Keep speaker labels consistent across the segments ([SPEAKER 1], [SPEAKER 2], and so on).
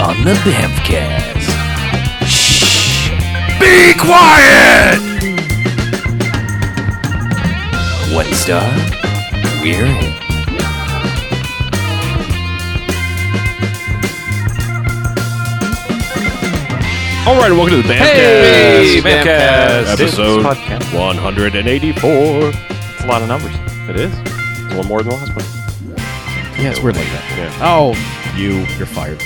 [SPEAKER 1] on the Bamfcast.
[SPEAKER 2] Be quiet!
[SPEAKER 1] One star, we're in.
[SPEAKER 2] All right, welcome to the Bandcast.
[SPEAKER 3] Hey, Bamcast.
[SPEAKER 2] Episode
[SPEAKER 3] This podcast.
[SPEAKER 2] 184.
[SPEAKER 3] It's a lot of numbers. It is. It's one more than the last one.
[SPEAKER 1] Yeah, it's weird like that.
[SPEAKER 2] Oh, you, you're fired.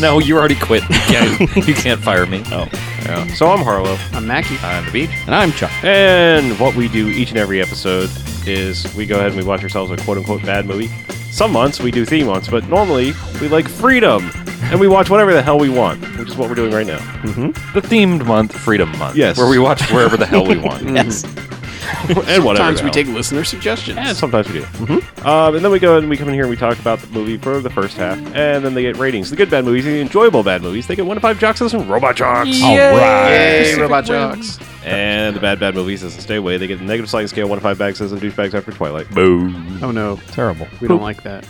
[SPEAKER 1] no, you already quit. You can't, you can't fire me. Oh.
[SPEAKER 3] Yeah. So I'm Harlow.
[SPEAKER 4] I'm Mackie.
[SPEAKER 3] I'm the beach.
[SPEAKER 5] And I'm Chuck.
[SPEAKER 3] And what we do each and every episode is we go ahead and we watch ourselves a quote unquote bad movie. Some months we do theme months, but normally we like freedom and we watch whatever the hell we want, which is what we're doing right now.
[SPEAKER 2] The themed month, Freedom Month.
[SPEAKER 3] Yes.
[SPEAKER 2] Where we watch wherever the hell we want.
[SPEAKER 4] Yes.
[SPEAKER 3] and whatever.
[SPEAKER 4] Sometimes
[SPEAKER 3] the
[SPEAKER 4] we
[SPEAKER 3] hell.
[SPEAKER 4] take listener suggestions.
[SPEAKER 3] Yeah, sometimes we do. Mm-hmm. Um, and then we go and we come in here and we talk about the movie for the first half, and then they get ratings. The good bad movies, the enjoyable bad movies, they get one to five jocks and robot
[SPEAKER 5] Oh,
[SPEAKER 3] jocks.
[SPEAKER 2] All
[SPEAKER 4] Yay,
[SPEAKER 2] right.
[SPEAKER 4] Robot Jocks.
[SPEAKER 3] And the bad bad movies doesn't stay away. They get a negative sliding scale, one to five bags and douchebags after Twilight.
[SPEAKER 2] Boom.
[SPEAKER 4] Oh no,
[SPEAKER 5] Terrible.
[SPEAKER 4] we don't like that.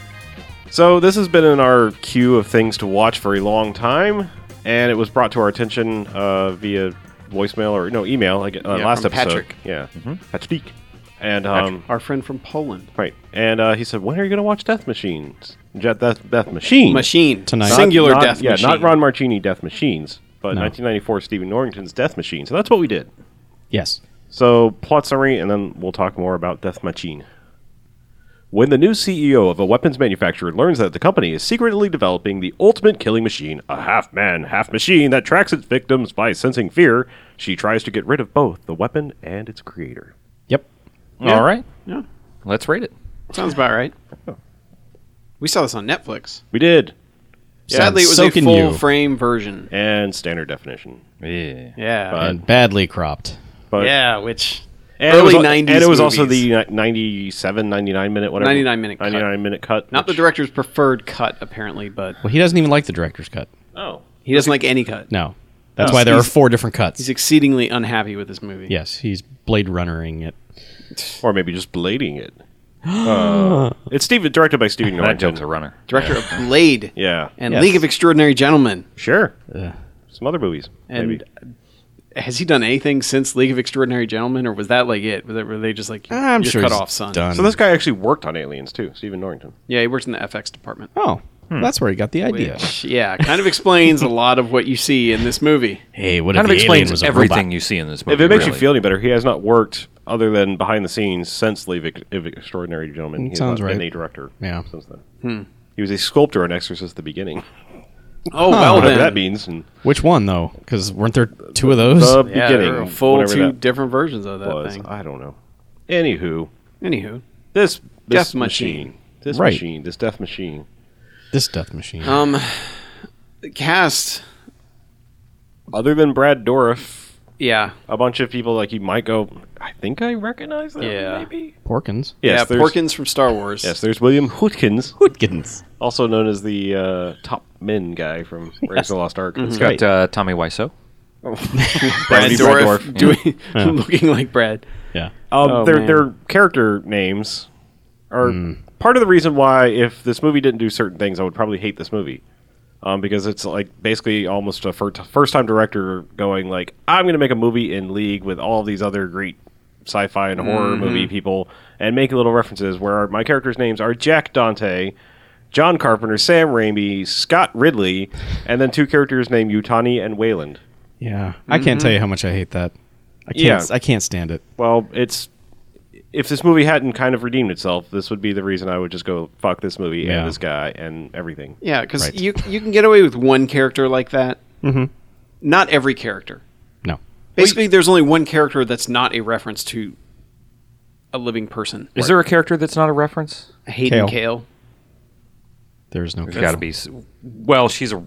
[SPEAKER 3] So this has been in our queue of things to watch for a long time, and it was brought to our attention uh, via voicemail or no email like uh,
[SPEAKER 4] Yeah,
[SPEAKER 3] last
[SPEAKER 4] from
[SPEAKER 3] episode.
[SPEAKER 4] Patrick.
[SPEAKER 3] Yeah, Patrick. And um,
[SPEAKER 4] Our friend from Poland.
[SPEAKER 3] right, and uh, he said, "When are you going to watch Death Machines? Jet Death Death Machine
[SPEAKER 4] Machine
[SPEAKER 5] Tonight.
[SPEAKER 3] Not-
[SPEAKER 4] Singular
[SPEAKER 3] not-
[SPEAKER 4] death
[SPEAKER 3] Yeah,
[SPEAKER 4] machine.
[SPEAKER 3] not Ron Marchini Death Machines, but 1994 Stephen Norrington's Death Machine. So that's what we did.
[SPEAKER 5] Yes.
[SPEAKER 3] So plot summary, and then we'll talk more about Death Machine. When the new CEO of a weapons manufacturer learns that the company is secretly developing the ultimate killing machine, a half man, half machine that tracks its victims by sensing fear, she tries to get rid of both the weapon and its creator.
[SPEAKER 5] Yep.
[SPEAKER 2] All right.
[SPEAKER 4] Yeah,
[SPEAKER 2] Let's rate it.
[SPEAKER 4] sounds about right. Oh. We saw this on Netflix.
[SPEAKER 3] We did.
[SPEAKER 4] Sadly, it was a
[SPEAKER 5] soaking
[SPEAKER 4] full
[SPEAKER 5] you.
[SPEAKER 4] frame version.
[SPEAKER 3] And standard definition.
[SPEAKER 2] Yeah.
[SPEAKER 4] Yeah.
[SPEAKER 3] But-
[SPEAKER 5] And Uh, badly cropped.
[SPEAKER 3] But
[SPEAKER 4] yeah, which
[SPEAKER 3] and
[SPEAKER 4] early
[SPEAKER 3] it was,
[SPEAKER 4] 90s
[SPEAKER 3] And it was also
[SPEAKER 4] movies.
[SPEAKER 3] the uh, ni- 97, 99 minute, whatever.
[SPEAKER 4] 99 minute cut.
[SPEAKER 3] 99 minute cut.
[SPEAKER 4] not the
[SPEAKER 3] which-
[SPEAKER 4] director's preferred cut apparently, but
[SPEAKER 5] Well, he doesn't even like the director's cut.
[SPEAKER 3] Oh.
[SPEAKER 4] he doesn't like any cut.
[SPEAKER 5] No. That's
[SPEAKER 3] No.
[SPEAKER 5] why there
[SPEAKER 4] He's-
[SPEAKER 5] are four different cuts.
[SPEAKER 4] He's exceedingly unhappy with this movie.
[SPEAKER 5] yes, he's Blade Runnering it.
[SPEAKER 3] Or maybe just blading it. Uh, it's Steven, directed by Steven
[SPEAKER 2] That joke's
[SPEAKER 3] Norrington.
[SPEAKER 2] a runner.
[SPEAKER 4] Director of Blade
[SPEAKER 3] Yeah.
[SPEAKER 4] and
[SPEAKER 5] Yes.
[SPEAKER 4] League of Extraordinary Gentlemen.
[SPEAKER 3] Sure.
[SPEAKER 5] Ugh.
[SPEAKER 3] Some other movies.
[SPEAKER 4] And
[SPEAKER 3] maybe.
[SPEAKER 4] has he done anything since League of Extraordinary Gentlemen, or was that like it? Were they, were they just like
[SPEAKER 5] I'm
[SPEAKER 4] "You're
[SPEAKER 5] sure
[SPEAKER 4] cut
[SPEAKER 5] he's
[SPEAKER 4] off, son?
[SPEAKER 5] done.
[SPEAKER 3] So this guy actually worked on Aliens too, Steven Norrington.
[SPEAKER 4] Yeah, he works in the FX department.
[SPEAKER 5] Oh, that's where he got the idea.
[SPEAKER 4] Which, yeah, kind of explains a lot of what you see in this movie.
[SPEAKER 5] hey, what
[SPEAKER 2] Kind
[SPEAKER 5] if
[SPEAKER 2] of
[SPEAKER 5] the alien
[SPEAKER 2] explains
[SPEAKER 5] was a
[SPEAKER 2] everything
[SPEAKER 5] robot?
[SPEAKER 2] you see in
[SPEAKER 5] Oh,
[SPEAKER 2] this movie.
[SPEAKER 3] If it makes you
[SPEAKER 2] really.
[SPEAKER 3] feel any better, he has not worked other than behind the scenes since Leave Ex- of Extraordinary Gentlemen. He has
[SPEAKER 5] sounds
[SPEAKER 3] not been
[SPEAKER 5] right.
[SPEAKER 3] a director
[SPEAKER 5] Yeah.
[SPEAKER 3] since then.
[SPEAKER 4] Hmm.
[SPEAKER 3] He was a sculptor in Exorcist at the beginning.
[SPEAKER 4] Oh well,
[SPEAKER 3] Whatever
[SPEAKER 4] then
[SPEAKER 3] that means. And
[SPEAKER 5] Which one though? Because weren't there two of those?
[SPEAKER 3] the
[SPEAKER 4] yeah,
[SPEAKER 3] beginning.
[SPEAKER 4] there were full
[SPEAKER 3] whatever
[SPEAKER 4] two
[SPEAKER 3] that
[SPEAKER 4] different versions of that
[SPEAKER 3] was.
[SPEAKER 4] thing.
[SPEAKER 3] I don't know. Anywho,
[SPEAKER 4] Anywho,
[SPEAKER 3] this, this
[SPEAKER 4] Death Machine.
[SPEAKER 3] This
[SPEAKER 5] Right.
[SPEAKER 3] machine. This death machine.
[SPEAKER 5] this death machine.
[SPEAKER 4] um, the cast,
[SPEAKER 3] Other than Brad Dourif,
[SPEAKER 4] yeah,
[SPEAKER 3] a bunch of people like you might go. I think I recognize that.
[SPEAKER 4] Yeah.
[SPEAKER 3] Maybe.
[SPEAKER 5] Porkins.
[SPEAKER 3] Yes,
[SPEAKER 4] yeah,
[SPEAKER 3] there's-
[SPEAKER 4] Porkins from Star Wars.
[SPEAKER 3] Yes, there's William Hootkins,
[SPEAKER 5] Hootkins.
[SPEAKER 3] also known as the uh, top men guy from Raiders of the Lost Ark.
[SPEAKER 4] Mm-hmm.
[SPEAKER 2] It's got uh, Tommy Wiseau.
[SPEAKER 4] Brad
[SPEAKER 3] Brad
[SPEAKER 4] Dourif
[SPEAKER 3] Dourif.
[SPEAKER 4] doing looking like Brad.
[SPEAKER 5] Yeah.
[SPEAKER 3] Um,
[SPEAKER 4] Oh,
[SPEAKER 3] their
[SPEAKER 4] man. Hmm.
[SPEAKER 3] their character names are part of the reason why if this movie didn't do certain things, I would probably hate this movie. Um, because it's like basically almost a fir- first time director going like I'm going to make a movie in league with all these other great sci-fi and
[SPEAKER 4] Mm-hmm.
[SPEAKER 3] horror movie people and make little references where my characters' names are Jack Dante, John Carpenter, Sam Raimi, Scott Ridley, and then two characters named Utani and Wayland.
[SPEAKER 5] Yeah. I can't tell you how much I hate that. I can't.
[SPEAKER 3] Yeah.
[SPEAKER 5] I can't stand it.
[SPEAKER 3] Well, it's if this movie hadn't kind of redeemed itself, this would be the reason I would just go fuck this movie
[SPEAKER 5] Yeah.
[SPEAKER 3] and this guy and everything.
[SPEAKER 4] Yeah, because
[SPEAKER 5] Right.
[SPEAKER 4] you you can get away with one character like that. Mm-hmm. Not every character.
[SPEAKER 5] No.
[SPEAKER 4] Basically, there's only one character that's not a reference to a living person.
[SPEAKER 2] Is there a character that's not a reference?
[SPEAKER 4] Hayden Kale?
[SPEAKER 5] Kale.
[SPEAKER 4] Kale.
[SPEAKER 5] There's no.
[SPEAKER 2] There's got to be. s- Well, she's a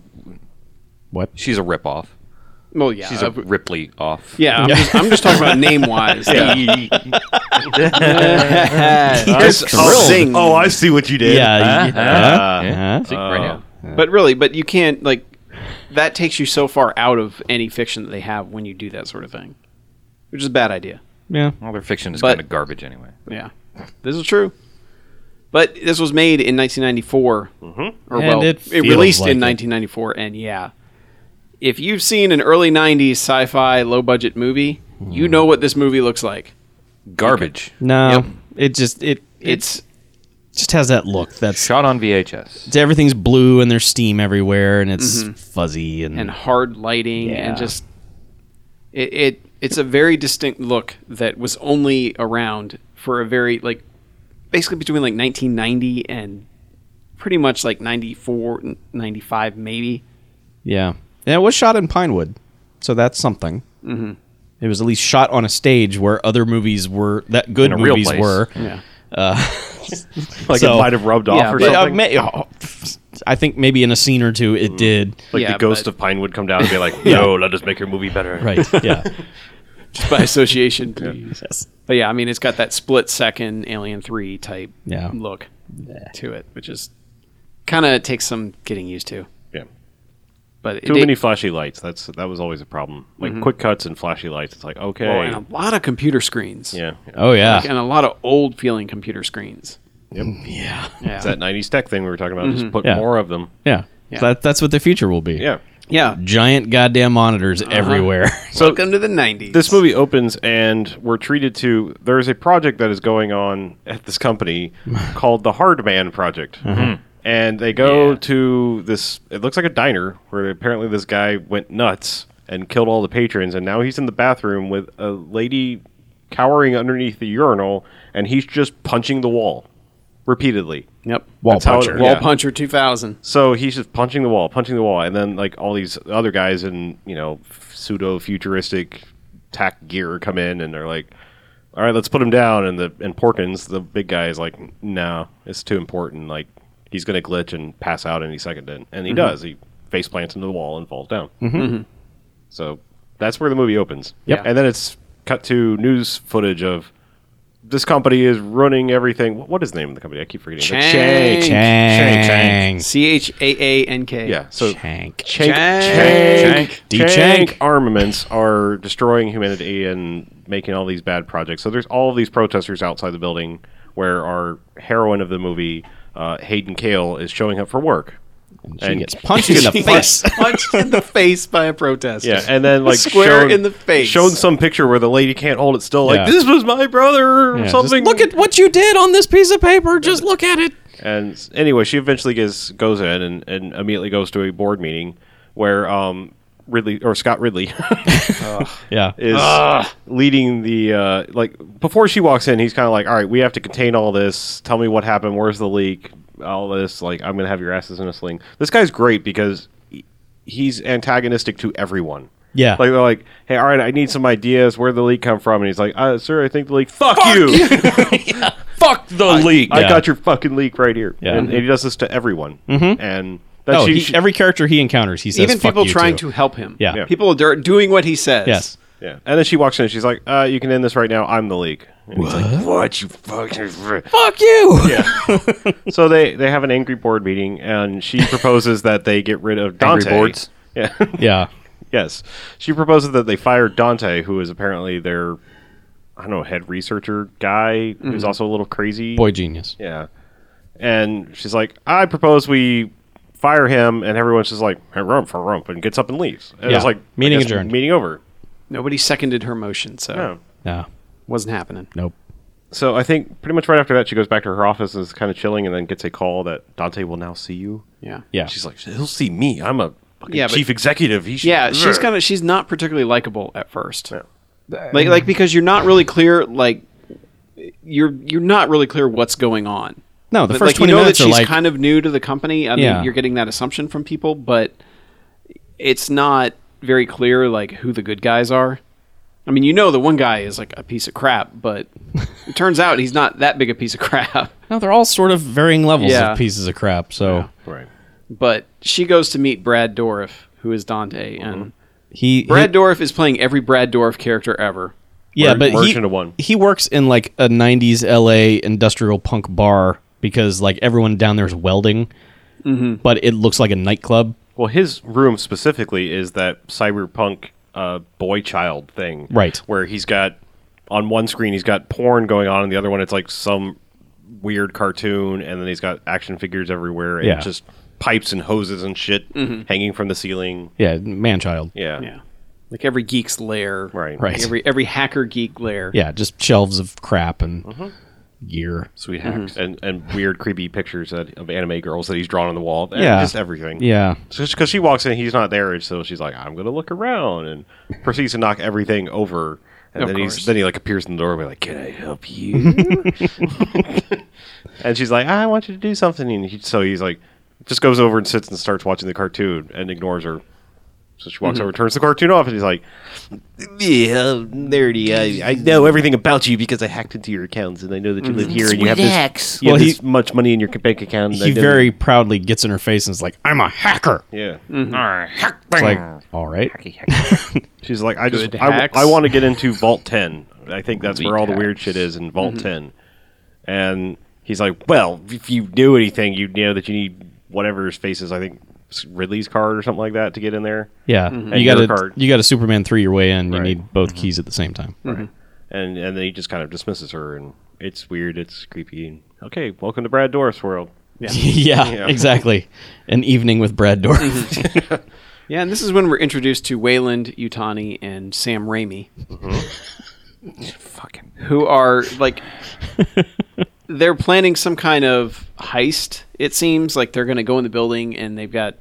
[SPEAKER 5] What?
[SPEAKER 2] she's a rip off.
[SPEAKER 4] Well, yeah,
[SPEAKER 2] She's a
[SPEAKER 4] uh,
[SPEAKER 2] Ripley off.
[SPEAKER 4] yeah. I'm, Just, I'm just talking about name wise. Sing.
[SPEAKER 3] Oh, I see what you did.
[SPEAKER 5] Yeah. you-
[SPEAKER 2] Uh-huh.
[SPEAKER 5] uh,
[SPEAKER 2] Yeah.
[SPEAKER 5] uh.
[SPEAKER 2] See, right now.
[SPEAKER 4] But really, but you can't like that takes you so far out of any fiction that they have when you do that sort of thing, which is a bad idea.
[SPEAKER 5] Yeah.
[SPEAKER 2] Well, their fiction is
[SPEAKER 4] But-
[SPEAKER 2] kind of garbage anyway.
[SPEAKER 4] Yeah, this is true. But this was made in 1994, mm-hmm. or
[SPEAKER 5] And
[SPEAKER 4] well,
[SPEAKER 5] it
[SPEAKER 4] it,
[SPEAKER 5] feels
[SPEAKER 4] released
[SPEAKER 5] like
[SPEAKER 4] in
[SPEAKER 5] it.
[SPEAKER 4] 1994, and yeah, if you've seen an early 90s sci-fi low-budget movie, you
[SPEAKER 5] Hmm.
[SPEAKER 4] know what this movie looks like.
[SPEAKER 2] Garbage.
[SPEAKER 5] No,
[SPEAKER 4] Yep.
[SPEAKER 5] it just it it's
[SPEAKER 4] It's
[SPEAKER 5] just has that look. That's
[SPEAKER 2] Shot on VHS.
[SPEAKER 5] it's- everything's blue and there's steam everywhere and it's fuzzy and,
[SPEAKER 4] and hard lighting
[SPEAKER 5] Yeah.
[SPEAKER 4] and just it, it it's a very distinct look that was only around for a very like basically between like 1990 and pretty much like 94 n- 95 maybe
[SPEAKER 5] yeah. And it was shot in Pinewood, so that's something. Mm-hmm. It was at least shot on a stage where other movies were that good
[SPEAKER 2] In a real
[SPEAKER 5] movies
[SPEAKER 2] place.
[SPEAKER 5] were. Uh,
[SPEAKER 4] yeah
[SPEAKER 3] Like
[SPEAKER 5] So-
[SPEAKER 3] it might have rubbed off
[SPEAKER 4] Yeah,
[SPEAKER 3] or
[SPEAKER 4] but-
[SPEAKER 5] It, uh,
[SPEAKER 3] something.
[SPEAKER 5] may- oh, I think maybe in a scene or two it did.
[SPEAKER 3] like
[SPEAKER 4] Yeah,
[SPEAKER 3] the ghost
[SPEAKER 4] but-
[SPEAKER 3] of Pine would come down and be like, "No, let us make your movie better."
[SPEAKER 5] Right. Yeah.
[SPEAKER 4] just by association please.
[SPEAKER 5] yes.
[SPEAKER 4] but yeah i mean it's got that split second alien 3 type
[SPEAKER 5] Yeah.
[SPEAKER 4] look to it which is kind of takes some getting used to
[SPEAKER 3] Yeah.
[SPEAKER 4] but it
[SPEAKER 3] Too
[SPEAKER 4] did-
[SPEAKER 3] many flashy lights. That's that was always a problem. Like quick cuts and flashy lights. It's like okay,
[SPEAKER 4] oh, and a lot of computer screens
[SPEAKER 3] yeah, yeah.
[SPEAKER 5] Oh yeah.
[SPEAKER 4] and a lot of old feeling computer screens
[SPEAKER 5] Yeah.
[SPEAKER 4] yeah
[SPEAKER 3] It's that '90s tech thing we were talking about.
[SPEAKER 4] Mm-hmm.
[SPEAKER 3] Just put
[SPEAKER 5] Yeah.
[SPEAKER 3] more of them.
[SPEAKER 5] Yeah.
[SPEAKER 4] Yeah.
[SPEAKER 5] That, that's what the future will be.
[SPEAKER 3] Yeah.
[SPEAKER 4] yeah
[SPEAKER 5] Giant goddamn monitors everywhere.
[SPEAKER 3] So
[SPEAKER 4] Welcome to the 90s.
[SPEAKER 3] this movie opens and we're treated to there's a project that is going on at this company called the hard man project and they go to this it looks like a diner where apparently this guy went nuts and killed all the patrons and now he's in the bathroom with a lady cowering underneath the urinal and he's just punching the wall repeatedly
[SPEAKER 4] Yep.
[SPEAKER 5] Wall
[SPEAKER 3] That's how it-
[SPEAKER 5] puncher.
[SPEAKER 4] Wall
[SPEAKER 3] yeah.
[SPEAKER 4] Puncher 2000.
[SPEAKER 3] So he's just punching the wall, punching the wall, and then like all these other guys in you know pseudo futuristic tack gear come in and they're like, "All right, let's put him down." And the and Porkins, the big guy, is like, "No, it's too important. Like he's gonna glitch and pass out any second." And,
[SPEAKER 4] Mm-hmm.
[SPEAKER 3] and he does. He face plants into the wall and falls down. Mm-hmm. So that's where the movie opens.
[SPEAKER 4] Yep.
[SPEAKER 3] And then it's cut to news footage of. This company is running everything. What what is the name of the company? I keep forgetting. The
[SPEAKER 4] Chang.
[SPEAKER 5] Chang.
[SPEAKER 4] C H A A N K.
[SPEAKER 3] Yeah. So
[SPEAKER 5] Shank.
[SPEAKER 3] Chank,
[SPEAKER 4] Chank.
[SPEAKER 3] Chank, Chank,
[SPEAKER 5] Chank. D-Chank.
[SPEAKER 3] armaments are destroying humanity and making all these bad projects. So there's all of these protesters outside the building where our heroine of the movie, uh, Hayden Kale, is showing up for work.
[SPEAKER 5] She
[SPEAKER 3] And-
[SPEAKER 5] gets punched in the face.
[SPEAKER 4] Punched in the face by a protester.
[SPEAKER 3] Yeah, and then like
[SPEAKER 4] Square
[SPEAKER 3] shown-
[SPEAKER 4] in the face.
[SPEAKER 3] shown some picture where the lady can't hold it still. Like
[SPEAKER 5] Yeah.
[SPEAKER 3] this was my brother or
[SPEAKER 5] Yeah, just
[SPEAKER 3] something.
[SPEAKER 5] look at what you did on this piece of paper. Just look at it.
[SPEAKER 3] And s- anyway, she eventually gets goes in and, and immediately goes to a board meeting where um, Ridley or Scott Ridley
[SPEAKER 5] Yeah.
[SPEAKER 3] is leading the uh, like before she walks in he's kind of like all right we have to contain all this tell me what happened where's the leak all this like i'm gonna have your asses in a sling this guy's great because he- he's antagonistic to everyone
[SPEAKER 5] Yeah.
[SPEAKER 3] like they're like hey all right i need some ideas where the leak come from and he's like uh, sir i think the leak fuck, you,
[SPEAKER 2] Fuck the leak.
[SPEAKER 3] i
[SPEAKER 5] Yeah.
[SPEAKER 3] got your fucking leak right here
[SPEAKER 5] Yeah.
[SPEAKER 3] and, and he does this to everyone mm-hmm. and that's
[SPEAKER 5] oh,
[SPEAKER 3] she-
[SPEAKER 5] he-
[SPEAKER 3] she-
[SPEAKER 5] every character he encounters, he says,
[SPEAKER 4] Even
[SPEAKER 5] "Fuck
[SPEAKER 4] people
[SPEAKER 5] you
[SPEAKER 4] trying
[SPEAKER 5] too."
[SPEAKER 4] to help him.
[SPEAKER 5] Yeah. Yeah.
[SPEAKER 4] People are doing what he says.
[SPEAKER 5] Yes.
[SPEAKER 3] yeah and then she walks in and she's like uh, you can end this right now i'm the leak and he's like what you fucking
[SPEAKER 5] Fuck you.
[SPEAKER 3] So they they have an angry board meeting, and she proposes that they get rid of Dante.
[SPEAKER 2] boards?
[SPEAKER 3] Yeah.
[SPEAKER 5] Yeah.
[SPEAKER 3] yes. She proposes that they fire Dante, who is apparently their I don't know head researcher guy, who's also a little crazy.
[SPEAKER 5] Mm-hmm. Boy genius.
[SPEAKER 3] Yeah. And she's like, I propose we fire him, and everyone's just like, rump, rump, and gets up and leaves. And it's
[SPEAKER 5] Yeah.
[SPEAKER 3] like I
[SPEAKER 5] Meeting
[SPEAKER 3] guess
[SPEAKER 5] adjourned.
[SPEAKER 3] Meeting over.
[SPEAKER 4] Nobody seconded her motion, so
[SPEAKER 3] Yeah.
[SPEAKER 5] No.
[SPEAKER 4] wasn't happening.
[SPEAKER 5] Nope.
[SPEAKER 3] So I think pretty much right after that, she goes back to her office and is kind of chilling, and then gets a call that Dante will now see you.
[SPEAKER 4] Yeah.
[SPEAKER 5] Yeah.
[SPEAKER 3] She's like, he'll see me. I'm a fucking
[SPEAKER 4] Yeah, but-
[SPEAKER 3] chief executive. He should-
[SPEAKER 4] Yeah, she's
[SPEAKER 3] Ugh.
[SPEAKER 4] kind of she's not particularly likable at first. Like like because you're not really clear like you're you're not really clear what's going on.
[SPEAKER 5] no, the
[SPEAKER 4] But,
[SPEAKER 5] first
[SPEAKER 4] like,
[SPEAKER 5] 20
[SPEAKER 4] you know
[SPEAKER 5] minutes
[SPEAKER 4] that
[SPEAKER 5] are
[SPEAKER 4] she's
[SPEAKER 5] like,
[SPEAKER 4] kind of new to the company. I
[SPEAKER 5] Yeah.
[SPEAKER 4] mean, you're getting that assumption from people, but it's not very clear like who the good guys are. I mean, you know, the one guy is like a piece of crap, but it turns out he's not that big a piece of crap.
[SPEAKER 5] no, they're all sort of varying levels
[SPEAKER 4] Yeah.
[SPEAKER 5] of pieces of crap. So
[SPEAKER 3] Right.
[SPEAKER 4] But she goes to meet Brad Dorff, who is Dante, and
[SPEAKER 5] he,
[SPEAKER 4] Brad Dorff is playing every Brad Dorff character ever.
[SPEAKER 5] he yeah,
[SPEAKER 3] Mer-
[SPEAKER 5] but
[SPEAKER 3] merge
[SPEAKER 5] he,
[SPEAKER 3] into one.
[SPEAKER 5] he works in like a 90s LA industrial punk bar because like everyone down there is welding, but it looks like a nightclub.
[SPEAKER 3] Well, his room specifically is that cyberpunk uh, boy child thing.
[SPEAKER 5] Right.
[SPEAKER 3] Where he's got on one screen he's got porn going on, and the other one it's like some weird cartoon, and then he's got action figures everywhere and
[SPEAKER 5] Yeah.
[SPEAKER 3] just pipes and hoses and shit hanging from the ceiling.
[SPEAKER 5] Yeah, man child.
[SPEAKER 3] Yeah.
[SPEAKER 4] Yeah. Like every geek's lair.
[SPEAKER 3] Right.
[SPEAKER 5] Right.
[SPEAKER 4] Like every every hacker geek lair.
[SPEAKER 5] Yeah, just shelves of crap and
[SPEAKER 3] Mm-hmm.
[SPEAKER 5] gear.
[SPEAKER 2] Sweet hacks.
[SPEAKER 3] And and weird, creepy pictures that, of anime girls that he's drawn on the wall. Eh,
[SPEAKER 5] Yeah.
[SPEAKER 3] Just everything.
[SPEAKER 5] Yeah.
[SPEAKER 3] Because she walks in, he's not there, so she's like, "I'm gonna look around," and proceeds to knock everything over. And
[SPEAKER 4] Of
[SPEAKER 3] then
[SPEAKER 4] course.
[SPEAKER 3] he's then he like appears in the doorway, like, "Can I help you?" and she's like, "I want you to do something." And he, so he's like, just goes over and sits and starts watching the cartoon and ignores her. So she walks
[SPEAKER 5] Mm-hmm.
[SPEAKER 3] over, turns the cartoon off, and he's like, "Yeah, nerdy. I, I know everything about you because I hacked into your accounts, and I know that you live here and you have this, you
[SPEAKER 5] Mm-hmm. Well,
[SPEAKER 3] have
[SPEAKER 5] he-
[SPEAKER 3] this much money in your bank account." and I
[SPEAKER 5] He
[SPEAKER 3] know that-
[SPEAKER 5] very proudly gets in her face and is like, I'm a hacker.
[SPEAKER 3] yeah.
[SPEAKER 5] It's like, all right.
[SPEAKER 3] She's like, I just,
[SPEAKER 4] Good
[SPEAKER 3] I,
[SPEAKER 4] hacks.
[SPEAKER 3] I want to get into Vault 10. I think that's where all the
[SPEAKER 2] hacks.
[SPEAKER 3] weird shit is in
[SPEAKER 5] Mm-hmm.
[SPEAKER 3] Vault 10. And he's like, well, if you knew anything, you'd know that you need whatever his face is. I think it's Ridley's card or something like that to get in there.
[SPEAKER 5] Yeah.
[SPEAKER 3] Mm-hmm. And
[SPEAKER 5] You
[SPEAKER 3] your
[SPEAKER 5] got a
[SPEAKER 3] card.
[SPEAKER 5] you got a Superman 3 your way in.
[SPEAKER 3] Right.
[SPEAKER 5] You
[SPEAKER 3] Mm-hmm.
[SPEAKER 5] need both keys at the same time.
[SPEAKER 3] And and then he just kind of dismisses her, and it's weird, it's creepy. And, okay, welcome to Brad Dourif's world.
[SPEAKER 5] yeah,
[SPEAKER 3] Yeah. Mm-hmm.
[SPEAKER 5] exactly. An evening with Brad Dorff.
[SPEAKER 4] Yeah, and this is when we're introduced to Wayland Utani and Sam Raimi,
[SPEAKER 2] Fucking.
[SPEAKER 4] who are like they're planning some kind of heist. It seems like they're going to go in the building, and they've got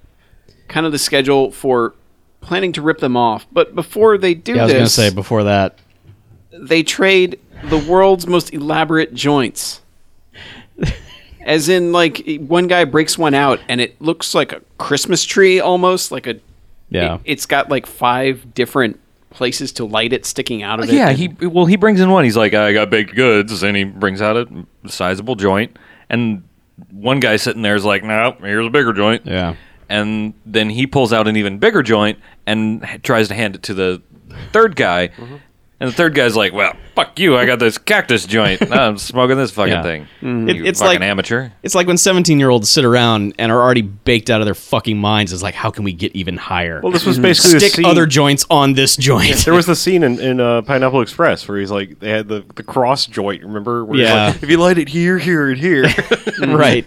[SPEAKER 4] kind of the schedule for planning to rip them off. But before they do
[SPEAKER 5] yeah, I was going to
[SPEAKER 4] this,
[SPEAKER 5] say before that.
[SPEAKER 4] they trade the world's most elaborate joints. As in, like one guy breaks one out, and it looks like a Christmas tree almost, like a
[SPEAKER 5] Yeah.
[SPEAKER 4] It, has got like five different places to light it sticking out of it.
[SPEAKER 2] Yeah,
[SPEAKER 4] and-
[SPEAKER 2] he well he brings in one. He's like, I got baked goods, and he brings out a sizable joint. And one guy sitting there is like, No, here's a bigger joint.
[SPEAKER 5] Yeah.
[SPEAKER 2] And then he pulls out an even bigger joint and h- tries to hand it to the third guy.
[SPEAKER 3] Mm-hmm.
[SPEAKER 2] And the third guy's like, "Well, fuck you! I got this cactus joint. I'm smoking this fucking
[SPEAKER 5] Yeah.
[SPEAKER 2] thing.
[SPEAKER 3] Mm-hmm.
[SPEAKER 5] It-
[SPEAKER 2] You
[SPEAKER 5] it's
[SPEAKER 2] fucking
[SPEAKER 5] like-
[SPEAKER 2] amateur.
[SPEAKER 5] It's like when 17 year olds sit around and are already baked out of their fucking minds. It's like, how can we get even higher?
[SPEAKER 3] Well, this was basically the
[SPEAKER 5] Mm-hmm. Stick
[SPEAKER 3] scene.
[SPEAKER 5] other joints on this joint.
[SPEAKER 3] there was the scene in, in uh, Pineapple Express where he's like, they had the, the cross joint, remember? Where he's
[SPEAKER 5] Yeah.
[SPEAKER 3] like, if you light it here, here, and here.
[SPEAKER 5] right.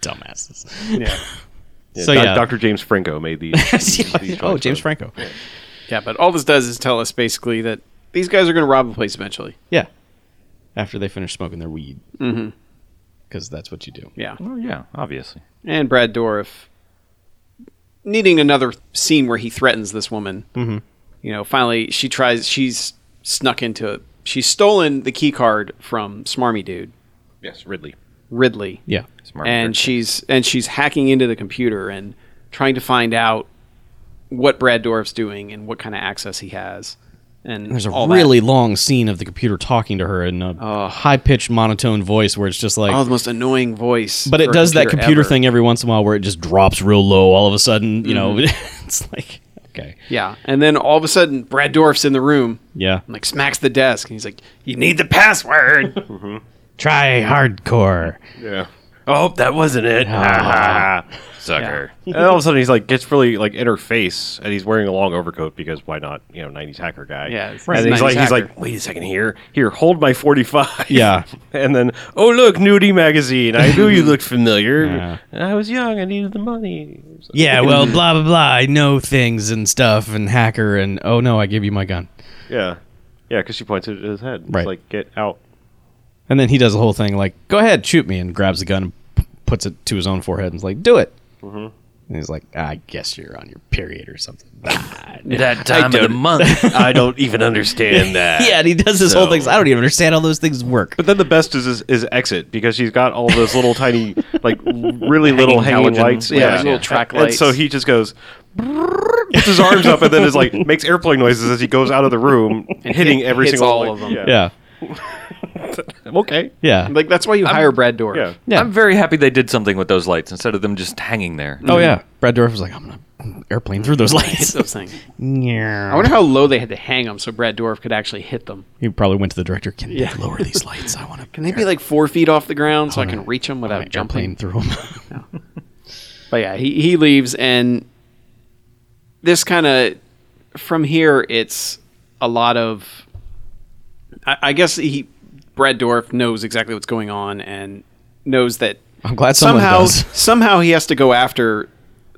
[SPEAKER 5] Dumbasses. So,
[SPEAKER 3] Doc-
[SPEAKER 5] yeah.
[SPEAKER 3] Dr. James Franco made these. these
[SPEAKER 5] oh,
[SPEAKER 3] joints
[SPEAKER 5] James
[SPEAKER 3] up.
[SPEAKER 5] Franco.
[SPEAKER 4] yeah, but all this does is tell us basically that these guys are going to rob a place eventually.
[SPEAKER 5] Yeah. After they finish smoking their weed. Mm-hmm. Because that's what you do.
[SPEAKER 4] Yeah,
[SPEAKER 2] Well, yeah, obviously.
[SPEAKER 4] and Brad Dorff needing another scene where he threatens this woman. Mm-hmm. You know, finally she tries. She's snuck into. She's stolen the key card from Smarmy Dude
[SPEAKER 3] Yes, Ridley.
[SPEAKER 4] Ridley.
[SPEAKER 5] Yeah.
[SPEAKER 2] Smart
[SPEAKER 4] and she's and she's hacking into the computer and trying to find out what Brad Dorff's doing and what kind of access he has. And
[SPEAKER 5] There's a
[SPEAKER 4] all that.
[SPEAKER 5] really long scene of the computer talking to her in a high pitched monotone voice where it's just like.
[SPEAKER 4] oh the most annoying voice.
[SPEAKER 5] but
[SPEAKER 4] for
[SPEAKER 5] it
[SPEAKER 4] a
[SPEAKER 5] does that computer
[SPEAKER 4] ever.
[SPEAKER 5] thing every once in a while where it just drops real low all of a sudden. You know,
[SPEAKER 4] Mm-hmm.
[SPEAKER 5] it's like, okay.
[SPEAKER 4] Yeah, and then all of a sudden Brad Dorff's in the room.
[SPEAKER 5] Yeah.
[SPEAKER 4] and, like smacks the desk and he's like, "You need the password."
[SPEAKER 5] Try hardcore.
[SPEAKER 3] Yeah.
[SPEAKER 2] Oh, that wasn't it.
[SPEAKER 3] Sucker. and all of a sudden, he's like gets really like in her face, and he's wearing a long overcoat because why not? You know, '90s hacker guy.
[SPEAKER 4] Yeah, it's-
[SPEAKER 3] And
[SPEAKER 4] it's
[SPEAKER 3] he's
[SPEAKER 4] 90s
[SPEAKER 3] like, he's
[SPEAKER 4] hacker.
[SPEAKER 3] like, wait a second here, here, hold my 45.
[SPEAKER 5] Yeah.
[SPEAKER 3] and then, oh look, nudie magazine. I knew you looked familiar.
[SPEAKER 5] Yeah.
[SPEAKER 3] I was young. I needed the money.
[SPEAKER 5] Yeah, well, blah, blah, blah. I know things and stuff and hacker and oh no, I give you my gun.
[SPEAKER 3] Yeah, yeah, because she points it at his head. It's
[SPEAKER 5] Right.
[SPEAKER 3] like, get out.
[SPEAKER 5] And then he does the whole thing like, go ahead, shoot me, and grabs the gun and p- puts it to his own forehead and's like, do it.
[SPEAKER 3] Mm-hmm.
[SPEAKER 5] And he's like, I guess you're on your period or something.
[SPEAKER 2] that time of the month.
[SPEAKER 3] I don't even understand that.
[SPEAKER 5] yeah, and he does this whole thing. so I don't even understand how those things work.
[SPEAKER 3] But then the best is, is is exit because she's got all those little tiny, like really little hanging
[SPEAKER 2] halogen
[SPEAKER 3] lights.
[SPEAKER 2] Yeah, those
[SPEAKER 4] little track
[SPEAKER 3] And- And so
[SPEAKER 4] lights.
[SPEAKER 3] he just goes, brrrr, puts his arms up, and then is like makes airplane noises as he goes out of the room, hitting
[SPEAKER 4] hit-
[SPEAKER 3] every
[SPEAKER 4] hits
[SPEAKER 3] single
[SPEAKER 4] all
[SPEAKER 3] light.
[SPEAKER 4] of them.
[SPEAKER 3] Yeah.
[SPEAKER 5] Yeah.
[SPEAKER 3] Okay.
[SPEAKER 5] Yeah.
[SPEAKER 4] like that's why you hire Brad Dorff.
[SPEAKER 3] Yeah.
[SPEAKER 5] Yeah.
[SPEAKER 2] I'm very happy they did something with those lights instead of them just hanging there.
[SPEAKER 5] oh, yeah. Brad Dorff was like, I'm going to airplane through those
[SPEAKER 4] Hit
[SPEAKER 5] lights.
[SPEAKER 4] those things. I
[SPEAKER 5] yeah.
[SPEAKER 4] wonder how low they had to hang them so Brad Dorff could actually hit them.
[SPEAKER 5] He probably went to the director, can they lower these lights? I want to
[SPEAKER 4] Can they be like four feet off the ground so I can reach them without jumping?
[SPEAKER 5] airplane through them.
[SPEAKER 4] But yeah, he, he leaves, and this kind of from here, it's a lot of. I, I guess he Brad Dorf knows exactly what's going on and knows that
[SPEAKER 5] I'm glad someone
[SPEAKER 4] somehow
[SPEAKER 5] does.
[SPEAKER 4] somehow he has to go after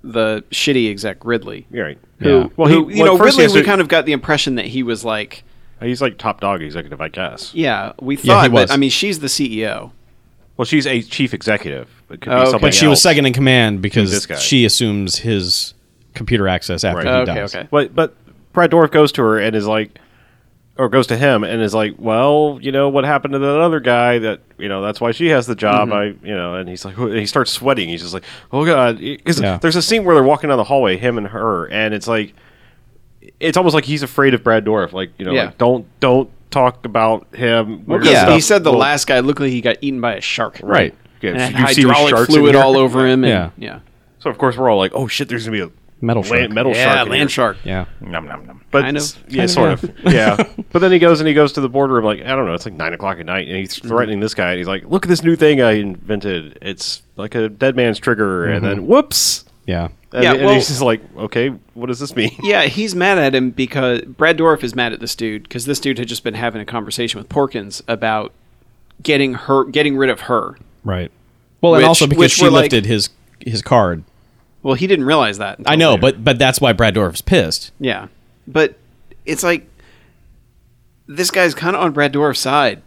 [SPEAKER 4] the shitty exec Ridley.
[SPEAKER 3] You're right.
[SPEAKER 5] Yeah.
[SPEAKER 4] Who, well, you know,
[SPEAKER 3] first
[SPEAKER 4] Ridley,
[SPEAKER 3] he has
[SPEAKER 4] we
[SPEAKER 3] to-
[SPEAKER 4] kind of got the impression that he was like,
[SPEAKER 3] He's like top dog executive, I guess.
[SPEAKER 4] yeah, we thought,
[SPEAKER 5] Yeah, he was.
[SPEAKER 4] but I mean, she's the E CEO.
[SPEAKER 3] Well, she's a chief executive. It could
[SPEAKER 4] Oh, Okay.
[SPEAKER 3] be somebody
[SPEAKER 4] But
[SPEAKER 5] But she was
[SPEAKER 3] else.
[SPEAKER 5] second in command
[SPEAKER 3] this
[SPEAKER 5] because
[SPEAKER 3] guy.
[SPEAKER 5] she assumes his computer access after
[SPEAKER 3] Right.
[SPEAKER 5] he
[SPEAKER 4] Oh, Okay,
[SPEAKER 5] dies.
[SPEAKER 4] okay.
[SPEAKER 3] But but Brad Dorf goes to her and is like, or goes to him and is like, well, you know what happened to that other guy? That you know that's why she has the job.
[SPEAKER 5] Mm-hmm.
[SPEAKER 3] I you know, and he's like, and he starts sweating. He's just like, oh god, because
[SPEAKER 5] Yeah.
[SPEAKER 3] there's a scene where they're walking down the hallway, him and her, and it's like, it's almost like he's afraid of Brad Dorf. Like you know,
[SPEAKER 4] Yeah.
[SPEAKER 3] like don't don't talk about him. Weird
[SPEAKER 4] Because
[SPEAKER 5] Yeah.
[SPEAKER 4] he said the
[SPEAKER 3] Well,
[SPEAKER 4] last guy looked like he got eaten by a shark.
[SPEAKER 5] Right.
[SPEAKER 3] Yeah,
[SPEAKER 4] And had
[SPEAKER 3] you see the
[SPEAKER 4] hydraulic
[SPEAKER 3] sharks in
[SPEAKER 4] fluid
[SPEAKER 3] here?
[SPEAKER 4] all over him. And,
[SPEAKER 5] Yeah.
[SPEAKER 4] yeah.
[SPEAKER 3] So of course we're all like, oh shit, there's gonna be a
[SPEAKER 5] Metal
[SPEAKER 3] land-
[SPEAKER 5] shark.
[SPEAKER 3] metal shark. in here.
[SPEAKER 4] land shark.
[SPEAKER 5] Yeah.
[SPEAKER 2] Nom, nom, nom.
[SPEAKER 3] but
[SPEAKER 4] Kind of.
[SPEAKER 3] s- yeah, sort of, yeah. But then he goes and he goes to the boardroom, like I don't know, it's like nine o'clock at night, and he's threatening this guy, and he's like, "Look at this new thing I invented. It's like a dead man's trigger." And then whoops,
[SPEAKER 5] Yeah.
[SPEAKER 3] and,
[SPEAKER 4] Yeah,
[SPEAKER 3] and
[SPEAKER 4] well-
[SPEAKER 3] he's just like, "Okay, what does this mean?"
[SPEAKER 4] Yeah, he's mad at him because Brad Dorf is mad at this dude because this dude had just been having a conversation with Porkins about getting her, getting rid of her.
[SPEAKER 5] Right. Well, and
[SPEAKER 4] Which-
[SPEAKER 5] also because
[SPEAKER 4] which
[SPEAKER 5] she
[SPEAKER 4] were, like-
[SPEAKER 5] lifted his his card.
[SPEAKER 4] Well, he didn't realize that. until
[SPEAKER 5] I know,
[SPEAKER 4] later.
[SPEAKER 5] but but that's why Brad Dorf's pissed.
[SPEAKER 4] yeah, but it's like this guy's kind of on Brad Dorf's side.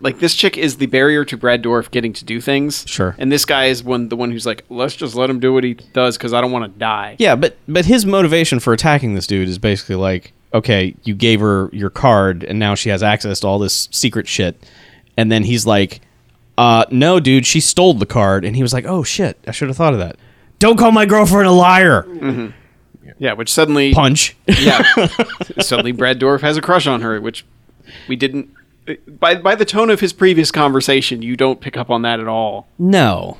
[SPEAKER 4] Like this chick is the barrier to Brad Dorf getting to do things.
[SPEAKER 5] Sure.
[SPEAKER 4] and this guy is one the one who's like, let's just let him do what he does because I don't want to die.
[SPEAKER 5] Yeah, but but his motivation for attacking this dude is basically like, okay, you gave her your card and now she has access to all this secret shit. And then he's like, uh, no, dude, she stole the card. And he was like, oh shit, I should have thought of that. Mm. Don't call my girlfriend a liar.
[SPEAKER 4] yeah which suddenly
[SPEAKER 5] Punch.
[SPEAKER 4] yeah. Suddenly, Brad Dorf has a crush on her, which we didn't. By by the tone of his previous conversation, you don't pick up on that at all.
[SPEAKER 5] no,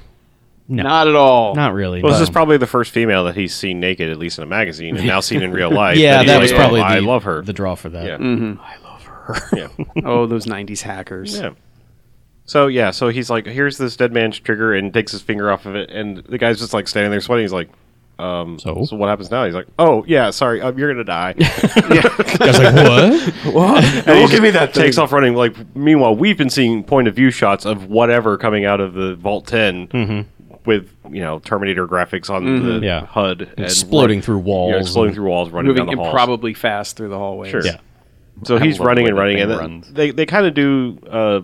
[SPEAKER 4] Not at all.
[SPEAKER 5] not really.
[SPEAKER 3] Well, this is
[SPEAKER 5] no.
[SPEAKER 3] probably the first female that he's seen naked, at least in a magazine, and now seen in real life.
[SPEAKER 5] yeah,
[SPEAKER 3] And
[SPEAKER 5] that
[SPEAKER 3] he's
[SPEAKER 5] was
[SPEAKER 3] like,
[SPEAKER 5] probably
[SPEAKER 3] "Oh,
[SPEAKER 5] the,
[SPEAKER 3] I love her.
[SPEAKER 5] the draw for that.
[SPEAKER 3] yeah, yeah.
[SPEAKER 4] Oh, those '90s hackers.
[SPEAKER 3] Yeah. So yeah, so he's like, here's this dead man's trigger, and takes his finger off of it, and the guy's just like standing there sweating. He's like, um,
[SPEAKER 5] So?
[SPEAKER 3] so, what happens now? He's like, oh yeah, sorry, um, you're gonna die.
[SPEAKER 5] I was like, what?
[SPEAKER 3] And he give me that. Takes off running. Like meanwhile, we've been seeing point of view shots of whatever coming out of the Vault 10 with you know Terminator graphics on the
[SPEAKER 5] Mm-hmm. Yeah.
[SPEAKER 3] HUD, and
[SPEAKER 5] Exploding
[SPEAKER 3] run-
[SPEAKER 5] through walls
[SPEAKER 3] yeah, exploding
[SPEAKER 5] and-
[SPEAKER 3] through walls, running
[SPEAKER 4] Mm-hmm. Moving
[SPEAKER 3] down the halls.
[SPEAKER 4] improbably fast through the hallways.
[SPEAKER 3] Sure.
[SPEAKER 5] yeah.
[SPEAKER 3] So he's
[SPEAKER 2] love
[SPEAKER 3] running
[SPEAKER 2] the
[SPEAKER 3] and
[SPEAKER 2] way that
[SPEAKER 3] running, and
[SPEAKER 2] thing
[SPEAKER 3] then
[SPEAKER 2] runs.
[SPEAKER 3] they they kind of do. Uh,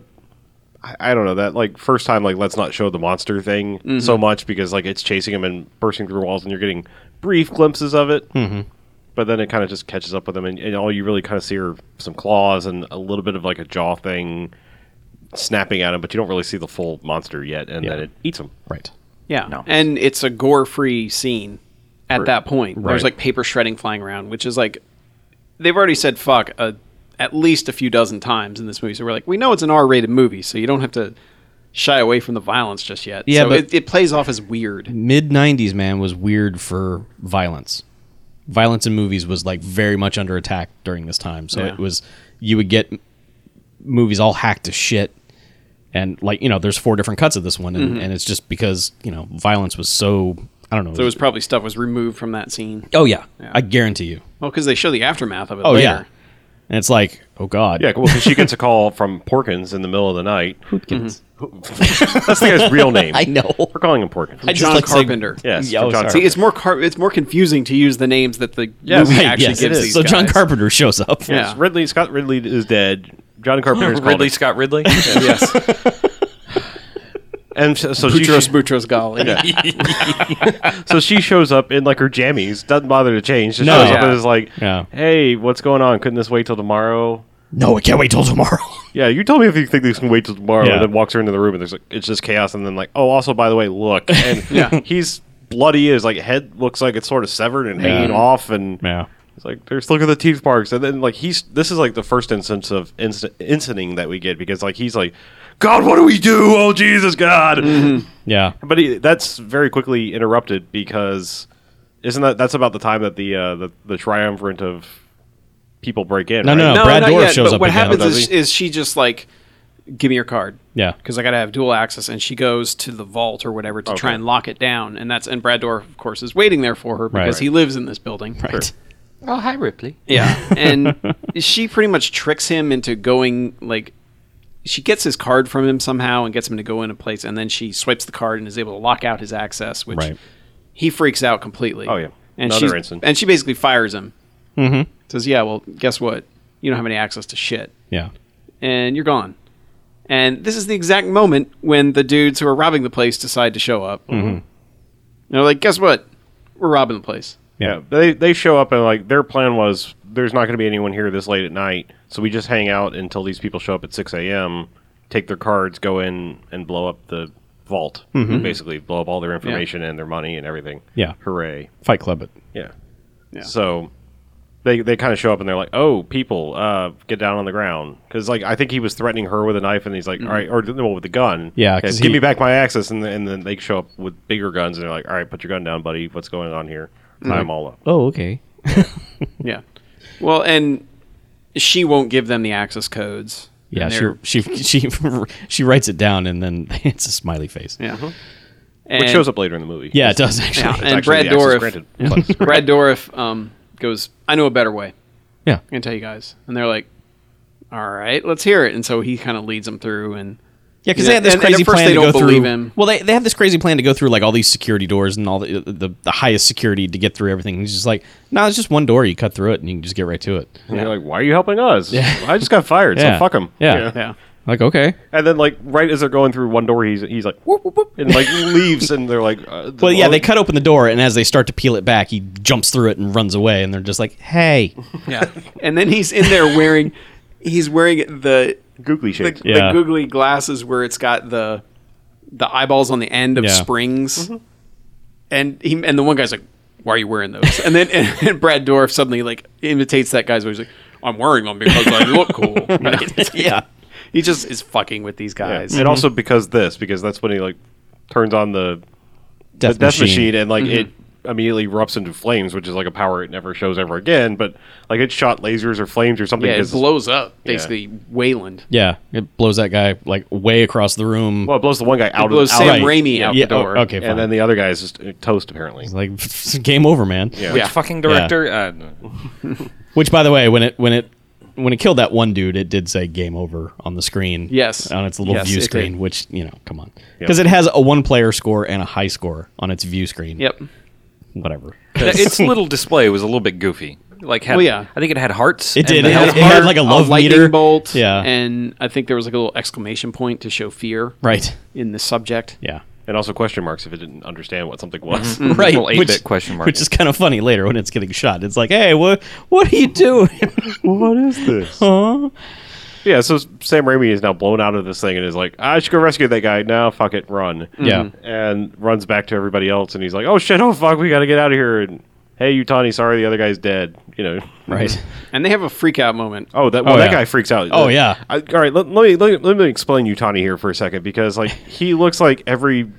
[SPEAKER 3] I- I don't know that like first time like let's not show the monster thing so much because like it's chasing him and bursting through walls, and you're getting brief glimpses of it. Mm-hmm. But then it kind of just catches up with him, and, and all you really kind of see are some claws and a little bit of like a jaw thing snapping at him, but you don't really see the full monster yet, and then it eats him.
[SPEAKER 5] Right.
[SPEAKER 4] Yeah. And it's a gore-free scene at that point. There's
[SPEAKER 5] Right.
[SPEAKER 4] like paper shredding flying around, which is like they've already said fuck a, at least a few dozen times in this movie. So we're like, we know it's an R-rated movie, so you don't have to shy away from the violence just yet.
[SPEAKER 5] Yeah,
[SPEAKER 4] so
[SPEAKER 5] but-
[SPEAKER 4] it, it plays off as weird.
[SPEAKER 5] mid 90s man was weird for violence violence in movies was like very much under attack during this time so
[SPEAKER 4] Yeah.
[SPEAKER 5] it was you would get m- movies all hacked to shit and like you know there's four different cuts of this one and, and it's just because you know violence was so i don't know
[SPEAKER 4] So it was probably stuff was removed from that scene.
[SPEAKER 5] oh yeah, i guarantee you
[SPEAKER 4] Well, because they show the aftermath of it.
[SPEAKER 5] oh
[SPEAKER 4] later.
[SPEAKER 5] yeah and it's like oh god
[SPEAKER 3] Yeah, well, 'cause she gets a call from Porkins in the middle of the night. Hootkins. That's the guy's real name.
[SPEAKER 5] i know
[SPEAKER 3] We're calling him Porkins.
[SPEAKER 5] I just
[SPEAKER 4] John
[SPEAKER 5] like saying-
[SPEAKER 4] Carpenter.
[SPEAKER 3] Yes,
[SPEAKER 5] Yeah,
[SPEAKER 3] for
[SPEAKER 5] oh,
[SPEAKER 3] John
[SPEAKER 5] sorry.
[SPEAKER 4] See, it's more car- it's more confusing to use the names that the movie
[SPEAKER 5] Right,
[SPEAKER 4] actually
[SPEAKER 5] yes, it
[SPEAKER 4] gives
[SPEAKER 5] is.
[SPEAKER 4] these
[SPEAKER 5] so john
[SPEAKER 4] guys.
[SPEAKER 5] carpenter shows up
[SPEAKER 4] Yeah.
[SPEAKER 3] Ridley Scott Ridley is dead. John Carpenter's called
[SPEAKER 2] Hmm. Ridley
[SPEAKER 3] it.
[SPEAKER 2] Scott Ridley.
[SPEAKER 4] yes.
[SPEAKER 3] and so, so she
[SPEAKER 4] Boutros Boutros Ghali.
[SPEAKER 3] so she shows up in like her jammies. Doesn't bother to change. Just
[SPEAKER 5] No.
[SPEAKER 3] shows up
[SPEAKER 4] Yeah.
[SPEAKER 3] and is like,
[SPEAKER 5] Yeah.
[SPEAKER 3] "Hey, what's going on? Couldn't this wait till tomorrow?"
[SPEAKER 5] no i can't wait till tomorrow
[SPEAKER 3] Yeah, you tell me if you think this can wait till tomorrow.
[SPEAKER 5] Yeah.
[SPEAKER 3] And then walks her into the room and there's like it's just chaos. And then like, oh, also by the way, look, and
[SPEAKER 4] Yeah.
[SPEAKER 3] he's bloody. His like head looks like it's sort of severed and hanging
[SPEAKER 5] Yeah.
[SPEAKER 3] off. And
[SPEAKER 5] yeah
[SPEAKER 3] It's like there's look at the teeth marks, and then like he's this is like the first instance of inst- inciting that we get because like he's like, God, what do we do? Oh Jesus, God!
[SPEAKER 5] yeah
[SPEAKER 3] But he, that's very quickly interrupted because isn't that that's about the time that the uh, the, the triumvirate of people break in?
[SPEAKER 5] No,
[SPEAKER 3] right?
[SPEAKER 5] no, no. Uh, Brad
[SPEAKER 4] not
[SPEAKER 5] Dorff shows
[SPEAKER 4] but
[SPEAKER 5] up
[SPEAKER 4] What
[SPEAKER 5] again.
[SPEAKER 4] happens
[SPEAKER 5] Oh,
[SPEAKER 3] does
[SPEAKER 4] is, is she just like, give me your card.
[SPEAKER 5] Yeah.
[SPEAKER 4] Because I got to have dual access. And she goes to the vault or whatever to try and lock it down. And that's, and Brad Dorf, of course, is waiting there for her because
[SPEAKER 5] Right.
[SPEAKER 4] he lives in this building.
[SPEAKER 5] right
[SPEAKER 2] oh, hi Ripley.
[SPEAKER 4] Yeah. And she pretty much tricks him into going like she gets his card from him somehow and gets him to go into place, and then she swipes the card and is able to lock out his access, which
[SPEAKER 5] Right.
[SPEAKER 4] he freaks out completely.
[SPEAKER 3] Oh, yeah.
[SPEAKER 4] and
[SPEAKER 3] Another
[SPEAKER 4] she
[SPEAKER 3] instance.
[SPEAKER 4] and she basically fires him. Mm-hmm. Says, "Yeah, well, guess what? You don't have any access to shit,
[SPEAKER 5] Yeah.
[SPEAKER 4] and you're gone." And this is the exact moment when the dudes who are robbing the place decide to show up. Mm-hmm. And they're like, "Guess what? We're robbing the place."
[SPEAKER 3] Yeah, they they show up and like their plan was there's not going to be anyone here this late at night, so we just hang out until these people show up at six a.m. Take their cards, go in and blow up the vault. Basically, blow up all their information and their money and everything.
[SPEAKER 5] Mm-hmm. Yeah.
[SPEAKER 3] hooray!
[SPEAKER 5] Fight Club it.
[SPEAKER 3] Yeah, yeah. So they they kind of show up and they're like, "Oh, people, uh, get down on the ground," because like I think he was threatening her with a knife, and he's like, all right," or well, with a gun.
[SPEAKER 5] Yeah,
[SPEAKER 3] Okay,
[SPEAKER 5] 'cause
[SPEAKER 3] give
[SPEAKER 5] he-
[SPEAKER 3] me back my access, and, then- and then they show up with bigger guns, and they're like, "All right, put your gun down, buddy. What's going on here?" I'm all up.
[SPEAKER 5] Oh, okay.
[SPEAKER 4] Yeah. Well, and she won't give them the access codes.
[SPEAKER 5] Yeah,
[SPEAKER 4] And they're-
[SPEAKER 5] she she she she writes it down and then it's a smiley face.
[SPEAKER 4] yeah.
[SPEAKER 3] Which shows up later in the movie.
[SPEAKER 5] Yeah, it does actually.
[SPEAKER 4] Yeah, and
[SPEAKER 3] actually
[SPEAKER 4] Brad
[SPEAKER 3] the access
[SPEAKER 4] Dorff.
[SPEAKER 3] granted.
[SPEAKER 4] Brad Dorff um, goes, "I know a better way.
[SPEAKER 5] Yeah.
[SPEAKER 4] I'm gonna tell you guys." And they're like, "All right, let's hear it." And so he kind of leads them through, and
[SPEAKER 5] Yeah, because
[SPEAKER 4] Yeah,
[SPEAKER 5] they have this
[SPEAKER 4] and- and at
[SPEAKER 5] crazy
[SPEAKER 4] first
[SPEAKER 5] plan
[SPEAKER 4] they
[SPEAKER 5] to
[SPEAKER 4] don't
[SPEAKER 5] go
[SPEAKER 4] believe
[SPEAKER 5] through.
[SPEAKER 4] him.
[SPEAKER 5] Well, they, they have this crazy plan to go through like all these security doors and all the uh, the, the highest security to get through everything. And he's just like, no, it's just one door. You cut through it and you can just get right to it.
[SPEAKER 3] And you're like, why are you helping us? I just got fired,
[SPEAKER 5] Yeah.
[SPEAKER 3] so fuck him.
[SPEAKER 5] Yeah.
[SPEAKER 4] yeah,
[SPEAKER 5] Like, okay.
[SPEAKER 3] And then, like, right as they're going through one door, he's he's like, whoop, whoop, whoop, and like leaves, and they're like, uh,
[SPEAKER 5] Well, yeah, they cut open the door, and as they start to peel it back, he jumps through it and runs away. And they're just like, "Hey,
[SPEAKER 4] yeah. and then he's in there wearing, he's wearing the
[SPEAKER 3] googly
[SPEAKER 4] the,
[SPEAKER 3] shaped.
[SPEAKER 4] the
[SPEAKER 5] Yeah.
[SPEAKER 4] googly glasses where it's got the the eyeballs on the end of
[SPEAKER 5] Yeah.
[SPEAKER 4] springs,
[SPEAKER 5] Mm-hmm.
[SPEAKER 4] and he and the one guy's like, "Why are you wearing those?" And then and, Brad Dorff suddenly like imitates that guy's voice, like, "I'm wearing them because I look cool."
[SPEAKER 5] yeah,
[SPEAKER 4] he just is fucking with these
[SPEAKER 3] Yeah.
[SPEAKER 4] guys.
[SPEAKER 3] And also because this, because that's when he like turns on the
[SPEAKER 5] death,
[SPEAKER 3] the death machine, and like it
[SPEAKER 4] Mm-hmm.
[SPEAKER 3] immediately erupts into flames, which is like a power it never shows ever again. But like it shot lasers or flames or something.
[SPEAKER 4] Yeah, it
[SPEAKER 3] 'cause-
[SPEAKER 4] blows up basically Wayland.
[SPEAKER 5] Yeah, it blows that guy like way across the room.
[SPEAKER 3] well, it blows the one guy out
[SPEAKER 4] It blows
[SPEAKER 3] of the
[SPEAKER 4] Sam
[SPEAKER 5] Right.
[SPEAKER 4] Raimi out
[SPEAKER 5] yeah,
[SPEAKER 4] the door.
[SPEAKER 5] oh, okay, fine.
[SPEAKER 3] and then the other guy is just uh, toast apparently.
[SPEAKER 5] like game over, man.
[SPEAKER 3] Yeah.
[SPEAKER 4] Yeah.
[SPEAKER 2] Fucking director. Uh,
[SPEAKER 5] Which, by the way, when it when it when it killed that one dude, it did say game over on the screen.
[SPEAKER 4] Yes.
[SPEAKER 5] on its little
[SPEAKER 4] Yes, it
[SPEAKER 5] view
[SPEAKER 4] did.
[SPEAKER 5] screen. Which you know, come on, because it has a one player score and a high score on its view screen.
[SPEAKER 4] Yep.
[SPEAKER 5] whatever.
[SPEAKER 2] its little display was a little bit goofy. Like, had,
[SPEAKER 4] Well, yeah.
[SPEAKER 2] I think it had hearts.
[SPEAKER 5] It
[SPEAKER 2] and
[SPEAKER 5] did.
[SPEAKER 2] the
[SPEAKER 5] It
[SPEAKER 2] health
[SPEAKER 5] had, it had
[SPEAKER 2] bar.
[SPEAKER 5] like a love
[SPEAKER 4] lightning
[SPEAKER 5] meter.
[SPEAKER 4] bolt.
[SPEAKER 5] Yeah.
[SPEAKER 4] And I think there was like a little exclamation point to show fear
[SPEAKER 5] Right.
[SPEAKER 4] in the subject.
[SPEAKER 5] Yeah.
[SPEAKER 3] And also question marks if it didn't understand what something was.
[SPEAKER 4] Mm-hmm.
[SPEAKER 5] Right.
[SPEAKER 2] Little 8-bit question mark.
[SPEAKER 5] Which is kind of funny later when it's getting shot. It's like, hey, what what are you doing?
[SPEAKER 3] what is this?
[SPEAKER 5] Huh?
[SPEAKER 3] Yeah, so Sam Raimi is now blown out of this thing and is like, I should go rescue that guy. Now, fuck it, run.
[SPEAKER 5] Yeah.
[SPEAKER 3] And runs back to everybody else and he's like, oh shit, oh fuck, we gotta get out of here. And hey, Utani, sorry, the other guy's dead. You know.
[SPEAKER 5] right.
[SPEAKER 4] And they have a freak out moment.
[SPEAKER 3] Oh, that well,
[SPEAKER 5] Oh,
[SPEAKER 3] that
[SPEAKER 5] yeah.
[SPEAKER 3] guy freaks out.
[SPEAKER 5] Oh, yeah.
[SPEAKER 3] I, all right, let, let me let, me- let me explain Utani here for a second because like he looks like every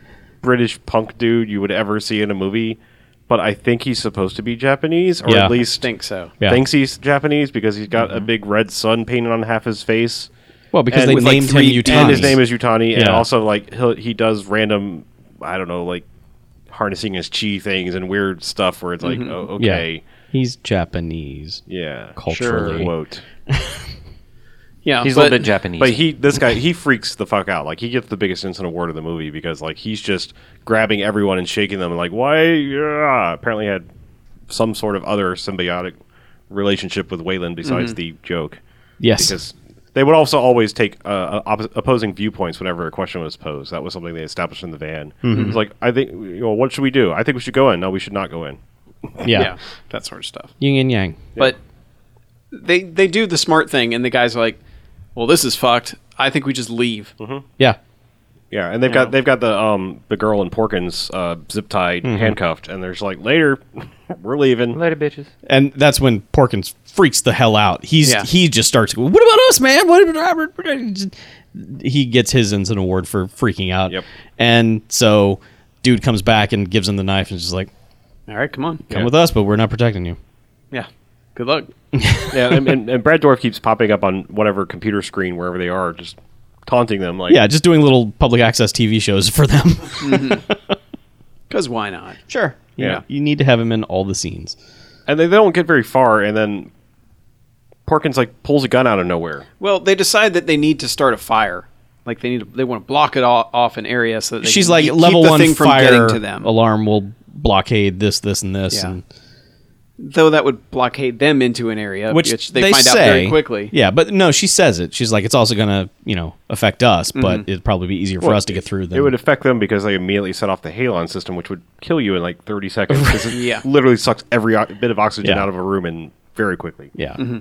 [SPEAKER 3] British punk dude you would ever see in a movie, but I think he's supposed to be Japanese or
[SPEAKER 5] Yeah.
[SPEAKER 3] at least
[SPEAKER 4] think so.
[SPEAKER 5] Yeah.
[SPEAKER 3] thinks he's Japanese because he's got a big red sun painted on half his face.
[SPEAKER 5] Well, because
[SPEAKER 3] And
[SPEAKER 5] they
[SPEAKER 3] with, like,
[SPEAKER 5] named
[SPEAKER 3] three-
[SPEAKER 5] him Utani.
[SPEAKER 3] And his name is Utani, and
[SPEAKER 5] Yeah.
[SPEAKER 3] also like he he does random, I don't know, like harnessing his chi things and weird stuff where it's like, oh,
[SPEAKER 5] Yeah.
[SPEAKER 3] okay,
[SPEAKER 5] He's Japanese
[SPEAKER 3] yeah,
[SPEAKER 5] culturally.
[SPEAKER 3] quote.
[SPEAKER 4] Yeah.
[SPEAKER 2] He's a
[SPEAKER 4] but,
[SPEAKER 2] little bit Japanese.
[SPEAKER 3] But he, this guy, he freaks the fuck out. Like he gets the biggest instant award of the movie because like he's just grabbing everyone and shaking them and like, why? Yeah. Apparently had some sort of other symbiotic relationship with Wayland besides the joke.
[SPEAKER 5] Yes.
[SPEAKER 3] because they would also always take uh, op- opposing viewpoints whenever a question was posed. That was something they established in the van.
[SPEAKER 5] Mm-hmm.
[SPEAKER 3] It's like I think, you know, what should we do? I think we should go in. No, we should not go in.
[SPEAKER 5] yeah.
[SPEAKER 4] yeah. That sort of stuff.
[SPEAKER 5] Yin and Yang.
[SPEAKER 4] But they they do the smart thing and the guys are like, Well, this is fucked. I think we just leave.
[SPEAKER 5] Yeah.
[SPEAKER 3] Yeah, and they've got they've got the um the girl in Porkins uh, zip tied,
[SPEAKER 5] Mm-hmm.
[SPEAKER 3] handcuffed, and there's like later, we're leaving.
[SPEAKER 5] And that's when Porkins freaks the hell out. He's
[SPEAKER 4] Yeah.
[SPEAKER 5] he just starts. What about us, man? What about Robert? He gets his instant award for freaking out.
[SPEAKER 3] Yep.
[SPEAKER 5] And so, dude comes back and gives him the knife and is just like,
[SPEAKER 4] All right, come on.
[SPEAKER 5] "Come with us, but we're not protecting you."
[SPEAKER 4] Yeah. Good luck.
[SPEAKER 3] yeah, and, and, and Brad Dorf keeps popping up on whatever computer screen wherever they are, just taunting them like
[SPEAKER 5] Yeah, just doing little public access TV shows for them.
[SPEAKER 4] Because why not?
[SPEAKER 5] sure.
[SPEAKER 3] Yeah.
[SPEAKER 5] You need to have him in all the scenes.
[SPEAKER 3] and they, they don't get very far, and then Parkins like pulls a gun out of nowhere.
[SPEAKER 4] Well, they decide that they need to start a fire. Like they need to, they want to block it off, off an area so that they
[SPEAKER 5] She's
[SPEAKER 4] can
[SPEAKER 5] like
[SPEAKER 4] keep-
[SPEAKER 5] level
[SPEAKER 4] keep the
[SPEAKER 5] one
[SPEAKER 4] thing from
[SPEAKER 5] fire
[SPEAKER 4] getting to them.
[SPEAKER 5] alarm will blockade this, this, and this,
[SPEAKER 4] Yeah.
[SPEAKER 5] and
[SPEAKER 4] Though that would blockade them into an area, which,
[SPEAKER 5] which,
[SPEAKER 4] they,
[SPEAKER 5] they
[SPEAKER 4] find
[SPEAKER 5] say,
[SPEAKER 4] out very quickly.
[SPEAKER 5] Yeah, but no, she says it. She's like, it's also gonna you know affect us, but
[SPEAKER 4] Mm-hmm.
[SPEAKER 5] it'd probably be easier for us to get through than
[SPEAKER 3] It would affect them because they immediately set off the halon system, which would kill you in like 30 seconds. 'cause it
[SPEAKER 4] Yeah.
[SPEAKER 3] literally sucks every o- bit of oxygen
[SPEAKER 5] Yeah.
[SPEAKER 3] out of a room and very quickly.
[SPEAKER 5] yeah.
[SPEAKER 4] It's Mm-hmm.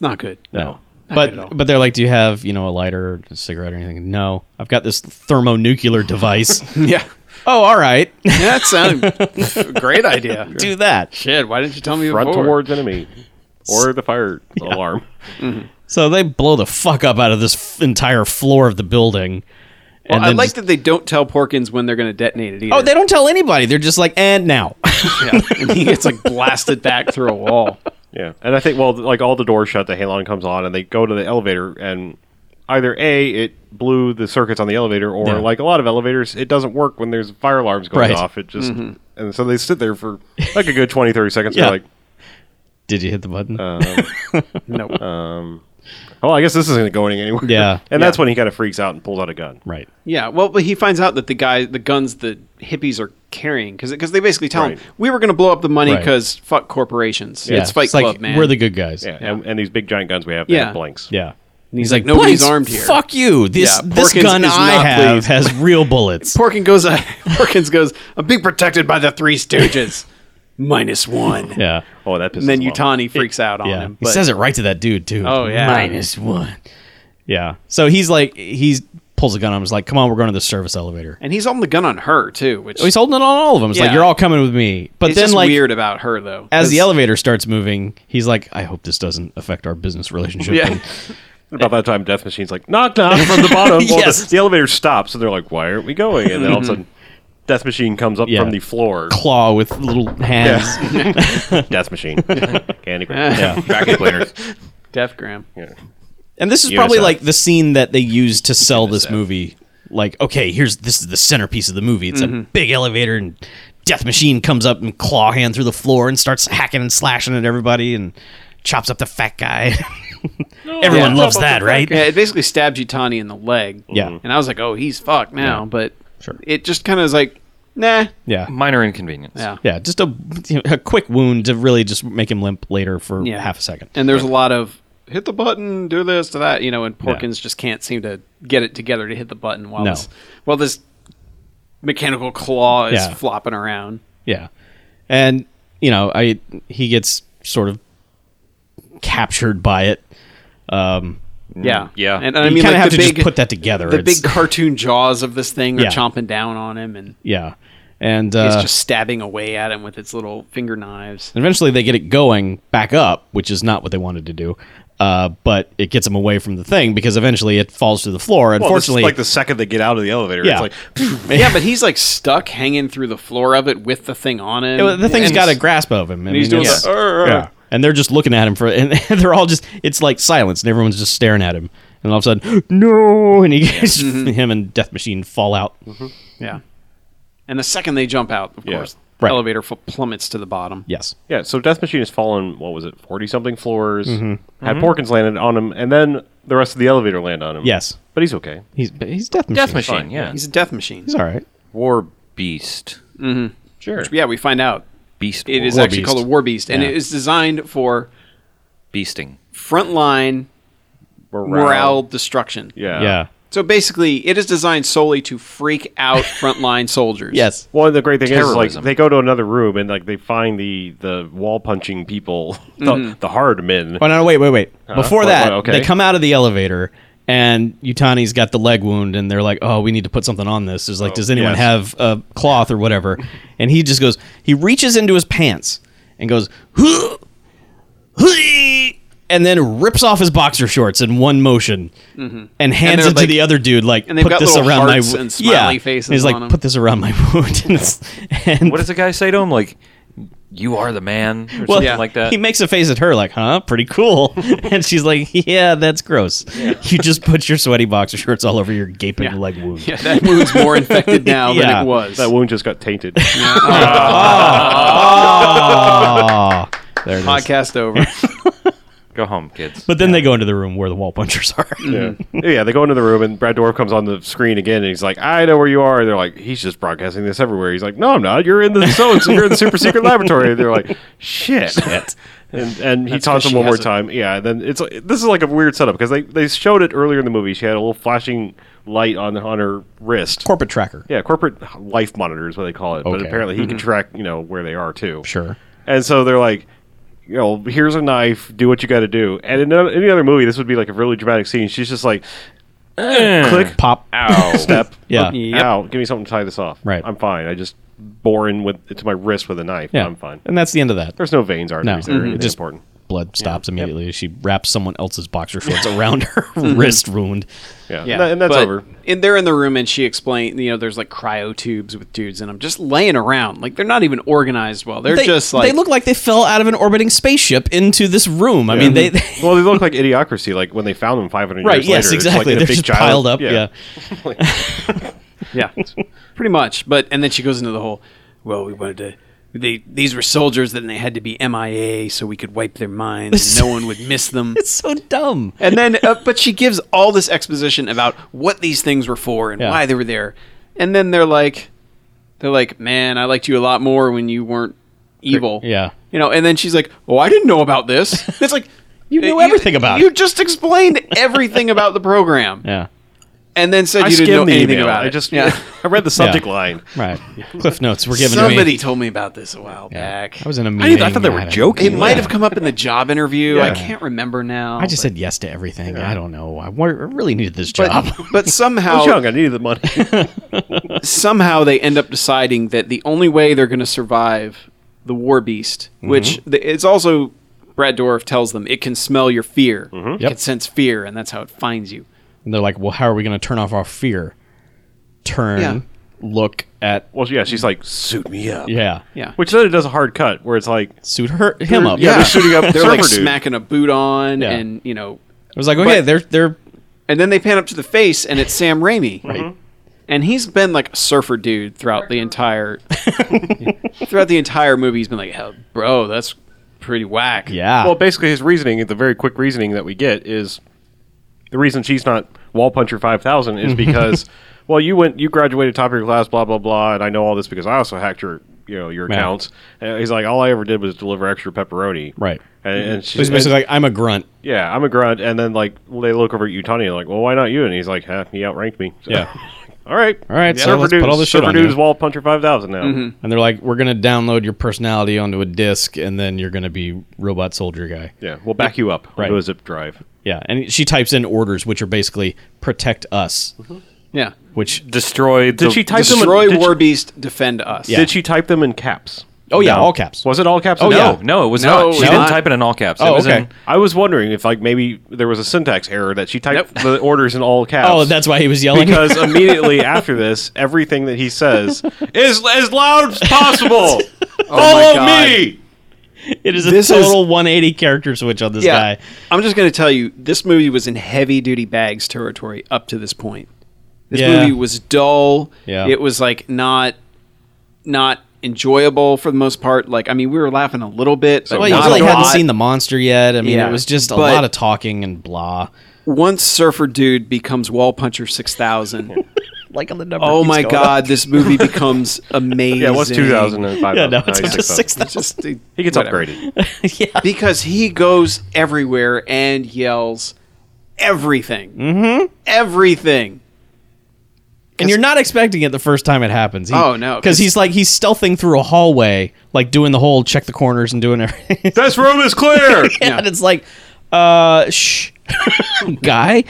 [SPEAKER 4] not good.
[SPEAKER 5] No.
[SPEAKER 4] good at all.
[SPEAKER 5] But but they're like, do you have you know a lighter, a cigarette, or anything? No, I've got this thermonuclear device.
[SPEAKER 4] Yeah.
[SPEAKER 5] oh, all right,
[SPEAKER 4] That sounds a great idea.
[SPEAKER 5] do that.
[SPEAKER 4] Shit, why didn't you tell me
[SPEAKER 3] Front
[SPEAKER 4] before?
[SPEAKER 3] towards enemy or the fire alarm.
[SPEAKER 5] So they blow the fuck up out of this f- entire floor of the building.
[SPEAKER 4] Well, I
[SPEAKER 5] then
[SPEAKER 4] like
[SPEAKER 5] just-
[SPEAKER 4] that they don't tell Porkins when they're going to detonate it either.
[SPEAKER 5] Oh, they don't tell anybody. They're just like, and now.
[SPEAKER 4] yeah. and he gets like blasted back through a wall.
[SPEAKER 3] Yeah, and I think well, th- like all the doors shut, the halon comes on, and they go to the elevator, and either a it blew the circuits on the elevator, or
[SPEAKER 5] Yeah.
[SPEAKER 3] like a lot of elevators, it doesn't work when there's fire alarms going
[SPEAKER 5] Right. Mm-hmm.
[SPEAKER 3] off. It just and so they sit there for like a good 20, 30 seconds.
[SPEAKER 5] Yeah.
[SPEAKER 3] They're like,
[SPEAKER 5] Did you hit the button?
[SPEAKER 4] Uh, No.
[SPEAKER 5] Uh.
[SPEAKER 3] oh, I guess this isn't going anywhere.
[SPEAKER 5] Yeah.
[SPEAKER 3] and that's when he kind of freaks out and pulls out a gun.
[SPEAKER 5] right.
[SPEAKER 4] yeah. Well, but he finds out that the guy, the guns the hippies are carrying, because they basically tell him
[SPEAKER 3] Right.
[SPEAKER 4] we were going to blow up the money
[SPEAKER 5] Right.
[SPEAKER 4] because fuck corporations.
[SPEAKER 5] Yeah,
[SPEAKER 4] It's Fight
[SPEAKER 5] like,
[SPEAKER 4] Club, man.
[SPEAKER 5] We're the good guys.
[SPEAKER 3] Yeah, And, and these big giant guns we have,
[SPEAKER 4] Yeah.
[SPEAKER 3] yeah, blanks.
[SPEAKER 5] Yeah.
[SPEAKER 4] And he's like, nobody's
[SPEAKER 5] "Please,
[SPEAKER 4] armed here.
[SPEAKER 5] Fuck you. This
[SPEAKER 4] Yeah,
[SPEAKER 5] this
[SPEAKER 4] Porkins
[SPEAKER 5] gun
[SPEAKER 4] is
[SPEAKER 5] I
[SPEAKER 4] not
[SPEAKER 5] have
[SPEAKER 4] pleased.
[SPEAKER 5] has real bullets.
[SPEAKER 4] Porkins goes. uh, Porkins goes. I'm being protected by the Three Stooges. Minus one.
[SPEAKER 5] yeah.
[SPEAKER 3] Oh, that pisses
[SPEAKER 4] And then
[SPEAKER 3] him off.
[SPEAKER 4] Utani freaks out on
[SPEAKER 5] Yeah.
[SPEAKER 4] him.
[SPEAKER 5] he says it right to that dude too.
[SPEAKER 4] Oh, yeah.
[SPEAKER 5] Minus one. Yeah. So he's like he's pulls a gun on him, is like, come on, we're going to the service elevator.
[SPEAKER 4] and he's holding the gun on her too, which
[SPEAKER 5] Oh, He's holding it on all of them. It's like
[SPEAKER 4] Yeah.
[SPEAKER 5] you're all coming with me. But
[SPEAKER 4] it's
[SPEAKER 5] then
[SPEAKER 4] just
[SPEAKER 5] like
[SPEAKER 4] weird about her though.
[SPEAKER 5] as the
[SPEAKER 4] It's-
[SPEAKER 5] elevator starts moving, he's like, I hope this doesn't affect our business relationship.
[SPEAKER 4] yeah,
[SPEAKER 3] About that time, Death Machine's like, knock, knock, from the bottom. Well,
[SPEAKER 5] Yes. Mm-hmm.
[SPEAKER 3] the, the elevator stops, and they're like, why aren't we going? And then all of a sudden, Death Machine comes up
[SPEAKER 5] Yeah.
[SPEAKER 3] from the floor.
[SPEAKER 5] Claw with little hands.
[SPEAKER 3] Death Machine. Candy Crush.
[SPEAKER 5] Yeah.
[SPEAKER 3] Vacuum cleaners.
[SPEAKER 4] Defgram.
[SPEAKER 3] Yeah.
[SPEAKER 5] And this is probably
[SPEAKER 3] UNICEF.
[SPEAKER 5] like the scene that they used to sell this movie. Like, okay, here's this is the centerpiece of the movie. It's
[SPEAKER 4] Mm-hmm.
[SPEAKER 5] a big elevator, and Death Machine comes up and claw hand through the floor and starts hacking and slashing at everybody and chops up the fat guy. Everyone
[SPEAKER 4] Yeah.
[SPEAKER 5] loves that, right?
[SPEAKER 4] Yeah, it basically stabs Utani in the leg.
[SPEAKER 5] Yeah.
[SPEAKER 4] and I was like, oh, he's fucked now. But
[SPEAKER 5] Sure.
[SPEAKER 4] it just kind of is like, nah.
[SPEAKER 5] Yeah,
[SPEAKER 2] Minor inconvenience.
[SPEAKER 4] Yeah.
[SPEAKER 5] yeah, just a, a quick wound to really just make him limp later for
[SPEAKER 4] Yeah.
[SPEAKER 5] half a second.
[SPEAKER 4] And there's a lot of hit the button, do this, do that, you know. And Porkins just can't seem to get it together to hit the button while
[SPEAKER 5] No.
[SPEAKER 4] this while this mechanical claw is
[SPEAKER 5] Yeah.
[SPEAKER 4] flopping around.
[SPEAKER 5] Yeah, and you know, I he gets sort of captured by it. Um,
[SPEAKER 4] Yeah,
[SPEAKER 2] yeah.
[SPEAKER 4] And, and I
[SPEAKER 5] you
[SPEAKER 4] mean,
[SPEAKER 5] kind
[SPEAKER 4] like
[SPEAKER 5] of have
[SPEAKER 4] the
[SPEAKER 5] to
[SPEAKER 4] big
[SPEAKER 5] just put that together.
[SPEAKER 4] the
[SPEAKER 5] It's-
[SPEAKER 4] big cartoon jaws of this thing are
[SPEAKER 5] Yeah.
[SPEAKER 4] chomping down on him, and
[SPEAKER 5] Yeah. And
[SPEAKER 4] it's
[SPEAKER 5] uh,
[SPEAKER 4] just stabbing away at him with its little finger knives.
[SPEAKER 5] eventually they get it going back up, which is not what they wanted to do. Uh, but it gets them away from the thing because eventually it falls to the floor.
[SPEAKER 3] Well, this is
[SPEAKER 5] Unfortunately,
[SPEAKER 3] like the second they get out of the elevator,
[SPEAKER 5] Yeah.
[SPEAKER 3] it's like,
[SPEAKER 4] yeah, but he's like stuck hanging through the floor of it with the thing on him.
[SPEAKER 5] the, the thing's
[SPEAKER 4] And
[SPEAKER 5] got a grasp of him. I
[SPEAKER 4] he's doing
[SPEAKER 5] mean, it's-
[SPEAKER 4] the, uh, "Arr, arr."
[SPEAKER 5] yeah. And they're just looking at him for, and they're all just, it's like silence, and everyone's just staring at him. And all of a sudden, no! And he gets
[SPEAKER 4] Mm-hmm.
[SPEAKER 5] him and Death Machine fall out.
[SPEAKER 4] yeah. And the second they jump out, of
[SPEAKER 3] Yeah.
[SPEAKER 4] course,
[SPEAKER 5] Right.
[SPEAKER 4] elevator f- plummets to the bottom.
[SPEAKER 5] Yes.
[SPEAKER 3] yeah. So Death Machine has fallen. What was it, forty something floors?
[SPEAKER 5] Mm-hmm.
[SPEAKER 3] Had Porkins landed on him, and then the rest of the elevator land on him.
[SPEAKER 5] Yes.
[SPEAKER 3] but he's okay.
[SPEAKER 5] He's he's Death Machine.
[SPEAKER 2] Death machine. Yeah.
[SPEAKER 4] He's a death machine.
[SPEAKER 5] He's all right.
[SPEAKER 2] War beast.
[SPEAKER 3] Sure.
[SPEAKER 4] yeah, we find out
[SPEAKER 2] Beast.
[SPEAKER 4] it is
[SPEAKER 2] war.
[SPEAKER 4] actually called a war beast, and it is designed for
[SPEAKER 2] beasting.
[SPEAKER 4] frontline morale, destruction.
[SPEAKER 3] Yeah.
[SPEAKER 5] yeah.
[SPEAKER 4] So basically, it is designed solely to freak out frontline soldiers.
[SPEAKER 5] Yes.
[SPEAKER 3] Well, and the great thing is,
[SPEAKER 2] Terrorism.
[SPEAKER 3] like, they go to another room and like they find the the wall punching people, the, the hard men.
[SPEAKER 5] Oh no! Wait, wait, wait! Before
[SPEAKER 3] What-
[SPEAKER 5] that,
[SPEAKER 3] what, okay.
[SPEAKER 5] they come out of the elevator, and Utani's got the leg wound, and they're like, "Oh, we need to put something on this."
[SPEAKER 4] Oh,
[SPEAKER 5] Is like, does anyone
[SPEAKER 3] yes.
[SPEAKER 5] have a cloth or whatever? and he just goes, he reaches into his pants and goes, "Huh! Huh!" and then rips off his boxer shorts in one motion, and hands
[SPEAKER 4] Mm-hmm. they're
[SPEAKER 5] it to
[SPEAKER 4] like-
[SPEAKER 5] the other dude, like,
[SPEAKER 4] and they've
[SPEAKER 5] "Put
[SPEAKER 4] got
[SPEAKER 5] this
[SPEAKER 4] little
[SPEAKER 5] around my
[SPEAKER 4] hearts
[SPEAKER 5] wo-"
[SPEAKER 4] and smiley
[SPEAKER 5] yeah.
[SPEAKER 4] faces
[SPEAKER 5] And he's like,
[SPEAKER 4] on 'em.
[SPEAKER 5] "Put this around my wound," and, it's, and
[SPEAKER 2] What does the guy say to him? Like, you are the man, or something
[SPEAKER 4] yeah.
[SPEAKER 2] like that.
[SPEAKER 5] He makes a face at her, like, huh, pretty cool. and she's like, yeah, that's gross. You just put your sweaty boxer shorts all over your gaping
[SPEAKER 4] Yeah.
[SPEAKER 5] leg wound.
[SPEAKER 4] Yeah, that wound's more infected now
[SPEAKER 5] Yeah.
[SPEAKER 4] than it was.
[SPEAKER 3] That wound just got tainted.
[SPEAKER 5] Oh, there it is.
[SPEAKER 4] Podcast over.
[SPEAKER 2] Go home, kids.
[SPEAKER 5] But then they go into the room where the wall punchers are.
[SPEAKER 3] Yeah. yeah, they go into the room and Brad Dorf comes on the screen again and he's like, I know where you are. And they're like, he's just broadcasting this everywhere. He's like, no, I'm not. You're in the so so you're in the super secret laboratory. And they're like, shit. And, and he taunts him
[SPEAKER 4] she
[SPEAKER 3] one more
[SPEAKER 4] has a-
[SPEAKER 3] time. Yeah, and then it's this is like a weird setup because they, they showed it earlier in the movie. She had a little flashing light on on her wrist.
[SPEAKER 5] Corporate tracker.
[SPEAKER 3] yeah, corporate life monitor is what they call it. But
[SPEAKER 5] Okay. Mm-hmm.
[SPEAKER 3] apparently he can track, you know, where they are too.
[SPEAKER 5] Sure.
[SPEAKER 3] And so they're like, you know, here's a knife. Do what you got to do. And in no- any other movie, this would be like a really dramatic scene. She's just like, click,
[SPEAKER 5] Pop.
[SPEAKER 2] Ow.
[SPEAKER 3] step,
[SPEAKER 5] Yeah.
[SPEAKER 4] Yep.
[SPEAKER 3] ow, give me something to tie this off.
[SPEAKER 5] Right.
[SPEAKER 3] I'm fine. I just bore in with to my wrist with a knife.
[SPEAKER 5] Yeah.
[SPEAKER 3] I'm fine.
[SPEAKER 5] And that's the end of that.
[SPEAKER 3] There's no veins, arteries,
[SPEAKER 5] No.
[SPEAKER 3] there,
[SPEAKER 5] Mhm.
[SPEAKER 3] anything
[SPEAKER 5] Just-
[SPEAKER 3] important.
[SPEAKER 5] Blood stops immediately as she wraps someone else's boxer shorts around her wrist wound.
[SPEAKER 3] Yeah, And, that- and that's
[SPEAKER 4] but-
[SPEAKER 3] over.
[SPEAKER 4] And they're in the room, and she explained, you know, there's like cryo tubes with dudes, and I'm just laying around. Like they're not even organized well. They're
[SPEAKER 5] They,
[SPEAKER 4] just like
[SPEAKER 5] they look like they fell out of an orbiting spaceship into this room. I mean, they, they
[SPEAKER 3] well, they look like idiocracy. Like when they found them 500
[SPEAKER 5] right?
[SPEAKER 3] years later.
[SPEAKER 5] Yes,
[SPEAKER 3] it's like
[SPEAKER 5] exactly.
[SPEAKER 3] a
[SPEAKER 5] They're
[SPEAKER 3] big
[SPEAKER 5] just
[SPEAKER 3] giant-
[SPEAKER 5] piled up. Yeah.
[SPEAKER 4] Yeah, pretty much. But and then she goes into the whole. Well, we wanted to. They these were soldiers, then they had to be MIA, so we could wipe their minds, and no one would miss them.
[SPEAKER 5] it's so dumb.
[SPEAKER 4] And then, uh, but she gives all this exposition about what these things were for and
[SPEAKER 5] Yeah.
[SPEAKER 4] why they were there. And then they're like, they're like, man, I liked you a lot more when you weren't evil.
[SPEAKER 5] Yeah.
[SPEAKER 4] You know. And then she's like, oh, I didn't know about this. It's like.
[SPEAKER 5] You knew everything about
[SPEAKER 4] you
[SPEAKER 5] it.
[SPEAKER 4] just explained everything about the program,
[SPEAKER 5] Yeah.
[SPEAKER 4] and then said
[SPEAKER 3] I
[SPEAKER 4] you didn't know
[SPEAKER 3] skimmed the
[SPEAKER 4] anything
[SPEAKER 3] email.
[SPEAKER 4] about it.
[SPEAKER 3] I just
[SPEAKER 4] yeah.
[SPEAKER 3] I read the subject line.
[SPEAKER 5] Right. Cliff notes were given to
[SPEAKER 4] Somebody
[SPEAKER 5] me.
[SPEAKER 4] told me about this a while back.
[SPEAKER 5] I was in a
[SPEAKER 3] I,
[SPEAKER 5] meeting.
[SPEAKER 3] I thought they
[SPEAKER 5] I
[SPEAKER 3] were
[SPEAKER 5] don't-
[SPEAKER 3] joking.
[SPEAKER 4] It might have come up in the job interview. I
[SPEAKER 3] Yeah.
[SPEAKER 4] can't remember now.
[SPEAKER 5] I just
[SPEAKER 4] but-
[SPEAKER 5] said yes to everything. I don't know. I wa- I really needed this job.
[SPEAKER 4] but, but
[SPEAKER 3] I was
[SPEAKER 4] somehow
[SPEAKER 3] young. I needed the money.
[SPEAKER 4] somehow they end up deciding that the only way they're going to survive the war beast,
[SPEAKER 5] Mm-hmm.
[SPEAKER 4] which th- it's also Brad Dorff tells them it can smell your fear. It
[SPEAKER 5] Mm-hmm. Yep.
[SPEAKER 4] can sense fear and that's how it finds you.
[SPEAKER 5] And they're like, well, how are we going to turn off our fear? Turn,
[SPEAKER 4] Yeah.
[SPEAKER 5] look at,
[SPEAKER 3] well, yeah, she's like, suit me up.
[SPEAKER 5] yeah.
[SPEAKER 4] Yeah.
[SPEAKER 3] Which then it does a hard cut where it's like,
[SPEAKER 5] Suit her, him up.
[SPEAKER 3] Yeah, they're shooting up.
[SPEAKER 4] They're like
[SPEAKER 3] server dude.
[SPEAKER 4] smacking a boot on
[SPEAKER 5] Yeah.
[SPEAKER 4] and, you know,
[SPEAKER 5] It was like, okay,
[SPEAKER 4] But-
[SPEAKER 5] they're, they're,
[SPEAKER 4] and then they pan up to the face and it's Sam Raimi.
[SPEAKER 3] Mm-hmm.
[SPEAKER 4] Right. And he's been like a surfer dude throughout the entire throughout the entire movie. He's been like, "Hell, bro, that's pretty whack."
[SPEAKER 5] yeah.
[SPEAKER 3] Well, basically, his reasoning, the very quick reasoning that we get is the reason she's not Wall Puncher 5000 is because, well, you went, you graduated top of your class, blah, blah, blah, and I know all this because I also hacked your, you know, your
[SPEAKER 5] Yeah.
[SPEAKER 3] accounts. And he's like, all I ever did was deliver extra pepperoni.
[SPEAKER 5] Right.
[SPEAKER 3] And, and
[SPEAKER 5] It was
[SPEAKER 3] she's
[SPEAKER 5] basically like, I'm a grunt.
[SPEAKER 3] yeah, I'm a grunt. And then, like, they look over at Utani and, like, well, why not you? And he's like, huh, he outranked me. So,
[SPEAKER 5] Yeah.
[SPEAKER 3] all right.
[SPEAKER 5] All right, so
[SPEAKER 3] Surfer
[SPEAKER 5] let's put
[SPEAKER 3] dudes,
[SPEAKER 5] all this shit
[SPEAKER 3] Surfer
[SPEAKER 5] on
[SPEAKER 3] dudes
[SPEAKER 5] there.
[SPEAKER 3] Wall Puncher 5000 now.
[SPEAKER 5] And they're like, we're going to download your personality onto a disc and then you're going to be robot soldier guy.
[SPEAKER 3] Yeah. We'll back you up. We'll
[SPEAKER 5] Right.
[SPEAKER 3] do a zip drive.
[SPEAKER 5] Yeah. And she types in orders, which are basically protect us,
[SPEAKER 3] Mm-hmm.
[SPEAKER 4] Yeah.
[SPEAKER 5] which,
[SPEAKER 2] Destroy the.
[SPEAKER 3] Did she type them
[SPEAKER 4] Destroy
[SPEAKER 3] in, did she-
[SPEAKER 4] Warbeast, defend us.
[SPEAKER 5] Yeah.
[SPEAKER 3] Did she type them in caps?
[SPEAKER 5] oh, yeah, all caps.
[SPEAKER 3] Was it all caps? Oh,
[SPEAKER 5] yeah.
[SPEAKER 2] No, no, it was
[SPEAKER 4] No,
[SPEAKER 2] not.
[SPEAKER 4] it
[SPEAKER 2] She
[SPEAKER 4] was
[SPEAKER 2] didn't
[SPEAKER 4] not.
[SPEAKER 2] type it in all caps.
[SPEAKER 5] Oh,
[SPEAKER 2] it was
[SPEAKER 5] okay.
[SPEAKER 2] in
[SPEAKER 3] I was wondering if like maybe there was a syntax error that she typed the orders in all caps.
[SPEAKER 5] Oh, that's why he was yelling.
[SPEAKER 3] because immediately after this, everything that he says is as loud as possible.
[SPEAKER 5] Oh,
[SPEAKER 4] my
[SPEAKER 3] Follow
[SPEAKER 4] God.
[SPEAKER 3] me.
[SPEAKER 5] it is a
[SPEAKER 4] This is-
[SPEAKER 5] total 180 character switch on this
[SPEAKER 4] Yeah.
[SPEAKER 5] guy.
[SPEAKER 4] I'm just going to tell you, this movie was in heavy duty bags territory up to this point. This
[SPEAKER 5] Yeah.
[SPEAKER 4] movie was dull.
[SPEAKER 5] Yeah.
[SPEAKER 4] It was like not not enjoyable for the most part. Like I mean, we were laughing a little bit. but
[SPEAKER 5] Well, you
[SPEAKER 4] not
[SPEAKER 5] really
[SPEAKER 4] a
[SPEAKER 5] hadn't
[SPEAKER 4] lot.
[SPEAKER 5] seen the monster yet. I mean,
[SPEAKER 4] Yeah.
[SPEAKER 5] it was just a
[SPEAKER 4] But-
[SPEAKER 5] lot of talking and blah.
[SPEAKER 4] Once Surfer Dude becomes Wall Puncher 6000.
[SPEAKER 5] Like on the number.
[SPEAKER 4] oh my god, this movie becomes amazing.
[SPEAKER 3] Yeah, it was two thousand and five.
[SPEAKER 5] Yeah, no, it's up to six thousand.
[SPEAKER 4] Just, uh,
[SPEAKER 3] He gets
[SPEAKER 4] whatever.
[SPEAKER 3] upgraded.
[SPEAKER 4] because he goes everywhere and yells everything. Mm-hmm. Everything.
[SPEAKER 5] And you're not expecting it the first time it happens. He-
[SPEAKER 4] Oh, no, 'cause-
[SPEAKER 5] because he's like he's stealthing through a hallway, like doing the whole check the corners and doing everything.
[SPEAKER 3] this room is clear.
[SPEAKER 5] and it's like, uh, shh, guy,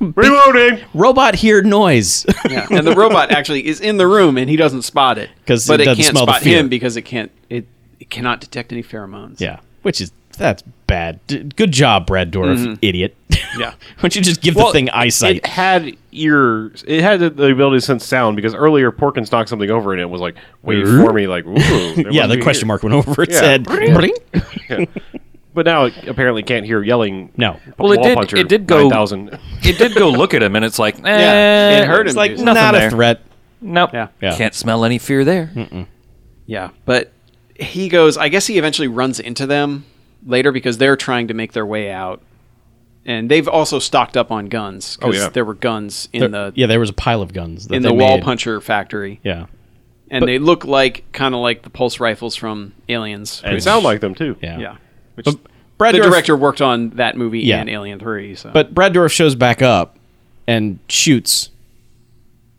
[SPEAKER 3] Reloading.
[SPEAKER 5] robot hear noise.
[SPEAKER 4] Yeah. And the robot actually is in the room and he doesn't spot it.
[SPEAKER 5] 'Cause
[SPEAKER 4] but
[SPEAKER 5] it
[SPEAKER 4] it,
[SPEAKER 5] doesn't
[SPEAKER 4] can't
[SPEAKER 5] smell the
[SPEAKER 4] spot
[SPEAKER 5] fear.
[SPEAKER 4] him because it can't it, it cannot detect any pheromones.
[SPEAKER 5] yeah, which is that's bad. D- good job, Brad Dorff, idiot.
[SPEAKER 4] Mm-hmm. Yeah.
[SPEAKER 5] Why don't you just give the thing eyesight?
[SPEAKER 3] It had ears. It had the the ability to sense sound because earlier Porkins knocked something over and it was like wait for me, like ooh, there
[SPEAKER 5] yeah,
[SPEAKER 3] must
[SPEAKER 5] the
[SPEAKER 3] be
[SPEAKER 5] question
[SPEAKER 3] ear.
[SPEAKER 5] mark went over its
[SPEAKER 3] Yeah.
[SPEAKER 5] head. Bling.
[SPEAKER 3] But now it apparently can't hear yelling.
[SPEAKER 5] No.
[SPEAKER 2] Well, it
[SPEAKER 3] Wall
[SPEAKER 2] did-
[SPEAKER 3] puncher
[SPEAKER 2] it did go-
[SPEAKER 3] 9,000.
[SPEAKER 2] it did go look at him, and it's like, eh,
[SPEAKER 4] Yeah, it hurt him,
[SPEAKER 2] It's like
[SPEAKER 4] dude.
[SPEAKER 2] nothing
[SPEAKER 5] Not
[SPEAKER 2] there.
[SPEAKER 5] a threat.
[SPEAKER 2] Nope.
[SPEAKER 4] Yeah.
[SPEAKER 5] Yeah.
[SPEAKER 2] Can't smell any fear there.
[SPEAKER 4] Yeah. But he goes I guess he eventually runs into them later because they're trying to make their way out. And they've also stocked up on guns because
[SPEAKER 3] Oh, yeah.
[SPEAKER 4] there were guns in the
[SPEAKER 5] yeah, there was a pile of guns. That
[SPEAKER 4] in
[SPEAKER 5] they
[SPEAKER 4] the wall
[SPEAKER 5] made.
[SPEAKER 4] puncher factory,
[SPEAKER 5] Yeah,
[SPEAKER 4] and they look like kind of like the pulse rifles from Aliens.
[SPEAKER 3] And
[SPEAKER 4] which-
[SPEAKER 3] sound like them too.
[SPEAKER 5] yeah,
[SPEAKER 4] yeah. Which
[SPEAKER 5] But Brad
[SPEAKER 4] the
[SPEAKER 5] Dourif-
[SPEAKER 4] director worked on that movie
[SPEAKER 5] Yeah.
[SPEAKER 4] and Alien Three. So,
[SPEAKER 5] But Brad Dourif shows back up and shoots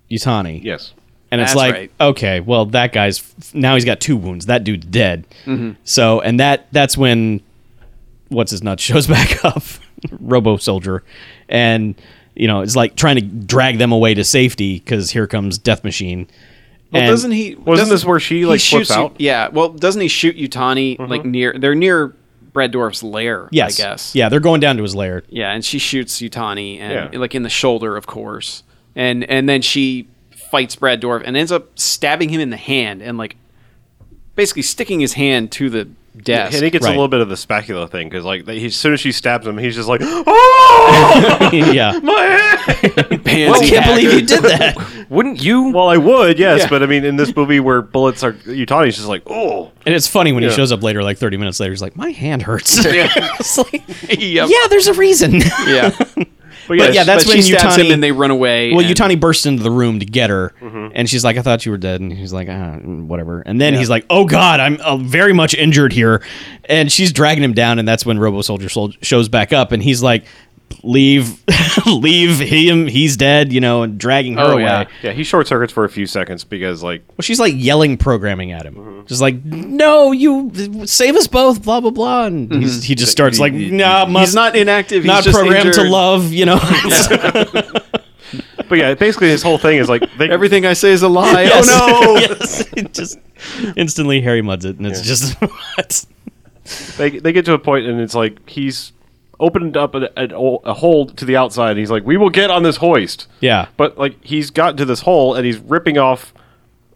[SPEAKER 5] Utani.
[SPEAKER 3] Yes.
[SPEAKER 5] and it's
[SPEAKER 4] That's
[SPEAKER 5] like
[SPEAKER 4] right.
[SPEAKER 5] okay well that guy's now he's got two wounds that dude's dead
[SPEAKER 4] Mm-hmm.
[SPEAKER 5] so and that that's when what's his nut shows back up robo soldier and you know it's like trying to drag them away to safety because here comes death machine
[SPEAKER 4] well,
[SPEAKER 5] And-
[SPEAKER 4] doesn't he?
[SPEAKER 3] Wasn't
[SPEAKER 4] doesn't-
[SPEAKER 3] this where she
[SPEAKER 4] he
[SPEAKER 3] like
[SPEAKER 4] shoots
[SPEAKER 3] flips out?
[SPEAKER 4] U- yeah. Well, doesn't he shoot Utani like near? They're near Brad Dwarf's lair.
[SPEAKER 5] Mm-hmm. yes
[SPEAKER 4] I guess.
[SPEAKER 5] yeah they're going down to his lair
[SPEAKER 4] Yeah, and she shoots Utani and
[SPEAKER 3] Yeah.
[SPEAKER 4] like in the shoulder, of course, and and then she fights Brad Dorf and ends up stabbing him in the hand and like basically sticking his hand to the desk.
[SPEAKER 3] And he gets
[SPEAKER 5] Right.
[SPEAKER 3] a little bit of the specula thing because, like, they, as soon as she stabs him, he's just like, "Oh,
[SPEAKER 5] yeah
[SPEAKER 3] my head!"
[SPEAKER 4] Pansy
[SPEAKER 5] i can't
[SPEAKER 4] hack.
[SPEAKER 5] believe you did that
[SPEAKER 2] Wouldn't you?
[SPEAKER 3] Well, I would, yes,
[SPEAKER 4] Yeah.
[SPEAKER 3] but I mean, in this movie where bullets are, Utani's just like, "Oh,
[SPEAKER 5] and it's funny when he
[SPEAKER 3] Yeah.
[SPEAKER 5] shows up later like 30 minutes later he's like my hand hurts It's like,
[SPEAKER 4] Yep.
[SPEAKER 5] yeah there's a reason
[SPEAKER 4] Yeah,
[SPEAKER 3] but, yes,
[SPEAKER 5] yeah, that's
[SPEAKER 4] but
[SPEAKER 5] when
[SPEAKER 4] she stabs him
[SPEAKER 5] Yutani-
[SPEAKER 4] and they run away.
[SPEAKER 5] Well,
[SPEAKER 4] and- Mm-hmm.
[SPEAKER 5] Utani bursts into the room to get her, and she's like, "I thought you were dead," and he's like, ah, "Whatever." And then he's like, "Oh God, I'm uh, very much injured here," and she's dragging him down, and that's when Robo Soldier Sol- shows back up, and he's like, "Leave, leave him. He's dead," you know, and dragging her
[SPEAKER 4] Oh,
[SPEAKER 5] away.
[SPEAKER 4] yeah.
[SPEAKER 3] yeah, he short circuits for a few seconds because, like,
[SPEAKER 5] Well, she's like yelling programming at him,
[SPEAKER 4] Mm-hmm.
[SPEAKER 5] just like, "No, you save us both," blah blah blah, and
[SPEAKER 4] Mm-hmm.
[SPEAKER 5] he's, he just starts like, "Nah, must
[SPEAKER 4] he's not inactive.
[SPEAKER 5] not
[SPEAKER 4] he's just
[SPEAKER 5] programmed to
[SPEAKER 4] injured.
[SPEAKER 5] love," you know. It's-
[SPEAKER 3] but yeah, basically his whole thing is like, they,
[SPEAKER 4] Everything I say is a lie. Oh no.
[SPEAKER 5] yes, it just instantly Harry muds it, and it's just what?
[SPEAKER 3] they they get to a point and it's like he's opened up a, a, a hole to the outside. And he's like, "We will get on this hoist."
[SPEAKER 5] Yeah.
[SPEAKER 3] but like he's gotten to this hole and he's ripping off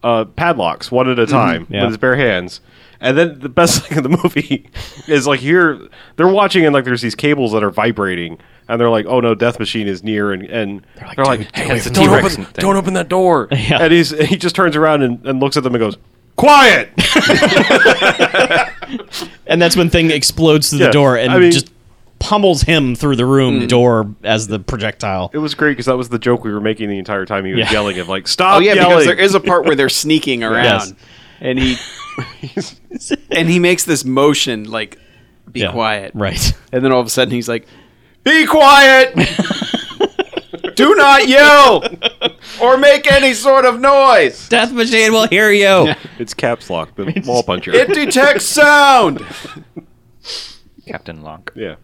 [SPEAKER 3] uh, padlocks one at
[SPEAKER 4] Mm-hmm.
[SPEAKER 3] a time
[SPEAKER 5] Yeah.
[SPEAKER 3] with his bare hands. And then the best thing of the movie is like here they're watching and like there's these cables that are vibrating and they're like, "Oh no, Death Machine is near," and and they're like,
[SPEAKER 5] "Dude,
[SPEAKER 3] "Hey,
[SPEAKER 5] get away
[SPEAKER 3] it's a
[SPEAKER 5] from
[SPEAKER 3] don't
[SPEAKER 2] T-Rex
[SPEAKER 3] open,
[SPEAKER 2] thing."
[SPEAKER 3] don't open that door."
[SPEAKER 5] Yeah.
[SPEAKER 3] And he's he just turns around and, and looks at them and goes, "Quiet."
[SPEAKER 5] And that's when thing explodes through the
[SPEAKER 3] Yeah,
[SPEAKER 5] door and
[SPEAKER 3] I mean-
[SPEAKER 5] just pummels him through the
[SPEAKER 4] Mm.
[SPEAKER 5] room door as the projectile.
[SPEAKER 3] It was great because that was the joke we were making the entire time. He was
[SPEAKER 5] Yeah.
[SPEAKER 3] yelling of like, "Stop!"
[SPEAKER 4] Oh yeah,
[SPEAKER 3] yelling.
[SPEAKER 4] because there is a part where they're sneaking around,
[SPEAKER 5] Yes.
[SPEAKER 4] and he and he makes this motion like, "Be
[SPEAKER 5] Yeah,
[SPEAKER 4] quiet,"
[SPEAKER 5] Right.
[SPEAKER 4] and then all of a sudden he's like, "Be quiet! Do not yell or make any sort of noise.
[SPEAKER 5] Death machine will hear you.
[SPEAKER 3] It's caps lock, the wall puncher.
[SPEAKER 4] It detects sound."
[SPEAKER 2] Captain Locke.
[SPEAKER 3] yeah,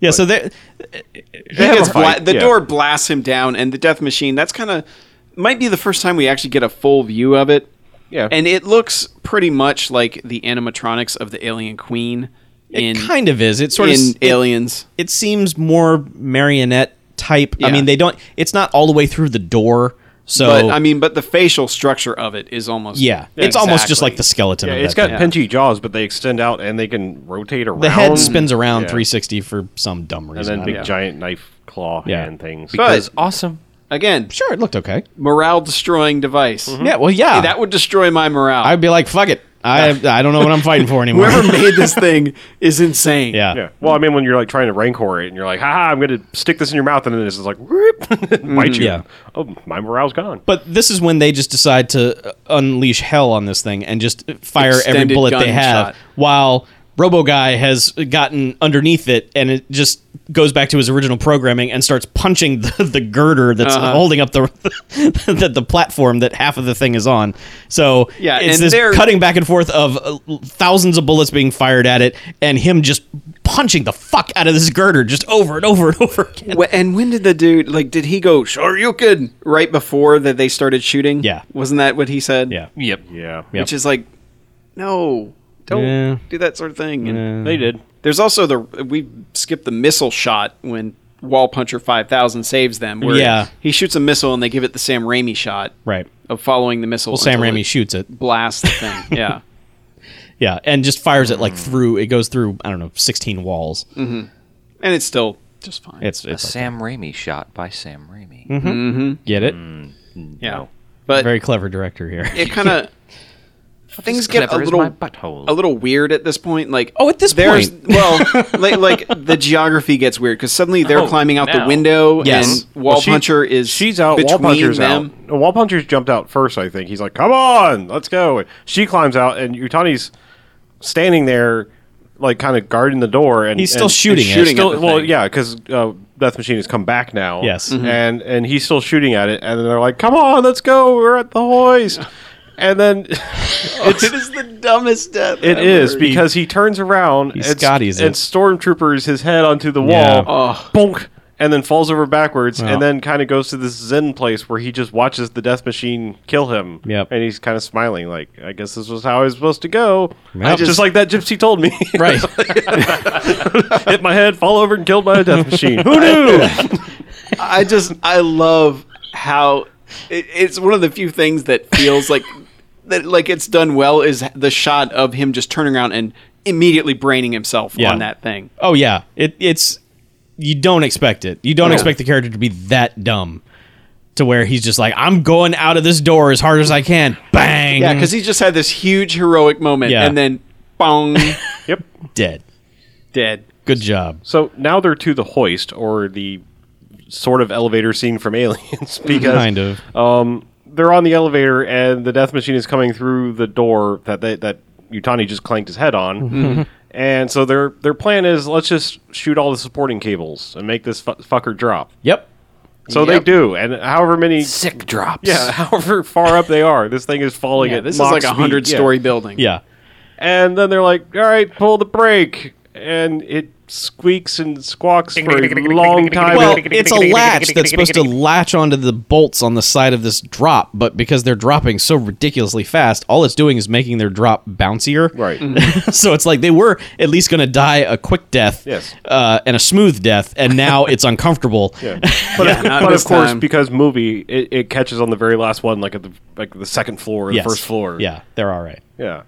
[SPEAKER 5] Yeah, so there
[SPEAKER 4] He gets
[SPEAKER 3] have a
[SPEAKER 4] bla-
[SPEAKER 3] fight,
[SPEAKER 4] the
[SPEAKER 3] yeah.
[SPEAKER 4] door blasts him down, and the death machine. That's kind of might be the first time we actually get a full view of it.
[SPEAKER 3] yeah.
[SPEAKER 4] and it looks pretty much like the animatronics of the alien queen in
[SPEAKER 5] it kind of is. It sort
[SPEAKER 4] in
[SPEAKER 5] of s- it-
[SPEAKER 4] aliens
[SPEAKER 5] it seems more marionette type. I
[SPEAKER 4] Yeah.
[SPEAKER 5] mean, they don't it's not all the way through the door. So
[SPEAKER 4] but i mean but the facial structure of it is almost
[SPEAKER 5] yeah, it's almost just like the
[SPEAKER 4] exactly.
[SPEAKER 5] skeleton
[SPEAKER 3] yeah
[SPEAKER 5] of
[SPEAKER 3] it's
[SPEAKER 5] that
[SPEAKER 3] got
[SPEAKER 5] thing.
[SPEAKER 3] punchy jaws, but they extend out and they can rotate around.
[SPEAKER 5] the head spins around
[SPEAKER 3] Yeah.
[SPEAKER 5] 360 for some dumb reason.
[SPEAKER 3] and
[SPEAKER 5] I
[SPEAKER 3] then big
[SPEAKER 5] don't know.
[SPEAKER 3] giant knife claw
[SPEAKER 5] Yeah.
[SPEAKER 3] hand things.
[SPEAKER 4] But-
[SPEAKER 2] That's awesome.
[SPEAKER 4] again
[SPEAKER 5] Sure, it looked okay.
[SPEAKER 4] morale destroying device
[SPEAKER 5] Yeah, well, Mm-hmm. yeah.
[SPEAKER 4] that would destroy my morale
[SPEAKER 5] I'd be like, fuck it. I I don't know what I'm fighting for anymore.
[SPEAKER 4] whoever made this thing is insane
[SPEAKER 5] yeah.
[SPEAKER 3] yeah. Well, I mean, when you're like trying to rancor it, and you're like, "Ha ha, I'm going to stick this in your mouth," and then it's just like, "Whoop," bite you.
[SPEAKER 5] Mm-hmm. Yeah.
[SPEAKER 3] Oh, my morale's gone.
[SPEAKER 5] But this is when they just decide to uh, unleash hell on this thing and just fire every
[SPEAKER 4] Extended
[SPEAKER 5] bullet they
[SPEAKER 4] gun
[SPEAKER 5] have
[SPEAKER 4] shot.
[SPEAKER 5] while Robo Guy has gotten underneath it and it just goes back to his original programming and starts punching the, the girder that's
[SPEAKER 4] Uh-huh.
[SPEAKER 5] holding up the, the the platform that half of the thing is on. So
[SPEAKER 4] Yeah,
[SPEAKER 5] it's
[SPEAKER 4] and
[SPEAKER 5] this
[SPEAKER 4] they're-
[SPEAKER 5] cutting back and forth of uh, thousands of bullets being fired at it and him just punching the fuck out of this girder just over and over and over again.
[SPEAKER 4] Wh- and when did the dude like did he go shoryuken right before that they started shooting
[SPEAKER 5] Yeah.
[SPEAKER 4] wasn't that what he said
[SPEAKER 5] Yeah.
[SPEAKER 2] Yep.
[SPEAKER 3] Yeah.
[SPEAKER 5] Yep.
[SPEAKER 4] which is like no don't
[SPEAKER 5] Yeah.
[SPEAKER 4] do that sort of thing and
[SPEAKER 3] They did.
[SPEAKER 4] There's also the we skipped the missile shot when Wall Puncher 5000 saves them. Where
[SPEAKER 5] Yeah.
[SPEAKER 4] he shoots a missile and they give it the Sam Raimi shot
[SPEAKER 5] Right.
[SPEAKER 4] of following the missile.
[SPEAKER 5] Well, Sam
[SPEAKER 4] until
[SPEAKER 5] Raimi
[SPEAKER 4] it
[SPEAKER 5] shoots it.
[SPEAKER 4] blasts the thing. Yeah,
[SPEAKER 5] Yeah, and just fires it like through. It goes through. I don't know, sixteen walls.
[SPEAKER 4] and it's still just fine.
[SPEAKER 5] It's
[SPEAKER 2] A
[SPEAKER 5] it's like-
[SPEAKER 2] Sam Raimi shot by Sam Raimi.
[SPEAKER 5] get it.
[SPEAKER 4] yeah, but
[SPEAKER 5] Very clever director here.
[SPEAKER 4] it kind of things get a
[SPEAKER 2] clever as
[SPEAKER 4] little
[SPEAKER 2] my butthole.
[SPEAKER 4] a little weird at this point. Like,
[SPEAKER 5] Oh, at this
[SPEAKER 4] there's,
[SPEAKER 5] point.
[SPEAKER 4] well, like, like the geography gets weird because suddenly they're
[SPEAKER 2] Oh,
[SPEAKER 4] climbing out the
[SPEAKER 2] now.
[SPEAKER 4] window,
[SPEAKER 5] Yes.
[SPEAKER 4] and Wall
[SPEAKER 3] Well, she-
[SPEAKER 4] Puncher is
[SPEAKER 3] she's out.
[SPEAKER 4] between
[SPEAKER 3] Wall puncher's
[SPEAKER 4] them.
[SPEAKER 3] out. No, Wall puncher's jumped out first. I think he's like, "Come on, let's go." She climbs out, and Utani's standing there, like kind of guarding the door, and
[SPEAKER 5] He's still
[SPEAKER 3] and-
[SPEAKER 5] shooting
[SPEAKER 3] and
[SPEAKER 5] at it.
[SPEAKER 3] still-
[SPEAKER 4] Shooting at the
[SPEAKER 3] well,
[SPEAKER 4] thing.
[SPEAKER 3] yeah, because uh, Death Machine has come back now.
[SPEAKER 5] Yes.
[SPEAKER 4] Mm-hmm.
[SPEAKER 5] Mhm.
[SPEAKER 3] and and he's still shooting at it, and then they're like, "Come on, let's go. We're at the hoist." And then
[SPEAKER 4] it is the dumbest death.
[SPEAKER 3] it is because he turns around and, s-
[SPEAKER 5] Scotties
[SPEAKER 3] and
[SPEAKER 5] it.
[SPEAKER 3] stormtroopers his head onto the
[SPEAKER 5] Yeah.
[SPEAKER 3] wall, bonk, and then falls over backwards, and then kind of goes to this Zen place where he just watches the death machine kill him.
[SPEAKER 5] Yep.
[SPEAKER 3] and he's kind of smiling, like I guess this was how I was supposed to go.
[SPEAKER 5] I
[SPEAKER 3] just,
[SPEAKER 5] just-
[SPEAKER 3] like that gypsy told me.
[SPEAKER 5] Right.
[SPEAKER 3] Hit my head, fall over, and killed by a death machine. Who knew?
[SPEAKER 4] I just I love how it, it's one of the few things that feels like that like it's done well is the shot of him just turning around and immediately braining himself
[SPEAKER 5] Yeah.
[SPEAKER 4] on that thing.
[SPEAKER 5] oh yeah. It it's you don't expect it. You don't expect the character to be that dumb to where he's just like, I'm going out of this door as hard as I can. Bang.
[SPEAKER 4] Yeah,
[SPEAKER 3] Mhm.
[SPEAKER 4] because he just had this huge heroic moment
[SPEAKER 5] Yeah.
[SPEAKER 4] and then bong
[SPEAKER 3] yep.
[SPEAKER 5] dead.
[SPEAKER 4] dead.
[SPEAKER 5] Good job.
[SPEAKER 3] So now they're to the hoist or the sort of elevator scene from Aliens because
[SPEAKER 5] Kind of.
[SPEAKER 3] they're on the elevator and the death machine is coming through the door that they, that Utani just clanked his head on.
[SPEAKER 4] Mm-hmm.
[SPEAKER 3] And so their their plan is let's just shoot all the supporting cables and make this fu- fucker drop.
[SPEAKER 5] Yep.
[SPEAKER 3] So they do, and however many
[SPEAKER 1] Sick drops.
[SPEAKER 3] yeah, however far up they are, this thing is falling
[SPEAKER 4] Yeah,
[SPEAKER 3] at
[SPEAKER 4] this is
[SPEAKER 3] Mach
[SPEAKER 4] like a
[SPEAKER 3] speed.
[SPEAKER 4] hundred
[SPEAKER 3] Yeah.
[SPEAKER 4] story building.
[SPEAKER 5] Yeah.
[SPEAKER 3] And then they're like, "All right, pull the brake," and it squeaks and squawks for a long time.
[SPEAKER 5] Well, it's a latch that's supposed to latch onto the bolts on the side of this drop, but because they're dropping so ridiculously fast, all it's doing is making their drop bouncier.
[SPEAKER 3] right.
[SPEAKER 4] mm-hmm.
[SPEAKER 5] so it's like they were at least going to die a quick death
[SPEAKER 3] Yes.
[SPEAKER 5] uh, and a smooth death, and now it's uncomfortable.
[SPEAKER 3] Yeah. But, of-
[SPEAKER 4] not
[SPEAKER 3] but
[SPEAKER 4] this
[SPEAKER 3] of course,
[SPEAKER 4] time.
[SPEAKER 3] because movie, it, it catches on the very last one, like at the like the second floor, or the
[SPEAKER 5] Yes.
[SPEAKER 3] first floor.
[SPEAKER 5] Yeah, they're all right.
[SPEAKER 3] yeah.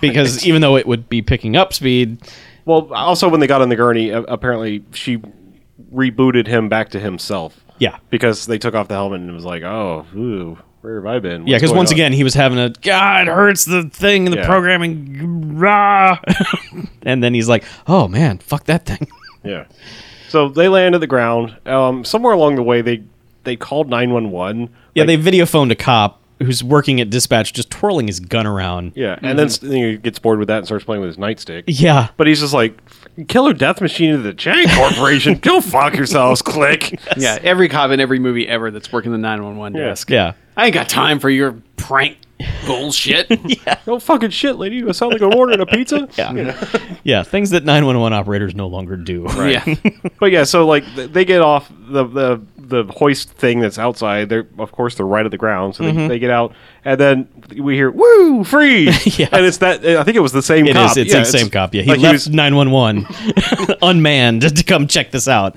[SPEAKER 5] Because even though it would be picking up speed,
[SPEAKER 3] Well, also when they got on the gurney, a- apparently she rebooted him back to himself.
[SPEAKER 5] Yeah.
[SPEAKER 3] because they took off the helmet and it was like, oh, ooh, where have I been?
[SPEAKER 5] yeah,
[SPEAKER 3] What's
[SPEAKER 5] because
[SPEAKER 3] going
[SPEAKER 5] once
[SPEAKER 3] on?"
[SPEAKER 5] again, he was having a God it hurts the thing in the
[SPEAKER 3] Yeah.
[SPEAKER 5] programming, rah! and then he's like, "Oh man, fuck that thing."
[SPEAKER 3] yeah. So they land at the ground. Um, somewhere along the way, they they called nine one one.
[SPEAKER 5] Yeah, they videophoned a cop who's working at dispatch, just twirling his gun around.
[SPEAKER 3] Yeah, and then s- then he gets bored with that and starts playing with his nightstick.
[SPEAKER 5] Yeah.
[SPEAKER 3] But he's just like, killer death machine of the Chang Corporation. Go fuck yourselves, click.
[SPEAKER 4] Yeah, every cop in every movie ever that's working the 911 desk.
[SPEAKER 5] Yeah.
[SPEAKER 4] I ain't got time for your prank bullshit.
[SPEAKER 3] No fucking shit, lady. You sound like I'm ordering a pizza. yeah.
[SPEAKER 5] Yeah. Things that 911 operators no longer do.
[SPEAKER 4] Yeah.
[SPEAKER 3] But yeah, so like th- they get off the the, the hoist thing that's outside. They're of course they're right at the ground, so
[SPEAKER 5] Mm-hmm.
[SPEAKER 3] they, they get out, and then we hear "woo freeze,"
[SPEAKER 5] Yeah.
[SPEAKER 3] and it's that I think it was the same.
[SPEAKER 5] It is.
[SPEAKER 3] cop.
[SPEAKER 5] It's
[SPEAKER 3] Yeah,
[SPEAKER 5] the same cop. Yeah. He
[SPEAKER 3] like
[SPEAKER 5] left
[SPEAKER 3] was, and,
[SPEAKER 5] 911 unmanned to come check this out.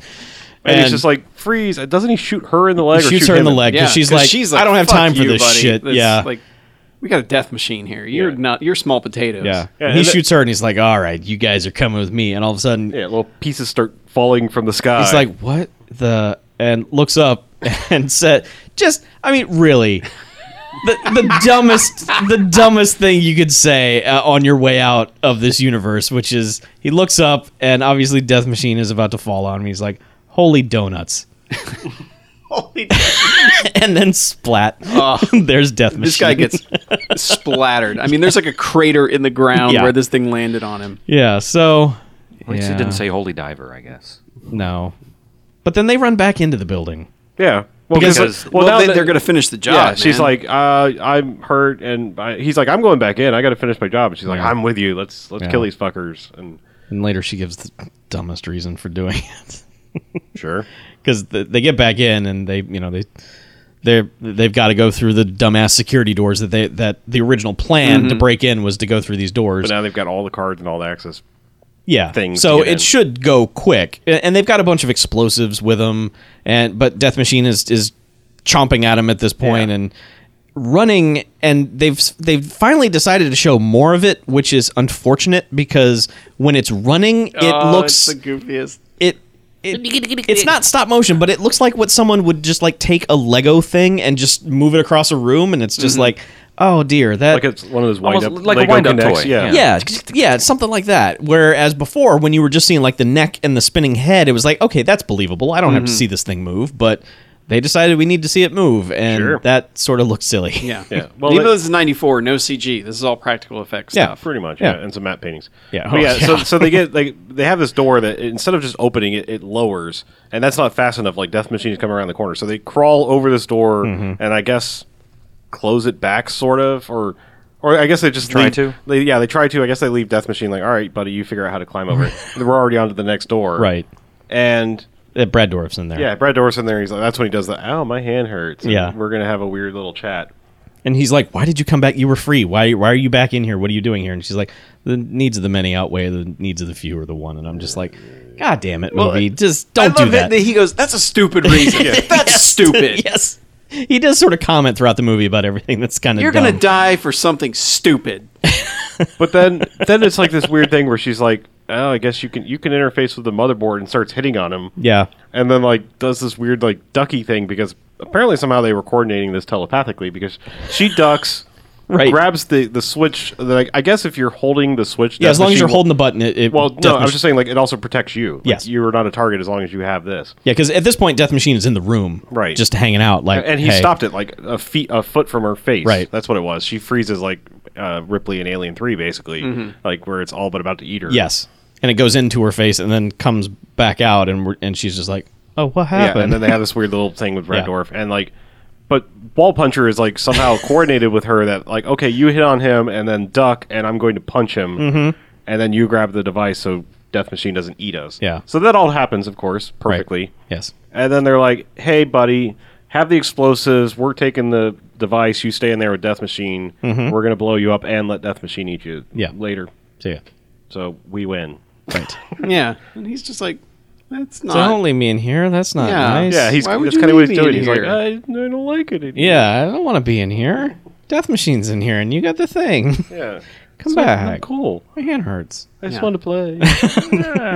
[SPEAKER 3] he's just like freeze. And Doesn't he shoot her in the leg?
[SPEAKER 5] shoots
[SPEAKER 3] or shoot
[SPEAKER 5] her in
[SPEAKER 3] him
[SPEAKER 5] the leg because she's,
[SPEAKER 4] 'cause
[SPEAKER 5] like, I don't have
[SPEAKER 4] "Fuck
[SPEAKER 5] time for
[SPEAKER 4] you,
[SPEAKER 5] this
[SPEAKER 4] buddy.
[SPEAKER 5] shit.
[SPEAKER 4] That's
[SPEAKER 5] yeah.
[SPEAKER 4] like we got a death machine here. You're
[SPEAKER 3] Yeah.
[SPEAKER 4] not. You're small potatoes.
[SPEAKER 5] yeah.
[SPEAKER 3] Yeah,
[SPEAKER 5] And he
[SPEAKER 3] and the-
[SPEAKER 5] shoots her and he's like, all right, you guys are coming with me. And all of a sudden,
[SPEAKER 3] Yeah, little pieces start falling from the sky.
[SPEAKER 5] he's like, what the? And looks up and said, just, I mean, really. The, the dumbest the dumbest thing you could say uh, on your way out of this universe which is he looks up and obviously death machine is about to fall on him he's like holy donuts and then splat there's death machine
[SPEAKER 4] Oh. This guy gets splattered. I mean, there's like a crater in the ground
[SPEAKER 5] Yeah.
[SPEAKER 4] where this thing landed on him.
[SPEAKER 5] yeah so
[SPEAKER 2] At least
[SPEAKER 5] Yeah.
[SPEAKER 2] it didn't say holy diver, I guess.
[SPEAKER 5] no but then they run back into the building
[SPEAKER 3] yeah. Well,
[SPEAKER 5] Because-
[SPEAKER 3] because,
[SPEAKER 4] Well,
[SPEAKER 3] well, now
[SPEAKER 4] they,
[SPEAKER 3] that-
[SPEAKER 4] they're going to finish the job.
[SPEAKER 3] Yeah, she's
[SPEAKER 4] man.
[SPEAKER 3] like, uh, I'm hurt, and I, he's like, I'm going back in. I got to finish my job. And she's like, I'm with you. Let's let's
[SPEAKER 5] Yeah.
[SPEAKER 3] kill these fuckers. And
[SPEAKER 5] and later she gives the dumbest reason for doing it
[SPEAKER 3] sure,
[SPEAKER 5] because th they get back in and they you know they they're they've got to go through the dumbass security doors that they that the original plan to break in was to go through these doors
[SPEAKER 3] but now they've got all the cards and all the access.
[SPEAKER 5] yeah
[SPEAKER 3] things
[SPEAKER 5] so
[SPEAKER 3] to get
[SPEAKER 5] it
[SPEAKER 3] in.
[SPEAKER 5] should go quick A- and they've got a bunch of explosives with them and but death machine is is chomping at him at this point
[SPEAKER 3] Yeah.
[SPEAKER 5] and running and they've s- they've finally decided to show more of it which is unfortunate because when it's running
[SPEAKER 3] Uh,
[SPEAKER 5] it
[SPEAKER 4] Oh,
[SPEAKER 5] looks
[SPEAKER 4] it's the goofiest.
[SPEAKER 5] it, it it's not stop motion, but it looks like what someone would just like take a Lego thing and just move it across a room, and it's just like, oh dear, that
[SPEAKER 3] Mm-hmm. Like it's one of those wind
[SPEAKER 2] Almost
[SPEAKER 3] up
[SPEAKER 2] like a
[SPEAKER 3] Lego
[SPEAKER 2] wind-up
[SPEAKER 3] Connects,
[SPEAKER 2] toy,
[SPEAKER 3] Yeah.
[SPEAKER 2] yeah.
[SPEAKER 5] yeah, it's- yeah, it's something like that. Whereas before, when you were just seeing like the neck and the spinning head, it was like, okay, that's believable. I don't have to
[SPEAKER 4] Mm-hmm.
[SPEAKER 5] see this thing move, but they decided we need to see it move, and
[SPEAKER 3] Sure.
[SPEAKER 5] that sort of looked silly.
[SPEAKER 4] Yeah.
[SPEAKER 3] Yeah. Well,
[SPEAKER 4] Even
[SPEAKER 3] it-
[SPEAKER 4] though this is 94, no CG. This is all practical effects
[SPEAKER 5] Yeah.
[SPEAKER 4] stuff.
[SPEAKER 3] pretty much.
[SPEAKER 5] Yeah.
[SPEAKER 3] Yeah. and some matte paintings.
[SPEAKER 5] Yeah.
[SPEAKER 3] But
[SPEAKER 5] Oh,
[SPEAKER 3] yeah. So,
[SPEAKER 5] yeah.
[SPEAKER 3] so they get like they have this door that instead of just opening it, it lowers, and that's not fast enough. Like Death Machine's coming around the corner, so they crawl over this door,
[SPEAKER 5] Mm-hmm.
[SPEAKER 3] and I guess close it back, sort of, or. Or I guess they just
[SPEAKER 2] Try
[SPEAKER 3] leave-
[SPEAKER 2] to?
[SPEAKER 3] They, yeah, they try to. I guess they leave Death Machine like, all right, buddy, you figure out how to climb over it. We're already on to the next door,
[SPEAKER 5] Right.
[SPEAKER 3] And
[SPEAKER 5] Uh, Brad Dorf's in there.
[SPEAKER 3] yeah, Brad Dourif's in there. He's like, that's when he does the. Oh, my hand hurts. and
[SPEAKER 5] Yeah.
[SPEAKER 3] we're gonna have a weird little chat.
[SPEAKER 5] And he's like, "Why did you come back? You were free. Why? Why are you back in here? What are you doing here?" And she's like, "The needs of the many outweigh the needs of the few or the one." And I'm just like, "God damn it, movie! just don't
[SPEAKER 4] I love
[SPEAKER 5] do that."
[SPEAKER 4] it that he goes, that's a stupid reason. That's stupid.
[SPEAKER 5] yes, he does sort of comment throughout the movie about everything that's kind of
[SPEAKER 4] You're going to die for something stupid.
[SPEAKER 3] But then then it's like this weird thing where she's like, "Oh, I guess you can you can interface with the motherboard and starts hitting on him."
[SPEAKER 5] Yeah,
[SPEAKER 3] And then like does this weird like ducky thing because apparently somehow they were coordinating this telepathically because she ducks
[SPEAKER 5] Right.
[SPEAKER 3] grabs the the switch like I guess if you're holding the switch
[SPEAKER 5] yeah. As long as you're
[SPEAKER 3] holding
[SPEAKER 5] holding the button, it, it
[SPEAKER 3] well,
[SPEAKER 5] Death
[SPEAKER 3] no, I
[SPEAKER 5] Mach-
[SPEAKER 3] was just saying, like, it also protects you. Like,
[SPEAKER 5] Yes.
[SPEAKER 3] You are not a target as long as you have this.
[SPEAKER 5] Yeah, because at this point, Death Machine is in the room,
[SPEAKER 3] Right.
[SPEAKER 5] Just hanging out, like,
[SPEAKER 3] And he
[SPEAKER 5] hey.
[SPEAKER 3] stopped it, like, a feet, a foot from her face.
[SPEAKER 5] Right.
[SPEAKER 3] That's what it was. She freezes, like, uh, Ripley in Alien 3, basically, like, where it's all but about to eat her.
[SPEAKER 5] Yes, and it goes into her face, and then comes back out, and we're, and she's just like, "Oh, what happened?"
[SPEAKER 3] Yeah, and then they have this weird little thing with Red
[SPEAKER 5] Yeah.
[SPEAKER 3] Dwarf, and like, but Wall Puncher is like somehow coordinated with her that like, okay, you hit on him, and then duck, and I'm going to punch him,
[SPEAKER 5] Mm-hmm.
[SPEAKER 3] and then you grab the device so Death Machine doesn't eat us.
[SPEAKER 5] Yeah.
[SPEAKER 3] So that all happens, of course,
[SPEAKER 5] Right.
[SPEAKER 3] perfectly.
[SPEAKER 5] Yes.
[SPEAKER 3] And then they're like, "Hey, buddy, have the explosives. We're taking the device. You stay in there with Death Machine. We're gonna blow you up and let Death Machine eat you.
[SPEAKER 5] Mm-hmm. Yeah.
[SPEAKER 3] Later.
[SPEAKER 5] So yeah.
[SPEAKER 3] So we win.
[SPEAKER 5] Right.
[SPEAKER 4] Yeah. And he's just like, that's
[SPEAKER 5] so
[SPEAKER 4] not.
[SPEAKER 5] only me in here. That's not
[SPEAKER 4] Yeah.
[SPEAKER 5] nice.
[SPEAKER 3] Yeah. He's
[SPEAKER 4] Why would
[SPEAKER 3] that's
[SPEAKER 4] you
[SPEAKER 3] kind of what
[SPEAKER 4] leave
[SPEAKER 3] he's
[SPEAKER 4] me
[SPEAKER 3] doing.
[SPEAKER 4] in
[SPEAKER 3] He's like,
[SPEAKER 4] here?
[SPEAKER 3] I, I don't like it anymore.
[SPEAKER 5] Yeah, I don't want to be in here. Death Machine's in here, and you got the thing.
[SPEAKER 3] Yeah.
[SPEAKER 5] Come
[SPEAKER 3] So,
[SPEAKER 5] back.
[SPEAKER 3] Cool.
[SPEAKER 5] My hand hurts.
[SPEAKER 3] I just
[SPEAKER 4] Yeah.
[SPEAKER 3] want to play.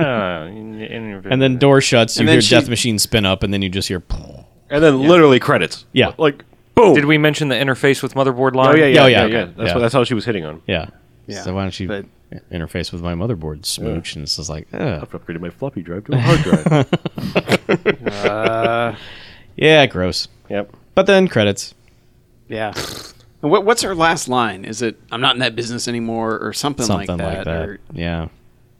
[SPEAKER 5] And then door shuts. You
[SPEAKER 4] And then
[SPEAKER 5] hear
[SPEAKER 4] she-
[SPEAKER 5] Death Machine spin up, and then you just hear.
[SPEAKER 3] and then literally credits.
[SPEAKER 5] Yeah.
[SPEAKER 3] Like boom.
[SPEAKER 2] Did we mention the interface with motherboard line?
[SPEAKER 3] Oh yeah, yeah,
[SPEAKER 5] Oh,
[SPEAKER 3] yeah, yeah.
[SPEAKER 5] yeah, okay.
[SPEAKER 3] That's
[SPEAKER 5] Yeah.
[SPEAKER 3] what, that's how she was hitting on.
[SPEAKER 5] Yeah.
[SPEAKER 4] Yeah,
[SPEAKER 5] So why don't you
[SPEAKER 4] but-
[SPEAKER 5] interface with my motherboard smooch? And it's just like, ugh.
[SPEAKER 3] I've upgraded my floppy drive to a hard drive.
[SPEAKER 5] yeah, gross.
[SPEAKER 3] yep.
[SPEAKER 5] But then credits.
[SPEAKER 4] Yeah. And what, what's her last line? Is it, I'm not in that business anymore or something,
[SPEAKER 5] Something
[SPEAKER 4] like that?
[SPEAKER 5] like that.
[SPEAKER 4] or-
[SPEAKER 5] yeah.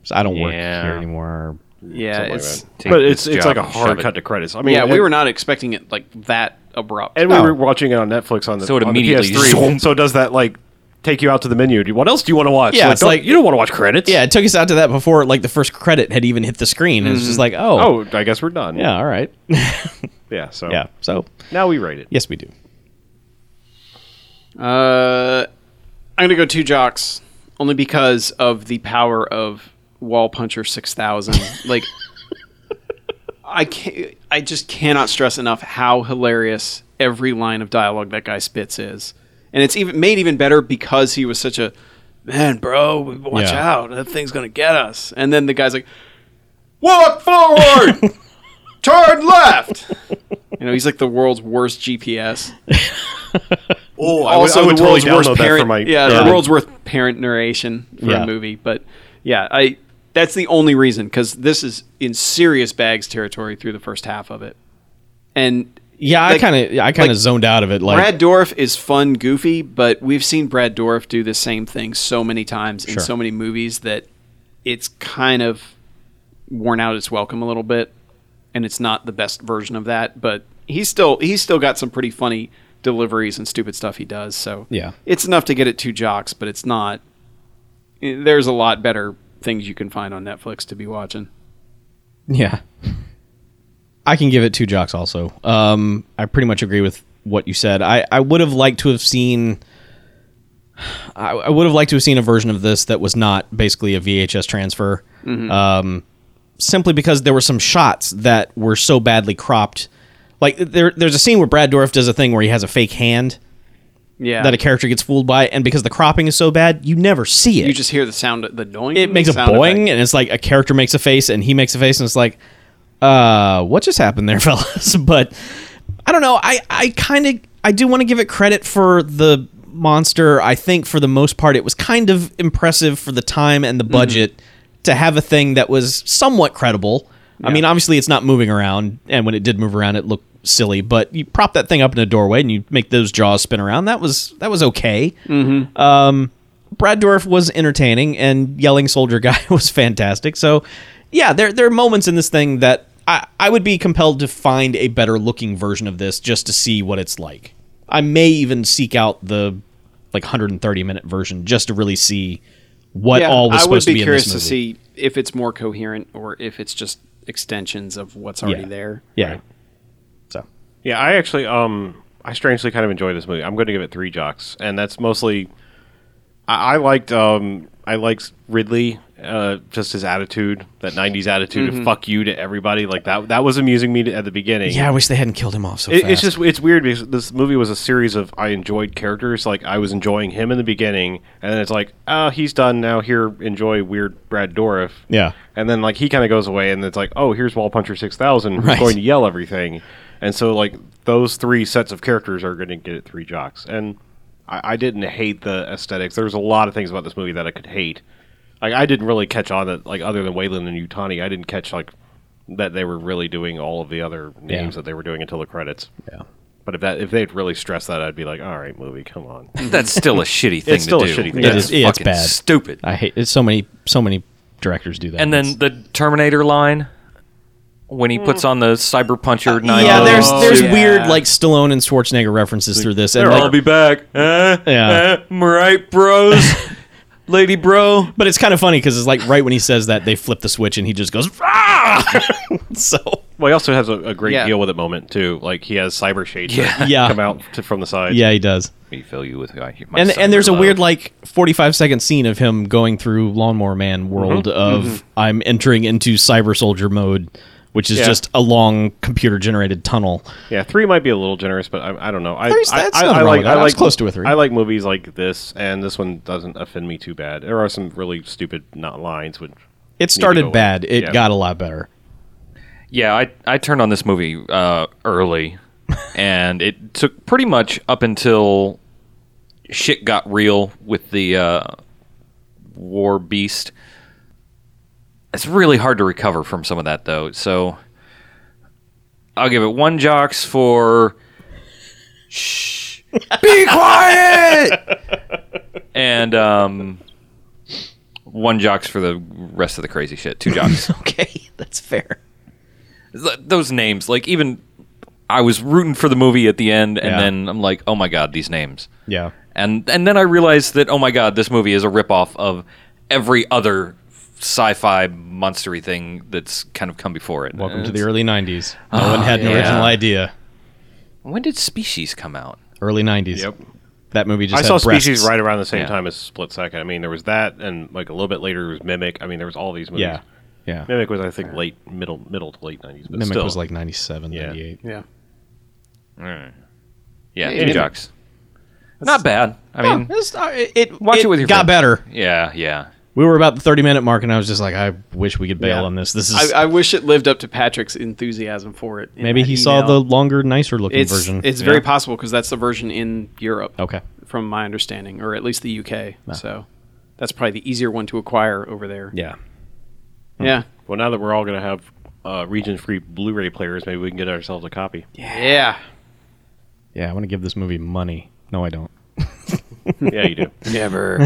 [SPEAKER 5] So I don't work
[SPEAKER 2] Yeah.
[SPEAKER 5] here anymore.
[SPEAKER 4] yeah.
[SPEAKER 3] Something like
[SPEAKER 4] It's,
[SPEAKER 3] that.
[SPEAKER 2] Take
[SPEAKER 3] Oh but
[SPEAKER 2] this
[SPEAKER 3] it's it's
[SPEAKER 2] job
[SPEAKER 3] like a
[SPEAKER 2] and shove
[SPEAKER 3] hard
[SPEAKER 2] it.
[SPEAKER 3] cut to credits. I mean,
[SPEAKER 4] yeah, we
[SPEAKER 3] and-
[SPEAKER 4] were not expecting it like that abrupt.
[SPEAKER 3] and we
[SPEAKER 5] No.
[SPEAKER 3] were watching it on Netflix on the
[SPEAKER 2] So it
[SPEAKER 3] on the
[SPEAKER 2] immediately
[SPEAKER 3] PS3. So does that like take you out to the menu? Do you, what else do you want to watch?
[SPEAKER 5] Yeah, it's
[SPEAKER 3] don't-
[SPEAKER 5] like-
[SPEAKER 3] you don't want to watch credits.
[SPEAKER 5] Yeah, it took us out to that before like the first credit had even hit the screen. And it's
[SPEAKER 4] Mm-hmm.
[SPEAKER 5] just like, oh,
[SPEAKER 3] Oh, I guess we're done.
[SPEAKER 5] yeah, all right.
[SPEAKER 4] Oh.
[SPEAKER 3] Yeah. So
[SPEAKER 5] yeah. So
[SPEAKER 3] now we rate it.
[SPEAKER 5] yes, we do.
[SPEAKER 4] Uh, I'm gonna go two jocks, only because of the power of Wall Puncher Six Thousand. like, I can't. I just cannot stress enough how hilarious every line of dialogue that guy spits is, and it's even made even better because he was such a man, bro. Watch
[SPEAKER 5] Yeah.
[SPEAKER 4] out, that thing's gonna get us. And then the guy's like, "Walk forward, turn left." You know, he's like the world's worst GPS
[SPEAKER 3] Oh,
[SPEAKER 4] also the world's worst parent.
[SPEAKER 3] for my
[SPEAKER 4] yeah,
[SPEAKER 3] yeah.
[SPEAKER 4] the world's worst parent narration for
[SPEAKER 5] Yeah.
[SPEAKER 4] a movie. But yeah, I that's the only reason because this is in serious bags territory through the first half of it, and
[SPEAKER 5] Yeah,
[SPEAKER 4] Like-
[SPEAKER 5] I kind of, I kind of
[SPEAKER 4] like,
[SPEAKER 5] zoned out of it. Like,
[SPEAKER 4] Brad Dorff is fun, goofy, but we've seen Brad Dorff do the same thing so many times in
[SPEAKER 5] Sure.
[SPEAKER 4] so many movies that it's kind of worn out its welcome a little bit, and it's not the best version of that. But he's still he's still got some pretty funny deliveries and stupid stuff he does. So
[SPEAKER 5] Yeah.
[SPEAKER 4] it's enough to get it two jocks, but it's not. eh, There's a lot better things you can find on Netflix to be watching.
[SPEAKER 5] Yeah. I can give it two jocks also. Um, I pretty much agree with what you said. I, I would have liked to have seen I, I would have liked to have seen a version of this that was not basically a VHS transfer.
[SPEAKER 4] Mm-hmm.
[SPEAKER 5] Um, simply because there were some shots that were so badly cropped. Like there there's a scene where Brad Dorff does a thing where he has a fake hand
[SPEAKER 4] Yeah,
[SPEAKER 5] that a character gets fooled by and because the cropping is so bad, you never see it
[SPEAKER 4] you just hear the sound, the doing.
[SPEAKER 5] it makes a boing and it's like a character makes a face and he makes a face and it's like uh what just happened there fellas but i don't know i i kind of i do want to give it credit for the monster. I think for the most part, it was kind of impressive for the time and the budget to have a thing that was somewhat credible. I mean, obviously, it's not moving around, and when it did move around, it looked silly. But you prop that thing up in a doorway and you make those jaws spin around. That was that was okay. Brad Dourif was entertaining, and Yelling Soldier Guy was fantastic. So, yeah, there there are moments in this thing that I, I would be compelled to find a better looking version of this just to see what it's like. I may even seek out the like 130 minute version just to really see what
[SPEAKER 4] yeah,
[SPEAKER 5] all was
[SPEAKER 4] I would
[SPEAKER 5] supposed
[SPEAKER 4] be
[SPEAKER 5] to be
[SPEAKER 4] curious
[SPEAKER 5] in this movie.
[SPEAKER 4] to see if it's more coherent or if it's just extensions of what's already
[SPEAKER 5] Yeah.
[SPEAKER 4] there.
[SPEAKER 5] Yeah. So
[SPEAKER 3] Yeah, I actually, um, I strangely kind of enjoy this movie. I'm going to give it three jocks, and that's mostly. I, I liked, um, I liked Ridley, uh, just his attitude, that '90s attitude of "fuck you" to everybody. Like that, that was amusing me to, at the beginning.
[SPEAKER 5] yeah, I wish they hadn't killed him off so
[SPEAKER 3] It,
[SPEAKER 5] fast.
[SPEAKER 3] it's just it's weird because this movie was a series of I enjoyed characters like I was enjoying him in the beginning, and then it's like oh he's done now here enjoy weird Brad Dourif
[SPEAKER 5] Yeah.
[SPEAKER 3] and then like he kind of goes away and it's like oh here's Wall Puncher six thousand
[SPEAKER 5] Right.
[SPEAKER 3] going to yell everything, and so like those three sets of characters are going to get it three jocks, and I, I didn't hate the aesthetics. There's a lot of things about this movie that I could hate. Like I didn't really catch on that like other than Wayland and Utani, I didn't catch like that they were really doing all of the other names that they were doing until the credits.
[SPEAKER 5] Yeah.
[SPEAKER 3] But if that if they'd really stress that, I'd be like, all right, movie, come on.
[SPEAKER 2] That's still a shitty thing
[SPEAKER 3] It's still a
[SPEAKER 2] to do.
[SPEAKER 3] shitty thing.
[SPEAKER 5] It
[SPEAKER 2] That's
[SPEAKER 5] is- it's
[SPEAKER 2] fucking
[SPEAKER 5] bad.
[SPEAKER 2] Stupid.
[SPEAKER 5] I hate it's so many so many directors do that.
[SPEAKER 2] And then the Terminator line when he puts on the cyber puncher nine.
[SPEAKER 5] yeah, there's there's
[SPEAKER 4] Oh, yeah.
[SPEAKER 5] weird like Stallone and Schwarzenegger references through this, and
[SPEAKER 2] I'll
[SPEAKER 5] like,
[SPEAKER 2] be back. Eh,
[SPEAKER 5] Yeah.
[SPEAKER 2] eh, am I right, bros? Lady bro.
[SPEAKER 5] But it's kind of funny because it's like right when he says that, they flip the switch and he just goes, ah! so,
[SPEAKER 3] Well, he also has a, a great
[SPEAKER 4] Yeah.
[SPEAKER 3] deal with it moment too. Like he has cyber shades that
[SPEAKER 5] Yeah.
[SPEAKER 3] come out to, from the side.
[SPEAKER 5] yeah, he does.
[SPEAKER 2] me fill you with my, my
[SPEAKER 5] And, and there's a
[SPEAKER 2] cyber
[SPEAKER 5] weird,
[SPEAKER 2] love.
[SPEAKER 5] like, 45 second scene of him going through Lawnmower Man world
[SPEAKER 3] Mm-hmm.
[SPEAKER 5] of I'm entering into cyber soldier mode, which is
[SPEAKER 3] Yeah.
[SPEAKER 5] just a long computer generated tunnel.
[SPEAKER 3] Yeah, three might be a little generous, but I, I don't know. I,
[SPEAKER 5] There's-
[SPEAKER 3] I,
[SPEAKER 5] that's
[SPEAKER 3] I,
[SPEAKER 5] nothing
[SPEAKER 3] I
[SPEAKER 5] wrong
[SPEAKER 3] like
[SPEAKER 5] with that.
[SPEAKER 3] I
[SPEAKER 5] I was
[SPEAKER 3] like
[SPEAKER 5] close to a three.
[SPEAKER 3] I like movies like this, and this one doesn't offend me too bad. There are some really stupid not lines, which
[SPEAKER 5] It
[SPEAKER 3] go
[SPEAKER 5] started bad,
[SPEAKER 3] away.
[SPEAKER 5] it
[SPEAKER 3] Yeah.
[SPEAKER 5] got a lot better.
[SPEAKER 2] Yeah, I I turned on this movie uh, early, and it took pretty much up until shit got real with the uh, war beast. It's really hard to recover from some of that though. So I'll give it one jocks for. Shh! Be quiet. and um, one jocks for the rest of the crazy shit. Two jocks
[SPEAKER 5] Okay, that's fair.
[SPEAKER 2] th- those names like even i was rooting for the movie at the end and
[SPEAKER 5] Yeah.
[SPEAKER 2] then i'm like oh my god these names
[SPEAKER 5] Yeah.
[SPEAKER 2] and and then i realized that oh my god this movie is a ripoff of every other sci-fi monstery thing that's kind of come before it
[SPEAKER 5] Welcome
[SPEAKER 2] Uh,
[SPEAKER 5] to the early 90s. No
[SPEAKER 3] Ah,
[SPEAKER 5] one had an
[SPEAKER 2] yeah.
[SPEAKER 5] original idea.
[SPEAKER 2] when did species come out
[SPEAKER 5] Early 90s.
[SPEAKER 3] Yep.
[SPEAKER 5] That movie just
[SPEAKER 3] I
[SPEAKER 5] had
[SPEAKER 3] saw
[SPEAKER 5] breasts.
[SPEAKER 3] Species right around the same
[SPEAKER 2] Yeah.
[SPEAKER 3] time as Split Second. I mean, there was that, and like a little bit later was Mimic. I mean, there was all these movies.
[SPEAKER 5] Yeah. Yeah.
[SPEAKER 3] Mimic was I think late middle middle to late nineties.
[SPEAKER 5] Mimic
[SPEAKER 3] still.
[SPEAKER 5] was like 97,
[SPEAKER 3] Yeah.
[SPEAKER 5] 98.
[SPEAKER 4] Yeah.
[SPEAKER 2] yeah
[SPEAKER 4] Yeah,
[SPEAKER 2] two
[SPEAKER 4] yeah.
[SPEAKER 2] jocks not bad i
[SPEAKER 5] I
[SPEAKER 2] mean
[SPEAKER 5] uh, it, it,
[SPEAKER 2] Watch it with your friends.
[SPEAKER 5] got better.
[SPEAKER 2] yeah yeah
[SPEAKER 5] We were about the 30 minute mark, and I was just like, I wish we could bail
[SPEAKER 4] Yeah.
[SPEAKER 5] on this. This is
[SPEAKER 4] I, I wish it lived up to Patrick's enthusiasm for it. in
[SPEAKER 5] maybe
[SPEAKER 4] that
[SPEAKER 5] he saw the
[SPEAKER 4] email.
[SPEAKER 5] longer, nicer looking
[SPEAKER 4] it's,
[SPEAKER 5] version.
[SPEAKER 4] It's very possible because that's the version in Europe.
[SPEAKER 5] Okay. Ah.
[SPEAKER 4] From my understanding, or at least the UK. So that's probably the easier one to acquire over there.
[SPEAKER 5] yeah.
[SPEAKER 4] Yeah.
[SPEAKER 3] Well, now that we're all gonna have uh, region free Blu-ray players, maybe we can get ourselves a copy.
[SPEAKER 4] Yeah.
[SPEAKER 5] Yeah, I want to give this movie money. No, I don't.
[SPEAKER 3] yeah, you do.
[SPEAKER 4] Never.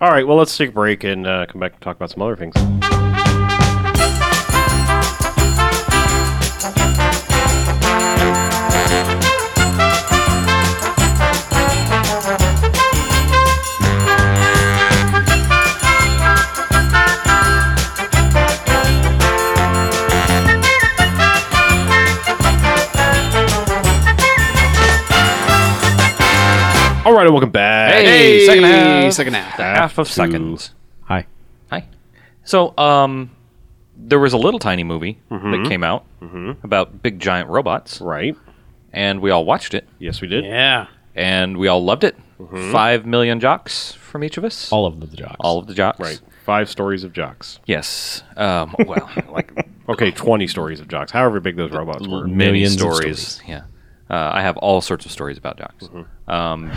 [SPEAKER 3] All right, well, let's take a break and uh, come back and talk about some other things. All right, and welcome back.
[SPEAKER 4] Hey, second half.
[SPEAKER 2] the half of
[SPEAKER 3] Two.
[SPEAKER 2] seconds
[SPEAKER 5] Hi.
[SPEAKER 2] Hi. So, um, there was a little tiny movie that came out about big giant robots,
[SPEAKER 3] Right.
[SPEAKER 2] and we all watched it,
[SPEAKER 3] Yes, we did.
[SPEAKER 4] Yeah.
[SPEAKER 2] and we all loved it. Five million jocks from each of us.
[SPEAKER 5] All of the jocks.
[SPEAKER 2] All of the jocks.
[SPEAKER 3] Right. Five stories of jocks.
[SPEAKER 2] Yes. Um, well, like
[SPEAKER 3] Okay, 20 stories of jocks, however big those robots were.
[SPEAKER 2] many
[SPEAKER 5] Millions of
[SPEAKER 2] stories. Yeah. Uh, I have all sorts of stories about jocks. Um,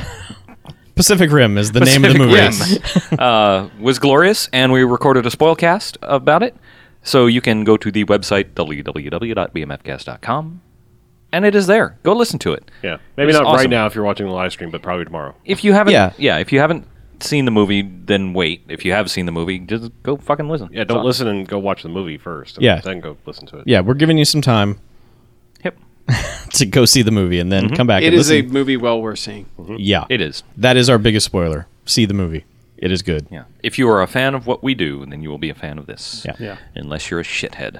[SPEAKER 5] Pacific Rim is the name of the movie.
[SPEAKER 2] Pacific Rim, uh, was glorious, and we recorded a spoilcast about it. So you can go to the website www.bmfcast.com, and it is there. Go listen to it.
[SPEAKER 3] Yeah, maybe
[SPEAKER 2] It's
[SPEAKER 3] not right
[SPEAKER 2] awesome.
[SPEAKER 3] now if you're watching the live stream, but probably tomorrow.
[SPEAKER 2] If you haven't,
[SPEAKER 5] Yeah.
[SPEAKER 2] yeah. if you haven't seen the movie, then wait. If you have seen the movie, just go fucking listen.
[SPEAKER 3] Yeah, don't listen and go watch the movie first. And
[SPEAKER 5] Yeah.
[SPEAKER 3] then go listen to it.
[SPEAKER 5] Yeah, we're giving you some time
[SPEAKER 2] Yep,
[SPEAKER 5] to go see the movie and then come back.
[SPEAKER 4] It
[SPEAKER 5] and
[SPEAKER 4] is a
[SPEAKER 5] listen.
[SPEAKER 4] movie well worth seeing.
[SPEAKER 5] yeah.
[SPEAKER 2] it is.
[SPEAKER 5] That is our biggest spoiler. See the movie. It is good.
[SPEAKER 2] Yeah. If you are a fan of what we do, then you will be a fan of this.
[SPEAKER 5] Yeah. Yeah.
[SPEAKER 2] Unless you're a shithead.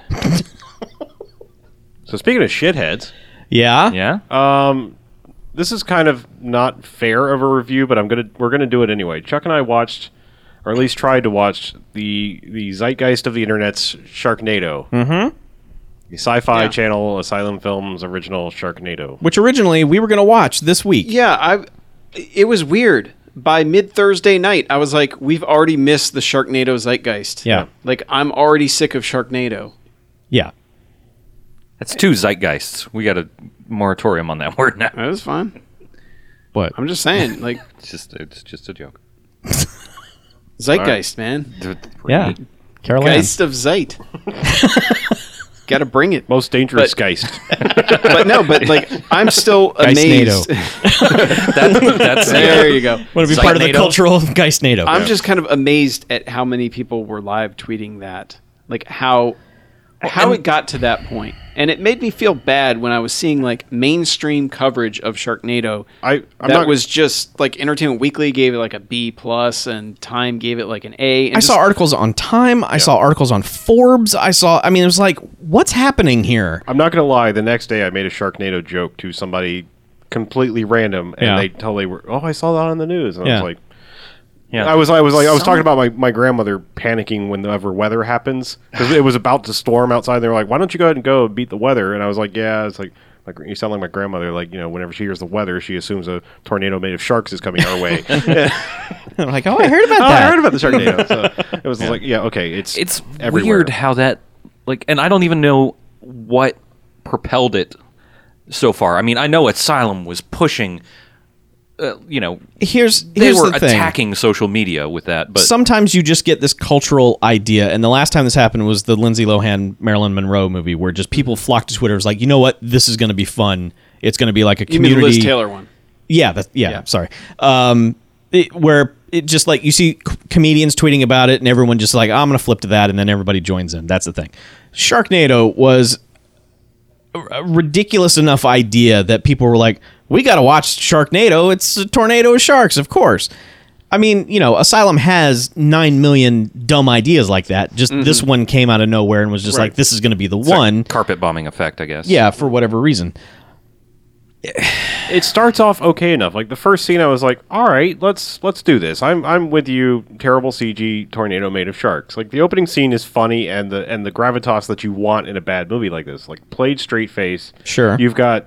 [SPEAKER 3] So speaking of shitheads,
[SPEAKER 5] Yeah.
[SPEAKER 2] yeah.
[SPEAKER 3] this is kind of not fair of a review, but I'm gonna we're gonna do it anyway. Chuck and I watched, or at least tried to watch the the zeitgeist of the internet's Sharknado. Mm-hmm. The Sci-Fi
[SPEAKER 4] Yeah.
[SPEAKER 3] Channel Asylum Films original Sharknado.
[SPEAKER 5] Which originally we were going to watch this week.
[SPEAKER 4] Yeah, I. It was weird. By mid Thursday night, I was like, "We've already missed the Sharknado zeitgeist."
[SPEAKER 5] Yeah.
[SPEAKER 4] like I'm already sick of Sharknado.
[SPEAKER 5] Yeah.
[SPEAKER 2] That's two zeitgeists. We got a moratorium on that word now.
[SPEAKER 4] That was fine.
[SPEAKER 5] What?
[SPEAKER 4] I'm just saying, like
[SPEAKER 2] It's just it's just a joke.
[SPEAKER 4] zeitgeist, man,
[SPEAKER 5] Yeah. Caroline.
[SPEAKER 4] geist of zeit. Got to bring it.
[SPEAKER 3] Most dangerous
[SPEAKER 4] But-
[SPEAKER 3] geist.
[SPEAKER 4] But no, but like I'm still amazed.
[SPEAKER 2] That, that's
[SPEAKER 4] there you go.
[SPEAKER 5] Want to be part of the
[SPEAKER 2] Zeitnado?
[SPEAKER 5] cultural Geist NATO?
[SPEAKER 4] I'm just kind of amazed at how many people were live tweeting that. Like how how it got to that point. And it made me feel bad when I was seeing like mainstream coverage of Sharknado.
[SPEAKER 3] I- I'm
[SPEAKER 4] that
[SPEAKER 3] not-
[SPEAKER 4] was just like Entertainment Weekly gave it like a B plus and Time gave it like an A. And
[SPEAKER 5] I
[SPEAKER 4] just-
[SPEAKER 5] saw articles on Time. I saw articles on Forbes. I saw. I mean, it was like, what's happening here?
[SPEAKER 3] I'm not gonna lie. The next day, I made a Sharknado joke to somebody completely random, and
[SPEAKER 5] Yeah.
[SPEAKER 3] they totally were. Oh, I saw that on the news, and I
[SPEAKER 5] Yeah.
[SPEAKER 3] was like.
[SPEAKER 2] Yeah.
[SPEAKER 3] I was, I was like, I was talking about my, my grandmother panicking whenever weather happens because it was about to storm outside. They were like, "Why don't you go ahead and go beat the weather?" And I was like, "Yeah." It's like, like you sound like my grandmother. Like you know, whenever she hears the weather, she assumes a tornado made of sharks is coming our way. oh,
[SPEAKER 5] I'm like, oh, I heard about
[SPEAKER 3] I
[SPEAKER 5] that.
[SPEAKER 3] heard about the sharknado. So it was like, yeah, okay, it's
[SPEAKER 2] it's
[SPEAKER 3] everywhere.
[SPEAKER 2] weird how that like and I don't even know what propelled it so far. I mean, I know Asylum was pushing uh, you know,
[SPEAKER 5] here's
[SPEAKER 2] they
[SPEAKER 5] here's
[SPEAKER 2] were
[SPEAKER 5] the thing.
[SPEAKER 2] attacking social media with that, but
[SPEAKER 5] Sometimes you just get this cultural idea, and the last time this happened was the Lindsay Lohan Marilyn Monroe movie, where just people flocked to Twitter. It was like, you know what? This is going to be fun. It's going to be like a
[SPEAKER 4] you mean the
[SPEAKER 5] community.
[SPEAKER 4] Liz Taylor one.
[SPEAKER 5] Yeah, that, yeah, Sorry. Um, it, where it just like you see c- comedians tweeting about it, and everyone just like, I'm gonna flip to that, and then everybody joins in. That's the thing. Sharknado was a ridiculous enough idea that people were like, "We got to watch Sharknado. It's a tornado of sharks, of course." I mean, you know, Asylum has nine million dumb ideas like that. Just this one came out of nowhere and was just like, "This is going to be the one."
[SPEAKER 2] carpet bombing effect, I guess.
[SPEAKER 5] Yeah, for whatever reason.
[SPEAKER 3] it starts off okay enough. Like the first scene, I was like, "All right, let's let's do this." I'm I'm with you. Terrible CG tornado made of sharks. Like the opening scene is funny and the and the gravitas that you want in a bad movie like this. Like played straight face.
[SPEAKER 5] Sure.
[SPEAKER 3] You've got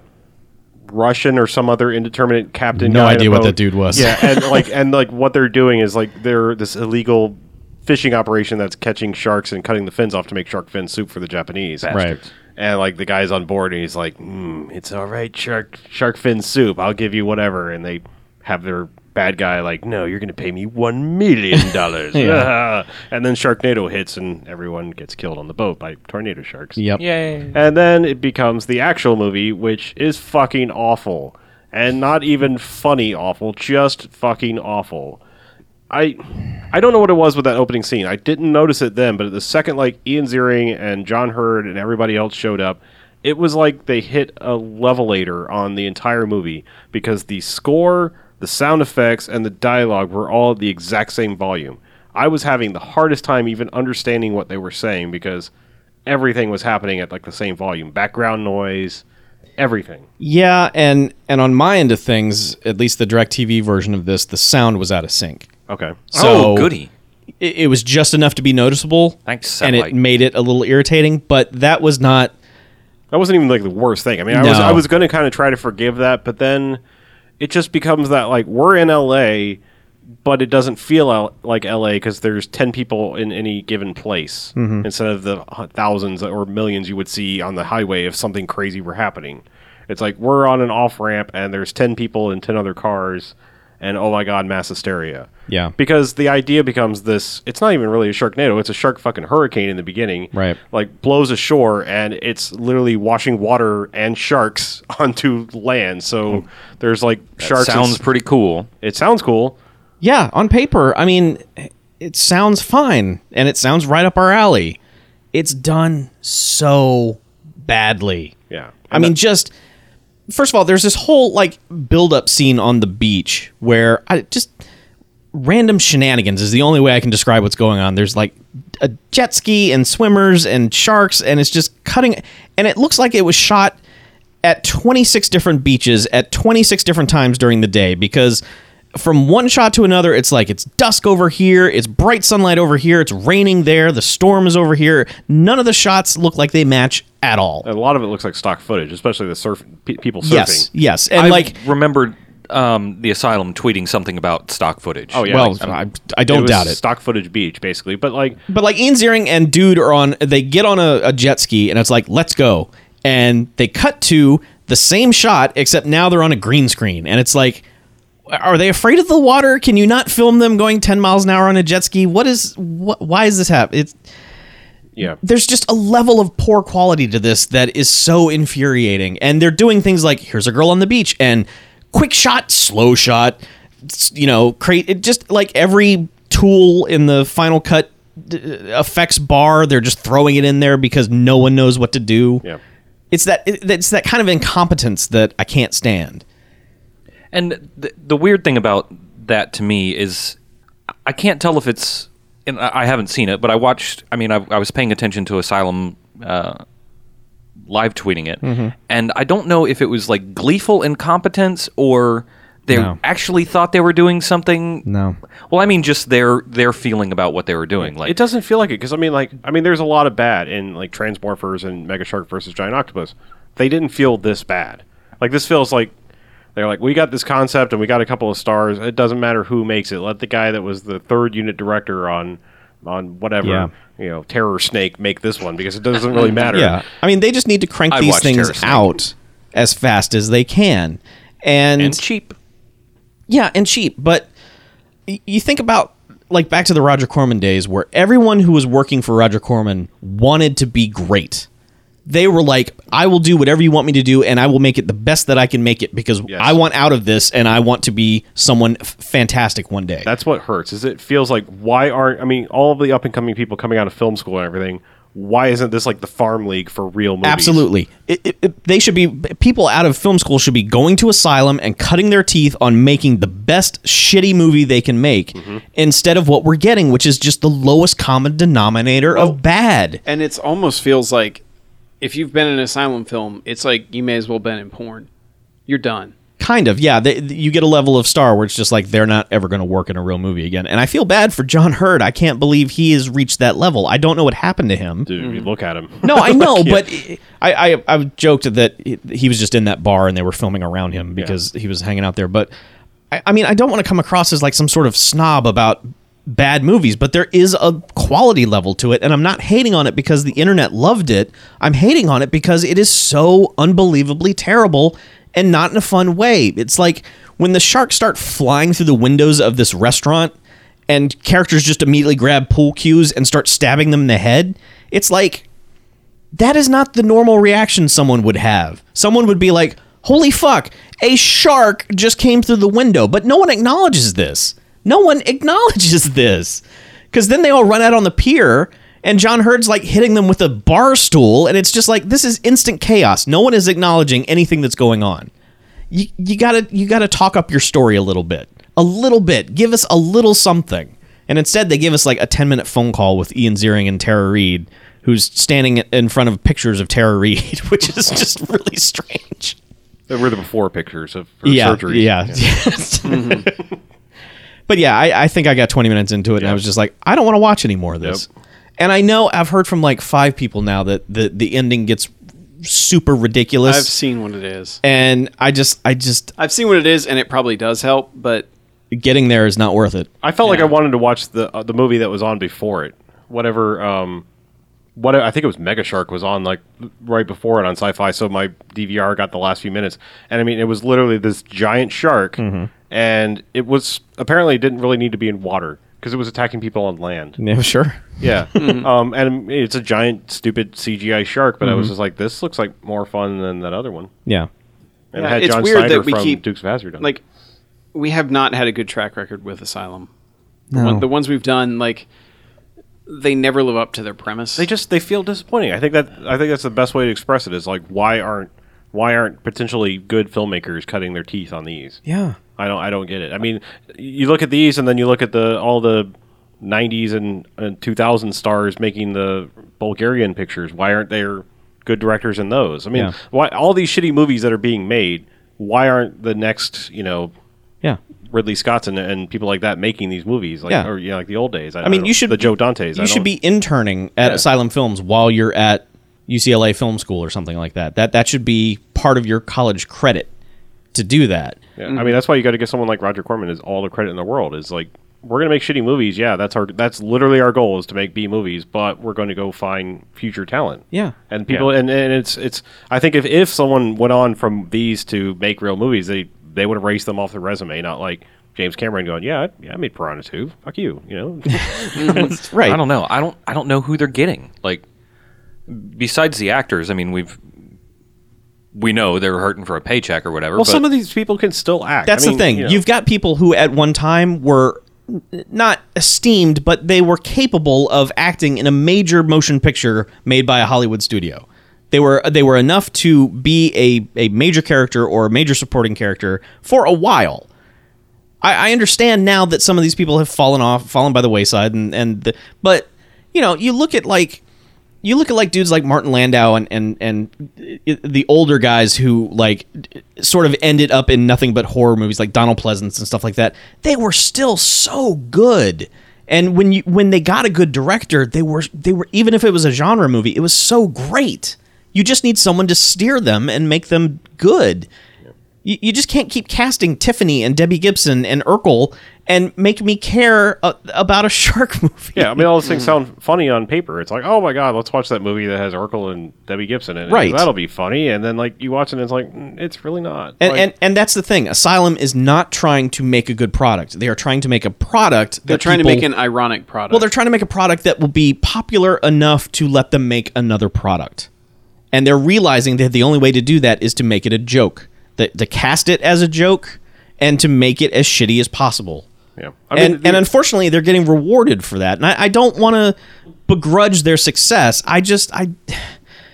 [SPEAKER 3] Russian or some other indeterminate captain.
[SPEAKER 5] No
[SPEAKER 3] guy in a
[SPEAKER 5] idea what
[SPEAKER 3] boat.
[SPEAKER 5] that dude was.
[SPEAKER 3] Yeah, and like and like what they're doing is like they're this illegal fishing operation that's catching sharks and cutting the fins off to make shark fin soup for the Japanese.
[SPEAKER 5] Bastards.
[SPEAKER 3] And like the guy's on board and he's like, mm, "It's all right, shark shark fin soup. I'll give you whatever." And they have their bad guy like, "No, you're going to pay me one million dollars." and then Sharknado hits and everyone gets killed on the boat by tornado sharks.
[SPEAKER 5] Yep.
[SPEAKER 2] Yay.
[SPEAKER 3] And then it becomes the actual movie, which is fucking awful. And not even funny awful, just fucking awful. I I don't know what it was with that opening scene. I didn't notice it then, but at the second like Ian Ziering and John Hurd and everybody else showed up, it was like they hit a levelator on the entire movie because the score, the sound effects, and the dialogue were all at the exact same volume. I was having the hardest time even understanding what they were saying because everything was happening at like the same volume. Background noise, everything.
[SPEAKER 5] Yeah, and and on my end of things, at least the DirecTV version of this, the sound was out of sync.
[SPEAKER 3] Okay.
[SPEAKER 5] So
[SPEAKER 2] oh, goody.
[SPEAKER 5] It, it was just enough to be noticeable,
[SPEAKER 2] Thanks,
[SPEAKER 5] and it
[SPEAKER 2] satellite.
[SPEAKER 5] made it a little irritating. But that was not.
[SPEAKER 3] That wasn't even like the worst thing. I mean, I was
[SPEAKER 5] No.
[SPEAKER 3] I was going to kind of try to forgive that, but then it just becomes that like we're in LA, but it doesn't feel L- like LA because there's ten people in any given place
[SPEAKER 5] Mm-hmm.
[SPEAKER 3] instead of the hu- thousands or millions you would see on the highway if something crazy were happening. It's like we're on an off ramp and there's ten people in ten other cars, and oh my god, mass hysteria.
[SPEAKER 5] Yeah.
[SPEAKER 3] Because the idea becomes this it's not even really a sharknado, it's a shark fucking hurricane in the beginning.
[SPEAKER 5] Right.
[SPEAKER 3] Like blows ashore and it's literally washing water and sharks onto land.
[SPEAKER 5] Oh.
[SPEAKER 3] So there's like sharks and
[SPEAKER 2] Sounds
[SPEAKER 3] s-
[SPEAKER 2] pretty cool.
[SPEAKER 3] it sounds cool.
[SPEAKER 5] Yeah, on paper, I mean, it sounds fine and it sounds right up our alley. It's done so badly.
[SPEAKER 3] Yeah.
[SPEAKER 5] I mean, just first of all, there's this whole like build up scene on the beach where I just random shenanigans is the only way I can describe what's going on. There's like a jet ski and swimmers and sharks, and it's just cutting, and it looks like it was shot at 26 different beaches at 26 different times during the day because from one shot to another it's like it's dusk over here it's bright sunlight over here it's raining there the storm is over here none of the shots look like they match at all
[SPEAKER 3] a lot of it looks like stock footage, especially the surf pe- people surfing.
[SPEAKER 5] Yes, yes, and
[SPEAKER 2] I
[SPEAKER 5] like,
[SPEAKER 2] remembered um, the asylum tweeting something about stock footage.
[SPEAKER 3] Oh yeah.
[SPEAKER 5] well,
[SPEAKER 3] like,
[SPEAKER 5] I, I don't
[SPEAKER 3] was
[SPEAKER 5] doubt it.
[SPEAKER 3] Stock footage beach basically, but like
[SPEAKER 5] But like Ian Ziering and Dude are on. They get on a, a jet ski, and it's like, let's go. And they cut to the same shot, except now they're on a green screen, and it's like, are they afraid of the water? Can you not film them going ten miles an hour on a jet ski? What is? Wh- why is this happening? It's
[SPEAKER 3] yeah.
[SPEAKER 5] there's just a level of poor quality to this that is so infuriating. And they're doing things like here's a girl on the beach and quick shot, slow shot, s- you know, create it just like every tool in the Final Cut d- uh, effects bar, they're just throwing it in there because no one knows what to do.
[SPEAKER 3] Yeah.
[SPEAKER 5] It's that it- it's that kind of incompetence that I can't stand.
[SPEAKER 2] And th- the weird thing about that to me is I can't tell if it's, and I I haven't seen it, but I watched, I mean, I, I was paying attention to Asylum uh, live tweeting it. And I don't know if it was like gleeful incompetence or they
[SPEAKER 5] No.
[SPEAKER 2] actually thought they were doing something.
[SPEAKER 5] No.
[SPEAKER 2] Well, I mean, just their their feeling about what they were doing. Like,
[SPEAKER 3] It doesn't feel like it because I mean, like, I mean, there's a lot of bad in like Transmorphers and Mega Shark versus Giant Octopus. They didn't feel this bad. Like this feels like they're like, we got this concept and we got a couple of stars. It doesn't matter who makes it. Let the guy that was the third unit director on on whatever
[SPEAKER 5] Yeah.
[SPEAKER 3] you know Terror Snake make this one because it doesn't really matter.
[SPEAKER 5] Yeah. I mean, they just need to crank
[SPEAKER 2] I'd
[SPEAKER 5] these
[SPEAKER 2] watch Terror
[SPEAKER 5] things
[SPEAKER 2] Snake.
[SPEAKER 5] out as fast as they can.
[SPEAKER 2] and cheap.
[SPEAKER 5] Yeah, and cheap. But y- you think about like back to the Roger Corman days where everyone who was working for Roger Corman wanted to be great. They were like, I will do whatever you want me to do and I will make it the best that I can make it because
[SPEAKER 3] Yes.
[SPEAKER 5] I want out of this and I want to be someone f- fantastic one day.
[SPEAKER 3] That's what hurts. Is it feels like why aren't I mean all of the up and coming people coming out of film school and everything. Why isn't this like the farm league for real movies?
[SPEAKER 5] Absolutely. It, it, it- they should be people out of film school should be going to asylum and cutting their teeth on making the best shitty movie they can make
[SPEAKER 3] Mm-hmm.
[SPEAKER 5] instead of what we're getting, which is just the lowest common denominator
[SPEAKER 3] Oh,
[SPEAKER 5] of bad.
[SPEAKER 4] And it's almost feels like if you've been in an asylum film, it's like you may as well been in porn. You're done.
[SPEAKER 5] Kind of, yeah. They, you get a level of star where it's just like they're not ever going to work in a real movie again. And I feel bad for John Hurd. I can't believe he has reached that level. I don't know what happened to him.
[SPEAKER 3] Dude, you look at him.
[SPEAKER 5] No, I know, but I, I I joked that he was just in that bar and they were filming around him because he was hanging out there. But I, I mean, I don't want to come across as like some sort of snob about bad movies, but there is a quality level to it, and I'm not hating on it because the internet loved it. I'm hating on it because it is so unbelievably terrible and not in a fun way. It's like when the sharks start flying through the windows of this restaurant and characters just immediately grab pool cues and start stabbing them in the head. It's like that is not the normal reaction someone would have. Someone would be like, holy fuck, a shark just came through the window. But no one acknowledges this. No one acknowledges this. Because then they all run out on the pier and John Hurd's like hitting them with a bar stool. And it's just like, this is instant chaos. No one is acknowledging anything that's going on. You, you gotta you gotta talk up your story a little bit, a little bit. Give us a little something. And instead, they give us like a ten minute phone call with Ian Ziering and Tara Reid, who's standing in front of pictures of Tara Reid, which is just really strange.
[SPEAKER 3] They were the before pictures of her
[SPEAKER 5] yeah,
[SPEAKER 3] surgery.
[SPEAKER 5] yeah, yes. but yeah, I, I think I got twenty minutes into it, and I was just like, I don't want to watch any more of this. And I know I've heard from like five people now that the the ending gets super ridiculous,
[SPEAKER 4] I've seen what it is.
[SPEAKER 5] and I just I just
[SPEAKER 4] I've seen what it is, and it probably does help, but
[SPEAKER 5] getting there is not worth it.
[SPEAKER 3] I felt like I wanted to watch the uh, the movie that was on before it. Whatever um what I think it was Mega Shark was on like right before it on Sci-Fi, so my DVR got the last few minutes, and I mean it was literally this giant shark,
[SPEAKER 5] Mm-hmm.
[SPEAKER 3] and it was apparently it didn't really need to be in water because it was attacking people on land.
[SPEAKER 5] Yeah, sure.
[SPEAKER 3] Yeah.
[SPEAKER 5] Mm-hmm.
[SPEAKER 3] um, and it's a giant, stupid CGI shark, but I
[SPEAKER 5] Mm-hmm.
[SPEAKER 3] was just like, this looks like more fun than that other one.
[SPEAKER 5] Yeah.
[SPEAKER 3] And
[SPEAKER 4] Yeah,
[SPEAKER 3] it had
[SPEAKER 4] it's
[SPEAKER 3] John
[SPEAKER 4] weird
[SPEAKER 3] Snyder
[SPEAKER 4] that we
[SPEAKER 3] from
[SPEAKER 4] keep-
[SPEAKER 3] Dukes of Hazzard on. it.
[SPEAKER 4] like we have not had a good track record with Asylum. The, one, the ones we've done, like they never live up to their premise.
[SPEAKER 3] they just they feel disappointing. I think that I think that's the best way to express it is like why aren't why aren't potentially good filmmakers cutting their teeth on these?
[SPEAKER 5] Yeah.
[SPEAKER 3] I don't I don't get it. I mean, you look at these and then you look at the all the 90s and, and 2000 stars making the Bulgarian pictures. Why aren't there good directors in those? I mean,
[SPEAKER 5] Yeah.
[SPEAKER 3] why all these shitty movies that are being made, why aren't the next, you know,
[SPEAKER 5] Yeah.
[SPEAKER 3] Ridley Scott's and, and people like that making these movies like
[SPEAKER 5] Yeah.
[SPEAKER 3] or you know, like the old days. I,
[SPEAKER 5] mean,
[SPEAKER 3] don't-
[SPEAKER 5] you should-
[SPEAKER 3] the Joe Dantes. I
[SPEAKER 5] You should
[SPEAKER 3] don't-
[SPEAKER 5] be interning at Asylum Films while you're at UCLA Film School or something like that. That that should be part of your college credit to do that.
[SPEAKER 3] Yeah. I mean, that's why you got to give someone like Roger Corman is all the credit in the world. Is like we're gonna make shitty movies. Yeah, that's our that's literally our goal is to make B movies, but we're going to go find future talent.
[SPEAKER 5] Yeah.
[SPEAKER 3] and people
[SPEAKER 2] Yeah.
[SPEAKER 3] and, and it's it's I think if if someone went on from these to make real movies, they they would erase them off their resume, not like. James Cameron going, yeah, I- yeah, I made Piranha 2. Fuck you, you know.
[SPEAKER 5] Right.
[SPEAKER 2] I don't know. I don't. I don't know who they're getting. Like, besides the actors, I mean, we've we know they're hurting for a paycheck or whatever.
[SPEAKER 3] well,
[SPEAKER 2] but
[SPEAKER 3] some of these people can still act.
[SPEAKER 5] That's
[SPEAKER 3] I mean,
[SPEAKER 5] the thing.
[SPEAKER 3] You know,
[SPEAKER 5] You've got people who at one time were n- not esteemed, but they were capable of acting in a major motion picture made by a Hollywood studio. They were they were enough to be a, a major character or a major supporting character for a while. I, I understand now that some of these people have fallen off, fallen by the wayside, and and the, but you know you look at like you look at like dudes like Martin Landau and and and i- the older guys who like d- sort of ended up in nothing but horror movies like Donald Pleasance and stuff like that. They were still so good. And when you when they got a good director, they were they were even if it was a genre movie, it was so great. You just need someone to steer them and make them good. You, you just can't keep casting Tiffany and Debbie Gibson and Urkel and make me care uh, about a shark movie.
[SPEAKER 3] Yeah, I mean, all those things sound funny on paper. It's like, oh my god, let's watch that movie that has Urkel and Debbie Gibson in it.
[SPEAKER 5] Right.
[SPEAKER 3] that'll be funny. And then like you watch it, and it's like, mm, it's really not.
[SPEAKER 5] And,
[SPEAKER 3] Like,
[SPEAKER 5] and and that's the thing. Asylum is not trying to make a good product. They are trying to make a product.
[SPEAKER 4] they're
[SPEAKER 5] that
[SPEAKER 4] trying
[SPEAKER 5] people-
[SPEAKER 4] to make an ironic product.
[SPEAKER 5] Well, they're trying to make a product that will be popular enough to let them make another product. And they're realizing that the only way to do that is to make it a joke, that, to cast it as a joke, and to make it as shitty as possible.
[SPEAKER 3] yeah, I mean,
[SPEAKER 5] and,
[SPEAKER 3] the-
[SPEAKER 5] and unfortunately, they're getting rewarded for that. And I, I don't want to begrudge their success. I just, I,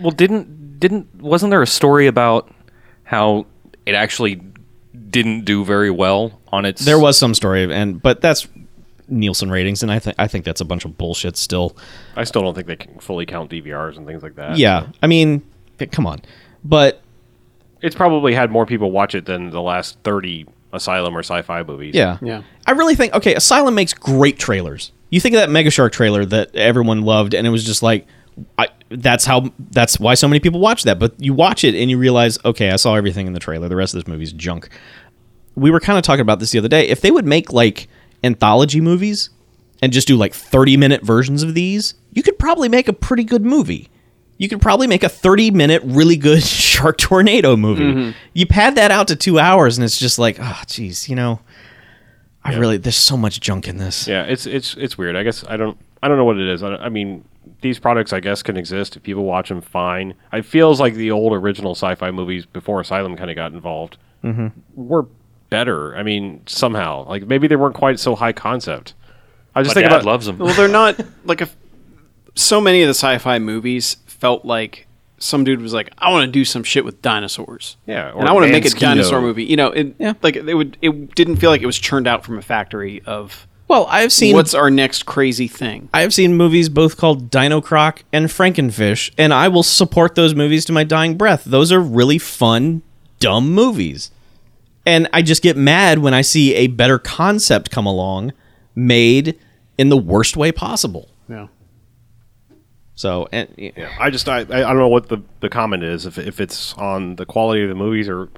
[SPEAKER 2] Well, didn't didn't wasn't there a story about how it actually didn't do very well on its?
[SPEAKER 5] There was some story, of- and but that's Nielsen ratings, and I think I think that's a bunch of bullshit. Still,
[SPEAKER 3] I still don't think they can fully count DVRs and things like that.
[SPEAKER 5] yeah. I mean, eh, come on, but
[SPEAKER 3] it's probably had more people watch it than the last thirty Asylum or sci-fi movies.
[SPEAKER 5] yeah,
[SPEAKER 4] Yeah.
[SPEAKER 5] I really think okay, Asylum makes great trailers. You think of that Mega Shark trailer that everyone loved, and it was just like, I, that's how that's why so many people watch that. But you watch it and you realize, okay, I saw everything in the trailer. The rest of this movie's junk. we were kind of talking about this the other day. If they would make like anthology movies and just do like 30 minute versions of these, you could probably make a pretty good movie. You could probably make a 30 minute really good shark tornado movie. You pad that out to two hours and it's just like, oh, geez, you know, I really, there's so much junk in this.
[SPEAKER 3] yeah, it's it's it's weird. I guess I don't I don't know what it is. I, don't- I mean, these products I guess can exist if people watch them. Fine. It feels like the old original sci-fi movies before Asylum kind of got involved were better. I mean, somehow like maybe they weren't quite so high concept. I just
[SPEAKER 2] My
[SPEAKER 3] think
[SPEAKER 2] dad
[SPEAKER 3] about
[SPEAKER 2] loves them.
[SPEAKER 4] well, they're not like a. So many of the sci-fi movies felt like some dude was like, "I want to do some shit with dinosaurs."
[SPEAKER 3] Yeah, or
[SPEAKER 4] and I want to make a
[SPEAKER 3] Mansquito.
[SPEAKER 4] dinosaur movie. You know, it,
[SPEAKER 5] Yeah.
[SPEAKER 4] like it would. It didn't feel like it was churned out from a factory of
[SPEAKER 5] Well, I've seen
[SPEAKER 4] what's our next crazy thing.
[SPEAKER 5] I have seen movies both called Dino Croc and Frankenfish, and I will support those movies to my dying breath. Those are really fun, dumb movies. And I just get mad when I see a better concept come along made in the worst way possible.
[SPEAKER 4] Yeah.
[SPEAKER 5] So, and,
[SPEAKER 3] I just I, I don't know what the, the comment is if if it's on the quality of the movies or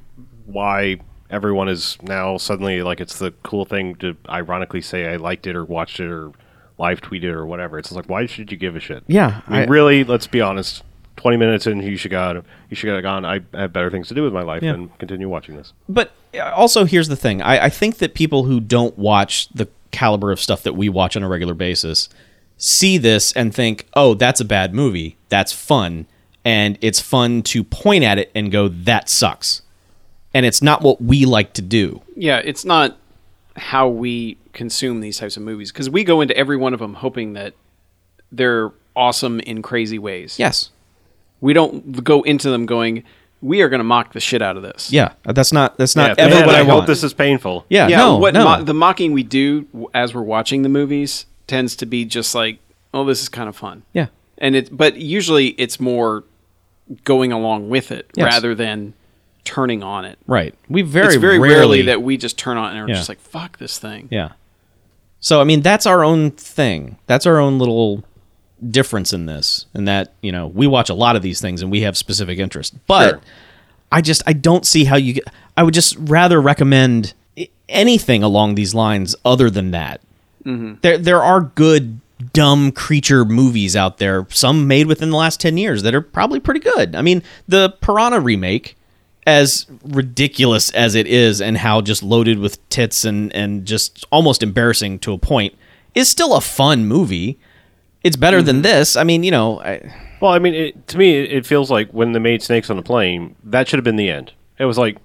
[SPEAKER 3] why everyone is now suddenly like it's the cool thing to ironically say I liked it or watched it or live tweeted or whatever. It's like, why should you give a shit?
[SPEAKER 5] Yeah,
[SPEAKER 3] I mean,
[SPEAKER 5] I-
[SPEAKER 3] really. Let's be honest. Twenty minutes in, you should got you should have gone. I have better things to do with my life
[SPEAKER 5] Yeah.
[SPEAKER 3] than continue watching this.
[SPEAKER 5] but uh, also here's the thing I, I think that people who don't watch the caliber of stuff that we watch on a regular basis see this and think oh that's a bad movie that's fun and it's fun to point at it and go that sucks and it's not what we like to do
[SPEAKER 4] yeah, it's not how we consume these types of movies because we go into every one of them hoping that they're awesome in crazy ways.
[SPEAKER 5] yes
[SPEAKER 4] we don't go into them going, we are going to mock the shit out of this.
[SPEAKER 5] yeah that's not that's not
[SPEAKER 3] Yeah,
[SPEAKER 5] ever
[SPEAKER 3] man,
[SPEAKER 5] what i,
[SPEAKER 3] I, hope
[SPEAKER 5] want
[SPEAKER 3] this is painful.
[SPEAKER 5] yeah,
[SPEAKER 4] yeah.
[SPEAKER 5] no
[SPEAKER 4] what
[SPEAKER 5] no
[SPEAKER 4] mo- the mocking we do w- as we're watching the movies tends to be just like, oh, this is kind of fun.
[SPEAKER 5] yeah
[SPEAKER 4] and it but usually it's more going along with it
[SPEAKER 5] Yes.
[SPEAKER 4] rather than turning on it.
[SPEAKER 5] right we very
[SPEAKER 4] it's very rarely,
[SPEAKER 5] rarely
[SPEAKER 4] that we just turn on it and are
[SPEAKER 5] Yeah.
[SPEAKER 4] just like, fuck this thing.
[SPEAKER 5] Yeah. So I mean, that's our own thing. That's our own little difference in this, and that you know we watch a lot of these things and we have specific interest. But I just I don't see how you. Get, I would just rather recommend i- anything along these lines other than that. There there are good dumb creature movies out there, some made within the last ten years that are probably pretty good. I mean, the Piranha remake as ridiculous as it is and how just loaded with tits and and just almost embarrassing to a point is still a fun movie it's better
[SPEAKER 3] Mm-hmm.
[SPEAKER 5] than this i mean you know I,
[SPEAKER 3] Well, I mean, it, to me, it, it feels like when they made Snakes on a Plane, that should have been the end. It was like,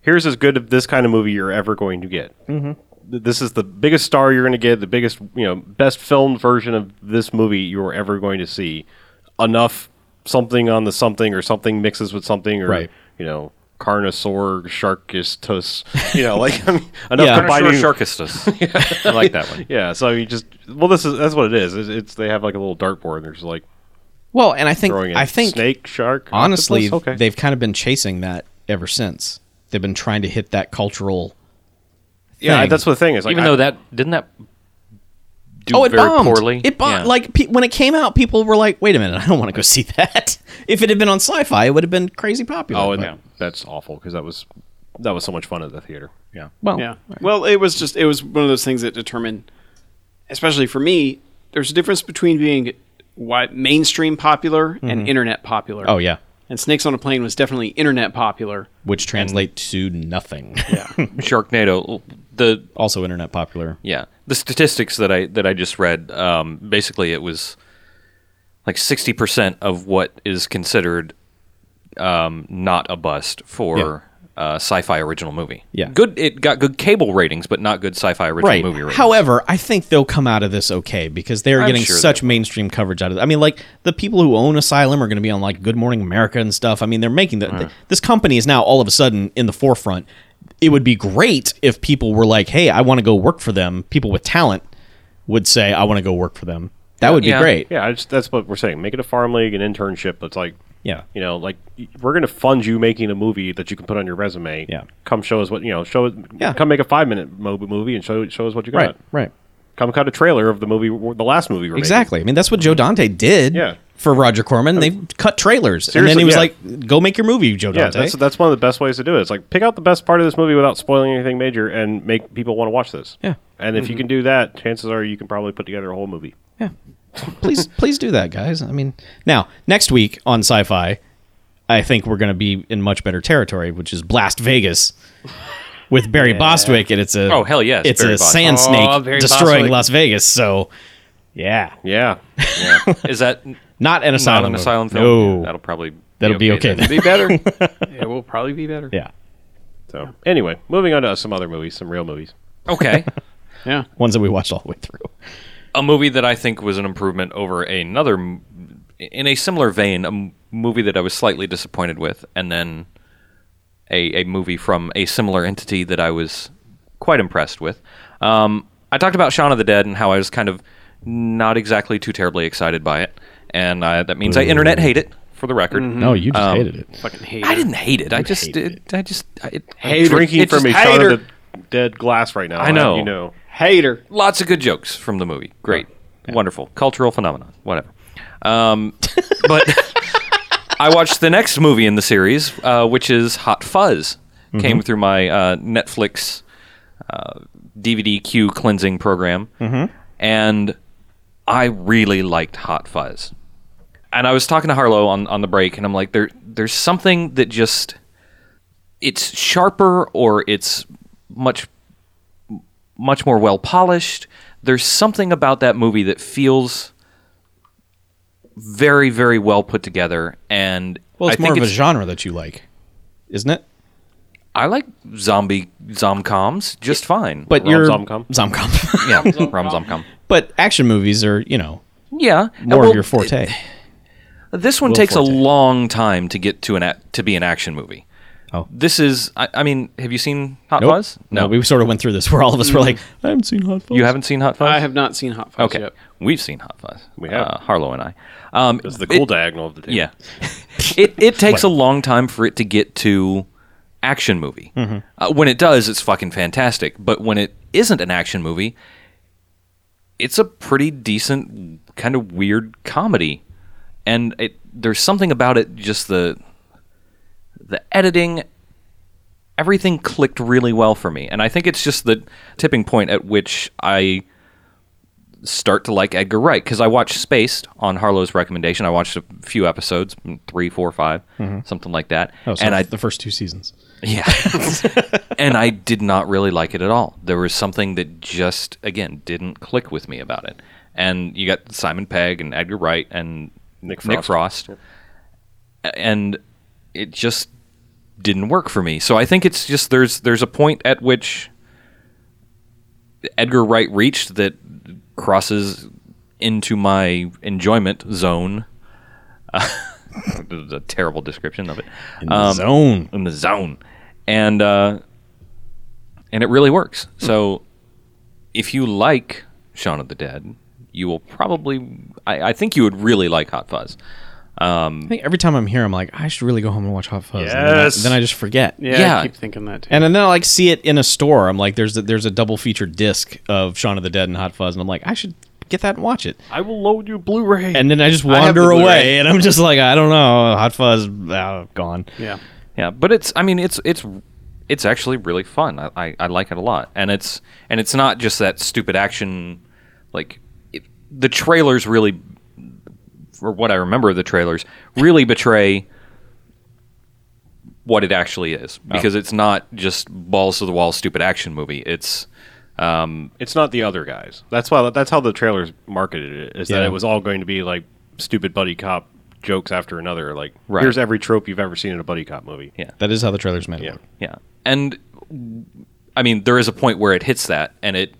[SPEAKER 3] here's as good of this kind of movie you're ever going to get. Mm-hmm. This is the biggest star you're going to get, the biggest, you know, best filmed version of this movie you're ever going to see. Enough something on the something or something mixes with something or,
[SPEAKER 5] Right.
[SPEAKER 3] you know, Carnosaur, Sharkistus, you know, like I mean, enough
[SPEAKER 5] Yeah.
[SPEAKER 3] combining.
[SPEAKER 2] Sure, Sharkistus. I like that one.
[SPEAKER 3] yeah, so you just well, this is that's what it is. It's, it's they have like a little dartboard and they're just like
[SPEAKER 5] well and i think
[SPEAKER 3] throwing in
[SPEAKER 5] i think
[SPEAKER 3] snake, shark.
[SPEAKER 5] honestly
[SPEAKER 3] octopus? okay.
[SPEAKER 5] they've kind of been chasing that ever since they've been trying to hit that cultural
[SPEAKER 3] Yeah,
[SPEAKER 5] thing.
[SPEAKER 3] that's the thing. Is like
[SPEAKER 2] Even
[SPEAKER 3] I-
[SPEAKER 2] though that didn't that do
[SPEAKER 5] oh it
[SPEAKER 2] very
[SPEAKER 5] bombed
[SPEAKER 2] poorly.
[SPEAKER 5] it bombed
[SPEAKER 2] Yeah.
[SPEAKER 5] like pe- when it came out people were like wait a minute i don't want to go see that if it had been on sci-fi it would have been crazy popular
[SPEAKER 3] oh, and
[SPEAKER 5] but-
[SPEAKER 3] that's awful because that was that was so much fun at the theater. Yeah,
[SPEAKER 5] well
[SPEAKER 4] Yeah. Well, it was just it was one of those things that determined especially for me, there's a difference between being wide, mainstream popular
[SPEAKER 2] Mm-hmm.
[SPEAKER 4] and internet popular.
[SPEAKER 5] oh yeah
[SPEAKER 4] And Snakes on a Plane was definitely internet popular.
[SPEAKER 5] which translate to nothing
[SPEAKER 2] Sharknado. The
[SPEAKER 5] also internet popular.
[SPEAKER 2] yeah, the statistics that I that I just read. Um, basically, it was like sixty percent of what is considered um, not a bust for uh, sci-fi original movie.
[SPEAKER 5] Yeah.
[SPEAKER 2] good. It got good cable ratings, but not good sci-fi original
[SPEAKER 5] Right.
[SPEAKER 2] movie ratings.
[SPEAKER 5] However, I think they'll come out of this okay because they're getting
[SPEAKER 2] sure they
[SPEAKER 5] such mainstream coverage out of it. I mean, like the people who own Asylum are going to be on like Good Morning America and stuff. I mean, they're making the, this company is now all of a sudden in the forefront. It would be great if people were like, "Hey, I want to go work for them." People with talent would say, "I want to go work for them." That would be
[SPEAKER 2] Yeah.
[SPEAKER 5] great.
[SPEAKER 3] yeah. I just, that's what we're saying. Make it a farm league, an internship. That's like,
[SPEAKER 5] Yeah.
[SPEAKER 3] you know, like y- we're going to fund you making a movie that you can put on your resume.
[SPEAKER 5] Yeah.
[SPEAKER 3] come show us what you know. Show it.
[SPEAKER 5] Yeah.
[SPEAKER 3] come make a five minute mo- movie and show show us what you got.
[SPEAKER 5] Right. Right.
[SPEAKER 3] Come cut a trailer of the movie, w- the last movie. We're making.
[SPEAKER 5] Exactly. I mean, that's what Joe Dante did
[SPEAKER 3] Yeah.
[SPEAKER 5] for Roger Corman. They cut trailers, and then
[SPEAKER 3] seriously,
[SPEAKER 5] he was
[SPEAKER 3] yeah.
[SPEAKER 5] like, "Go make your movie, Joe
[SPEAKER 3] Yeah,
[SPEAKER 5] Dante."
[SPEAKER 3] that's that's one of the best ways to do it. It's like pick out the best part of this movie without spoiling anything major and make people want to watch this.
[SPEAKER 5] Yeah.
[SPEAKER 3] And if you
[SPEAKER 2] Mm-hmm.
[SPEAKER 3] can do that, chances are you can probably put together a whole movie.
[SPEAKER 5] Yeah. Please please do that, guys. I mean, now, next week on Sci-Fi, I think we're going to be in much better territory, which is Blast Vegas with Barry Bostwick and it's a
[SPEAKER 2] Oh, hell yes,
[SPEAKER 5] It's
[SPEAKER 2] Barry
[SPEAKER 5] a
[SPEAKER 2] Bostwick.
[SPEAKER 5] sand snake
[SPEAKER 4] Oh, Barry
[SPEAKER 5] destroying
[SPEAKER 4] Bostwick.
[SPEAKER 5] Las Vegas, so yeah.
[SPEAKER 3] Yeah.
[SPEAKER 2] is that not
[SPEAKER 5] Not an asylum.
[SPEAKER 2] an
[SPEAKER 5] movie.
[SPEAKER 2] asylum film?
[SPEAKER 5] No.
[SPEAKER 2] Yeah, that'll probably
[SPEAKER 5] That'll be okay
[SPEAKER 2] then.
[SPEAKER 5] then.
[SPEAKER 4] Be better. it will probably be better.
[SPEAKER 5] yeah.
[SPEAKER 3] So anyway, moving on to some other movies, some real movies.
[SPEAKER 2] okay,
[SPEAKER 4] Yeah.
[SPEAKER 5] Ones that we watched all the way through.
[SPEAKER 2] a movie that I think was an improvement over another, m- in a similar vein, a m- movie that I was slightly disappointed with, and then a, a movie from a similar entity that I was quite impressed with. Um, I talked about Shaun of the Dead and how I was kind of not exactly too terribly excited by it, and I, that means I internet hate it for the record.
[SPEAKER 5] No, you just
[SPEAKER 2] Um,
[SPEAKER 5] hated it.
[SPEAKER 4] Fucking hate
[SPEAKER 2] I
[SPEAKER 4] it.
[SPEAKER 2] didn't hate it. I just, it, I just, I, it,
[SPEAKER 3] I'm drinking
[SPEAKER 2] It's
[SPEAKER 3] from a
[SPEAKER 2] just
[SPEAKER 3] shot
[SPEAKER 2] hater.
[SPEAKER 3] of the dead glass right now.
[SPEAKER 2] I know.
[SPEAKER 3] You know.
[SPEAKER 4] Hater.
[SPEAKER 2] lots of good jokes from the movie. Great, wonderful cultural phenomenon. Whatever. Um, but I watched the next movie in the series, uh, which is Hot Fuzz. Came through my uh,
[SPEAKER 5] Mm-hmm.
[SPEAKER 2] Netflix uh, DVD queue cleansing program, and I really liked Hot Fuzz. And I was talking to Harlow on, on the break, and I'm like, there there's something that just it's sharper or it's much much more well polished. There's something about that movie that feels very, very well put together, and
[SPEAKER 5] Well,
[SPEAKER 2] I
[SPEAKER 5] it's
[SPEAKER 2] think
[SPEAKER 5] more of a
[SPEAKER 2] it's-
[SPEAKER 5] genre that you like, isn't it?
[SPEAKER 2] I like zombie zomcoms just fine.
[SPEAKER 5] But
[SPEAKER 3] Rom
[SPEAKER 5] you're
[SPEAKER 3] zomcom?
[SPEAKER 5] Zomcom.
[SPEAKER 2] yeah, rom zomcom.
[SPEAKER 5] but action movies are, you know,
[SPEAKER 2] Yeah, and
[SPEAKER 5] more
[SPEAKER 2] Uh, well,
[SPEAKER 5] of your forte.
[SPEAKER 2] This one takes a long time to get to an a- to be an action movie.
[SPEAKER 5] Oh.
[SPEAKER 2] this is. I, I mean, have you seen Hot
[SPEAKER 5] Nope.
[SPEAKER 2] Fuzz?
[SPEAKER 5] No, we sort of went through this where all of us were like, I haven't seen Hot Fuzz.
[SPEAKER 2] you haven't seen Hot Fuzz.
[SPEAKER 4] I have not seen Hot Fuzz
[SPEAKER 2] Okay,
[SPEAKER 4] yet.
[SPEAKER 2] we've seen Hot Fuzz.
[SPEAKER 3] We have.
[SPEAKER 2] uh, Harlow and I. Um,
[SPEAKER 3] It's the cool
[SPEAKER 2] it-
[SPEAKER 3] diagonal of the day.
[SPEAKER 2] Yeah. it it takes a long time for it to get to action movie.
[SPEAKER 5] Mm-hmm.
[SPEAKER 2] Uh, when it does, it's fucking fantastic. But when it isn't an action movie, it's a pretty decent kind of weird comedy, and it there's something about it just the the editing. Everything clicked really well for me, and I think it's just the tipping point at which I start to like Edgar Wright because I watched Spaced on Harlow's recommendation. I watched a few episodes, mm, three, four, five, something like that.
[SPEAKER 5] Oh, so
[SPEAKER 2] and I
[SPEAKER 5] the first two seasons.
[SPEAKER 2] yeah, and I did not really like it at all. There was something that just again didn't click with me about it. And you got Simon Pegg and Edgar Wright and
[SPEAKER 3] Nick
[SPEAKER 2] Nick Frost, and it just didn't work for me. So I think it's just there's there's a point at which Edgar Wright reached that crosses into my enjoyment zone. This is a terrible description of it. Um,
[SPEAKER 5] In the zone.
[SPEAKER 2] in the zone, and uh, and it really works. So if you like Shaun of the Dead, you will probably I, I think you would really like Hot Fuzz.
[SPEAKER 5] I think every time I'm here, I'm like, I should really go home and watch Hot Fuzz. And then, I,
[SPEAKER 3] Yes.
[SPEAKER 5] then I just forget.
[SPEAKER 4] Yeah,
[SPEAKER 2] Yeah.
[SPEAKER 4] I keep thinking that too.
[SPEAKER 5] And then I like see it in a store. I'm like, there's a, there's a double feature disc of Shaun of the Dead and Hot Fuzz, and I'm like, I should get that and watch it.
[SPEAKER 3] I will load you Blu-ray.
[SPEAKER 5] And then I just
[SPEAKER 4] have the
[SPEAKER 5] wander
[SPEAKER 4] Blu-ray.
[SPEAKER 5] away, and I'm just like, I don't know, Hot Fuzz, uh, gone.
[SPEAKER 4] yeah.
[SPEAKER 2] Yeah, but it's I mean it's it's it's actually really fun. I, I, I like it a lot, and it's and it's not just that stupid action. Like it, the trailers really, or what I remember of the trailers, really betray what it actually is
[SPEAKER 3] Oh.
[SPEAKER 2] because it's not just balls to the wall stupid action movie. It's
[SPEAKER 3] it's not the other guys. That's why. That's how the trailers marketed it. Is that
[SPEAKER 5] Yeah.
[SPEAKER 3] it was all going to be like stupid buddy cop jokes after another. Like
[SPEAKER 2] Right.
[SPEAKER 3] here's every trope you've ever seen in a buddy cop movie.
[SPEAKER 2] Yeah.
[SPEAKER 5] That is how the trailers made it.
[SPEAKER 3] Yeah.
[SPEAKER 5] work.
[SPEAKER 2] Yeah, and I mean, there is a point where it hits that, and it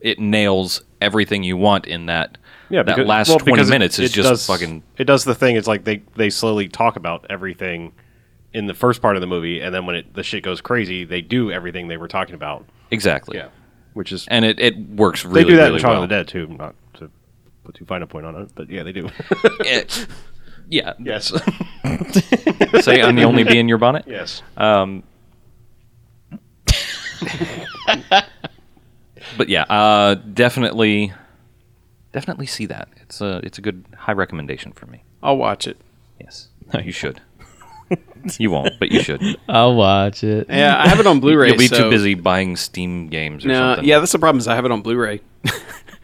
[SPEAKER 2] it nails everything you want in that.
[SPEAKER 3] Yeah,
[SPEAKER 2] that
[SPEAKER 3] because-
[SPEAKER 2] last
[SPEAKER 3] well,
[SPEAKER 2] twenty
[SPEAKER 3] because it-
[SPEAKER 2] minutes is
[SPEAKER 3] it
[SPEAKER 2] just
[SPEAKER 3] does-
[SPEAKER 2] fucking.
[SPEAKER 3] It does the thing. It's like they they slowly talk about everything in the first part of the movie, and then when it the shit goes crazy, they do everything they were talking about.
[SPEAKER 2] Exactly.
[SPEAKER 3] which is
[SPEAKER 2] And it, it works
[SPEAKER 3] they
[SPEAKER 2] really,
[SPEAKER 3] do that
[SPEAKER 2] really
[SPEAKER 3] in Shaun
[SPEAKER 2] well.
[SPEAKER 3] of the Dead too. Not to put too fine a point on it, but yeah, they do.
[SPEAKER 2] It- yeah.
[SPEAKER 3] yes,
[SPEAKER 2] Say I'm the only bee in your bonnet.
[SPEAKER 3] yes.
[SPEAKER 2] But yeah, uh, definitely, definitely see that. It's a it's a good high recommendation for me.
[SPEAKER 4] I'll watch it.
[SPEAKER 2] Yes, you should. you won't, but you should.
[SPEAKER 5] I'll watch it.
[SPEAKER 4] Yeah, I have it on Blu-ray.
[SPEAKER 2] You'll be
[SPEAKER 4] so-
[SPEAKER 2] too busy buying Steam games or
[SPEAKER 4] No,
[SPEAKER 2] something.
[SPEAKER 4] yeah, that's the problem. Is I have it on Blu-ray.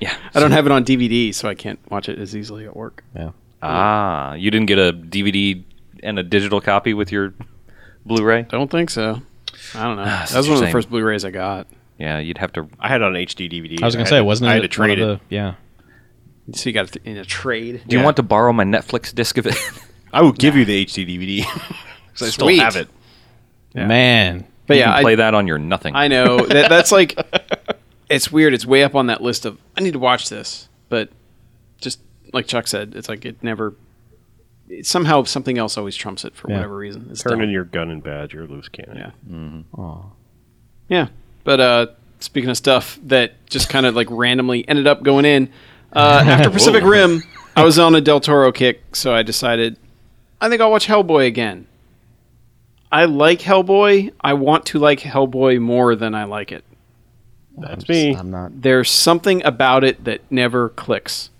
[SPEAKER 2] yeah.
[SPEAKER 4] I don't have it on DVD, so I can't watch it as easily at work.
[SPEAKER 5] Yeah.
[SPEAKER 2] Ah, you didn't get a DVD and a digital copy with your Blu-ray.
[SPEAKER 4] Don't think so. I don't know. that
[SPEAKER 2] such
[SPEAKER 4] was
[SPEAKER 2] a
[SPEAKER 4] one of the
[SPEAKER 2] shame.
[SPEAKER 4] first Blu-rays I got.
[SPEAKER 2] Yeah, you'd have to.
[SPEAKER 3] I had it on HD DVD.
[SPEAKER 5] I was gonna
[SPEAKER 3] had
[SPEAKER 5] say,
[SPEAKER 3] to-
[SPEAKER 5] wasn't it?
[SPEAKER 3] I had to
[SPEAKER 5] one of
[SPEAKER 3] trade it.
[SPEAKER 5] the- yeah.
[SPEAKER 4] So you got it in a trade.
[SPEAKER 2] Do you want to borrow my Netflix disc of it?
[SPEAKER 3] I will give you the HD DVD because I still
[SPEAKER 4] Sweet.
[SPEAKER 3] have it.
[SPEAKER 5] Man.
[SPEAKER 4] But
[SPEAKER 2] You
[SPEAKER 4] yeah,
[SPEAKER 2] can
[SPEAKER 4] I,
[SPEAKER 2] play that on your nothing.
[SPEAKER 4] I know that that's like it's weird. It's way up on that list of I need to watch this, but just like Chuck said, it's like it never. It somehow something else always trumps it for
[SPEAKER 5] Yeah.
[SPEAKER 4] whatever reason. It's
[SPEAKER 3] Turn
[SPEAKER 4] dumb.
[SPEAKER 3] in your gun and badge, your loose cannon.
[SPEAKER 4] yeah. Yeah, but uh, speaking of stuff that just kind of like randomly ended up going in uh, after Pacific Rim, I was on a Del Toro kick, so I decided I think I'll watch Hellboy again. I like Hellboy. I want to like Hellboy more than I like it.
[SPEAKER 3] that's me.
[SPEAKER 5] I'm not.
[SPEAKER 4] There's something about it that never clicks.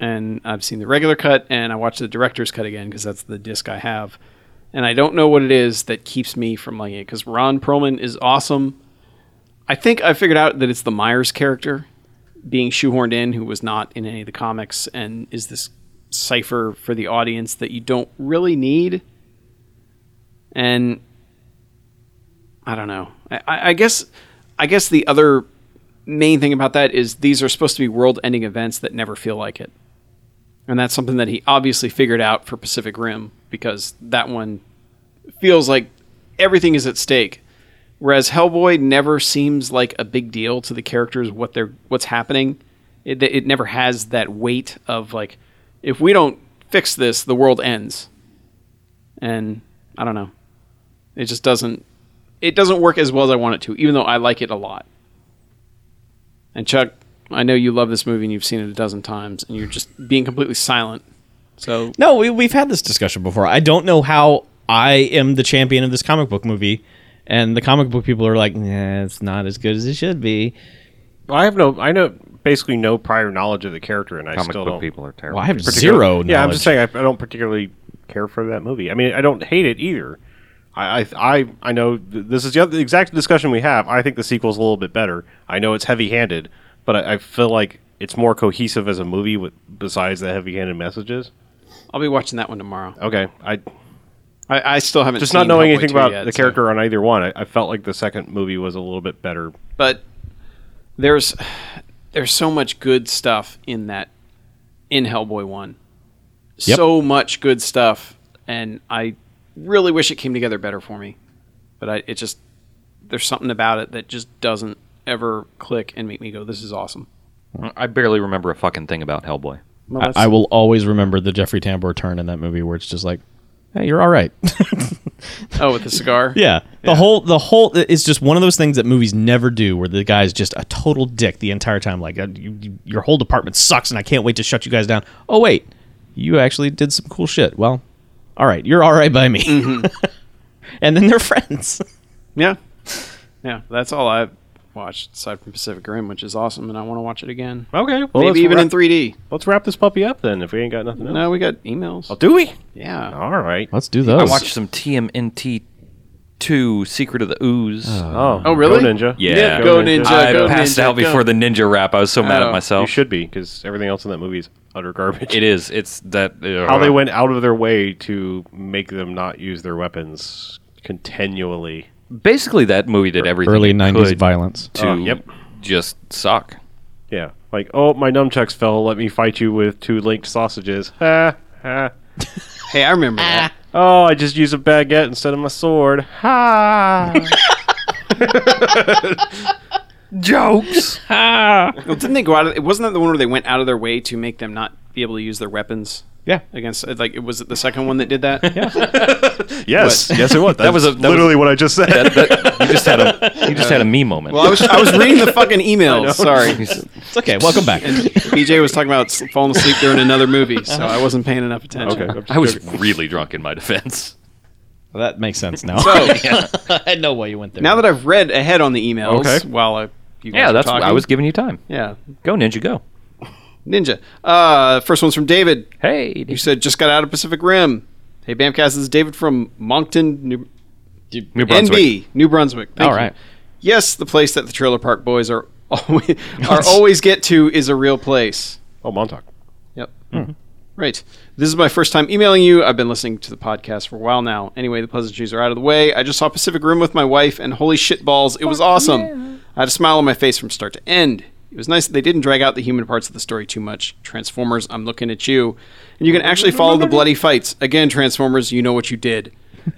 [SPEAKER 4] And I've seen the regular cut and I watched the director's cut again because that's the disc I have. And I don't know what it is that keeps me from liking it because Ron Perlman is awesome. I think I figured out that it's the Myers character being shoehorned in who was not in any of the comics and is this cipher for the audience that you don't really need. And I don't know. I, I I guess I guess the other main thing about that is these are supposed to be world-ending events that never feel like it. And that's something that he obviously figured out for Pacific Rim because that one feels like everything is at stake. Whereas Hellboy never seems like a big deal to the characters what they're what's happening. It, it never has that weight of like if we don't fix this, the world ends. And I don't know. It just doesn't it doesn't work as well as I want it to, even though I like it a lot. And Chuck, I know you love this movie and you've seen it a dozen times and you're just being completely silent. So
[SPEAKER 5] No, we, we've had this discussion before. I don't know how I am the champion of this comic book movie, and the comic book people are like, nah, it's not as good as it should be.
[SPEAKER 3] I have no, I know basically no prior knowledge of the character, and I
[SPEAKER 2] Comic
[SPEAKER 3] still
[SPEAKER 2] book
[SPEAKER 3] don't.
[SPEAKER 2] people are terrible.
[SPEAKER 5] Well, I have
[SPEAKER 3] particular-
[SPEAKER 5] zero knowledge.
[SPEAKER 3] Yeah, I'm just saying I, I don't particularly care for that movie. I mean, I don't hate it either. I I I, I know th- this is the, other, the exact discussion we have. I think the sequel's a little bit better. I know it's heavy-handed, but I, I feel like it's more cohesive as a movie with besides the heavy-handed messages.
[SPEAKER 4] I'll be watching that one tomorrow.
[SPEAKER 3] Okay, I
[SPEAKER 4] I, I still haven't
[SPEAKER 3] just
[SPEAKER 4] seen
[SPEAKER 3] not knowing
[SPEAKER 4] Hellboy
[SPEAKER 3] anything
[SPEAKER 4] 2
[SPEAKER 3] about
[SPEAKER 4] yet,
[SPEAKER 3] the
[SPEAKER 4] so-
[SPEAKER 3] character on either one. I, I felt like the second movie was a little bit better.
[SPEAKER 4] but there's there's so much good stuff in that in Hellboy one.
[SPEAKER 5] Yep.
[SPEAKER 4] So much good stuff, and I really wish it came together better for me. But I, it just there's something about it that just doesn't ever click and make me go, "This is awesome."
[SPEAKER 2] I barely remember a fucking thing about Hellboy.
[SPEAKER 5] I, I will always remember the Jeffrey Tambor turn in that movie where it's just like, hey, you're all right.
[SPEAKER 4] Oh, with the cigar.
[SPEAKER 5] yeah. The whole, the whole, it's just one of those things that movies never do where the guy's just a total dick the entire time. Like, uh, you, you- your whole department sucks and I can't wait to shut you guys down. Oh, wait, you actually did some cool shit. Well, all right, you're all right by me.
[SPEAKER 4] Mm-hmm.
[SPEAKER 5] and then they're friends.
[SPEAKER 4] Yeah. Yeah, that's all I've watched aside from Pacific Rim, which is awesome, and I want to watch it again.
[SPEAKER 3] Okay, well, let's
[SPEAKER 4] Maybe even
[SPEAKER 3] wrap,
[SPEAKER 4] in 3D.
[SPEAKER 3] Let's wrap this puppy up then. If we ain't got nothing else,
[SPEAKER 4] No, we got emails.
[SPEAKER 3] do we?
[SPEAKER 4] Oh, yeah. Oh.
[SPEAKER 3] All right.
[SPEAKER 5] Let's do those.
[SPEAKER 2] I watched some TMNT two Secret of the Ooze.
[SPEAKER 3] Oh,
[SPEAKER 4] Oh, really?
[SPEAKER 3] Go ninja.
[SPEAKER 2] Yeah.
[SPEAKER 4] go ninja.
[SPEAKER 2] I
[SPEAKER 4] go
[SPEAKER 2] passed
[SPEAKER 4] ninja,
[SPEAKER 2] out
[SPEAKER 4] go.
[SPEAKER 2] before the ninja rap. I was so mad
[SPEAKER 4] Oh.
[SPEAKER 2] at
[SPEAKER 3] You
[SPEAKER 2] myself.
[SPEAKER 3] should be because everything else in that movie is utter garbage.
[SPEAKER 2] It is. It's that uh,
[SPEAKER 3] How they went out of their way to make them not use their weapons continually.
[SPEAKER 2] Basically, that movie did everything
[SPEAKER 5] early
[SPEAKER 2] it
[SPEAKER 5] 90s
[SPEAKER 2] could
[SPEAKER 5] violence.
[SPEAKER 2] to
[SPEAKER 3] Oh, yep.
[SPEAKER 2] just suck.
[SPEAKER 3] Yeah, like oh my nunchucks fell. Let me fight you with two linked sausages. Ha ha.
[SPEAKER 4] Hey, I remember that.
[SPEAKER 3] Oh, I just used a baguette instead of my sword. Ha.
[SPEAKER 2] Jokes.
[SPEAKER 4] Well, didn't they go out? Of, it wasn't that the one where they went out of their way to make them not be able to use their weapons
[SPEAKER 5] Yeah.
[SPEAKER 4] against? Like, it was it the second one that did that? yeah.
[SPEAKER 3] yes, yes, it was. That
[SPEAKER 2] was a- that
[SPEAKER 3] literally what I just said.
[SPEAKER 2] you just had a you just had a me moment.
[SPEAKER 4] Well, I was I was reading the fucking email. Sorry.
[SPEAKER 5] It's okay. Welcome back.
[SPEAKER 4] BJ was talking about s- falling asleep during another movie, so
[SPEAKER 5] Uh-huh.
[SPEAKER 4] I wasn't paying enough attention.
[SPEAKER 3] okay, I'm just
[SPEAKER 2] I was
[SPEAKER 3] joking.
[SPEAKER 2] really drunk in my defense.
[SPEAKER 5] that makes sense now.
[SPEAKER 4] So
[SPEAKER 5] I know why you went there.
[SPEAKER 4] now that I've read ahead on the emails,
[SPEAKER 3] Okay.
[SPEAKER 4] while I, you guys
[SPEAKER 2] Yeah,
[SPEAKER 4] were
[SPEAKER 2] that's why
[SPEAKER 4] talking,
[SPEAKER 2] I was giving you time.
[SPEAKER 4] Yeah,
[SPEAKER 2] Go ninja, go.
[SPEAKER 4] Ninja. Uh, first one's from David.
[SPEAKER 2] Hey,
[SPEAKER 4] You said just got out of Pacific Rim. Hey, Bamcast, this is David from Moncton, New,
[SPEAKER 2] New Brunswick.
[SPEAKER 4] NB, New Brunswick. Thank
[SPEAKER 5] All
[SPEAKER 4] you.
[SPEAKER 5] right.
[SPEAKER 4] Yes, the place that the Trailer Park Boys are always, are always get to is a real place.
[SPEAKER 3] Oh, Montauk.
[SPEAKER 4] Yep. Right. This is my first time emailing you. I've been listening to the podcast for a while now. Anyway, the pleasantries are out of the way. I just saw Pacific Rim with my wife, and holy shit balls, it was awesome. I had a smile on my face from start to end. It was nice that they didn't drag out the human parts of the story too much. Transformers, I'm looking at you. And you can actually follow the bloody fights. Again, Transformers, you know what you did.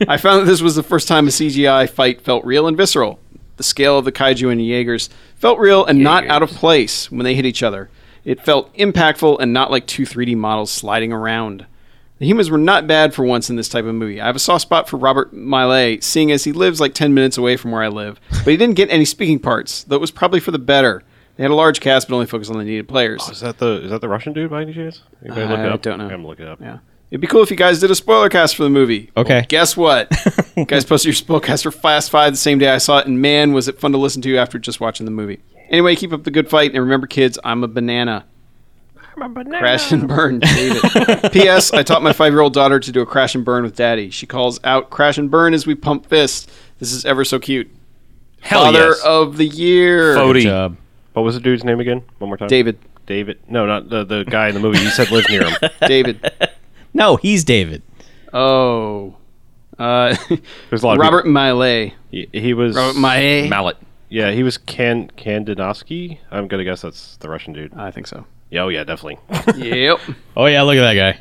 [SPEAKER 4] I found that this was the first time a CGI fight felt real and visceral. The scale of the kaiju and Jaegers felt real and not out of place when they hit each other. It felt impactful and not like two 3D models sliding around. The humans were not bad for once in this type of movie. I have a soft spot for Robert Miley, seeing as he lives like 10 minutes away from where I live, but he didn't get any speaking parts, though it was probably for the better. They had a large cast, but only focused on the needed players.
[SPEAKER 3] Is that the is that the Russian dude by any chance? Anybody look
[SPEAKER 2] Uh,
[SPEAKER 4] I
[SPEAKER 3] it up?
[SPEAKER 4] don't know.
[SPEAKER 3] I'm gonna look it up.
[SPEAKER 4] Yeah. It'd be cool if you guys did a spoiler cast for the movie.
[SPEAKER 5] Okay.
[SPEAKER 4] guess what? you guys posted your spoiler cast for Fast Five the same day I saw it, and man, was it fun to listen to after just watching the movie. Anyway, keep up the good fight, and remember, kids, I'm a banana. Crash and burn, David. P.S. I taught my five year old daughter to do a crash and burn with daddy. She calls out crash and burn as we pump fists. This is ever so cute.
[SPEAKER 2] Hell
[SPEAKER 4] Father
[SPEAKER 2] yes.
[SPEAKER 4] of the year.
[SPEAKER 2] Fody.
[SPEAKER 5] job.
[SPEAKER 3] What was the dude's name again? One more time.
[SPEAKER 4] David.
[SPEAKER 3] David. No, not the, the guy in the movie. You said lives near him.
[SPEAKER 4] David.
[SPEAKER 5] No, he's David.
[SPEAKER 4] Oh. Uh,
[SPEAKER 3] There's a lot of
[SPEAKER 4] Robert Miley.
[SPEAKER 3] He, he was.
[SPEAKER 4] Robert Miley.
[SPEAKER 2] Mallet.
[SPEAKER 3] yeah, he was Kan Kandinovsky. I'm gonna guess that's the Russian dude.
[SPEAKER 4] I think so.
[SPEAKER 3] Yeah, oh yeah, definitely.
[SPEAKER 4] yep.
[SPEAKER 5] Oh yeah, look at that guy.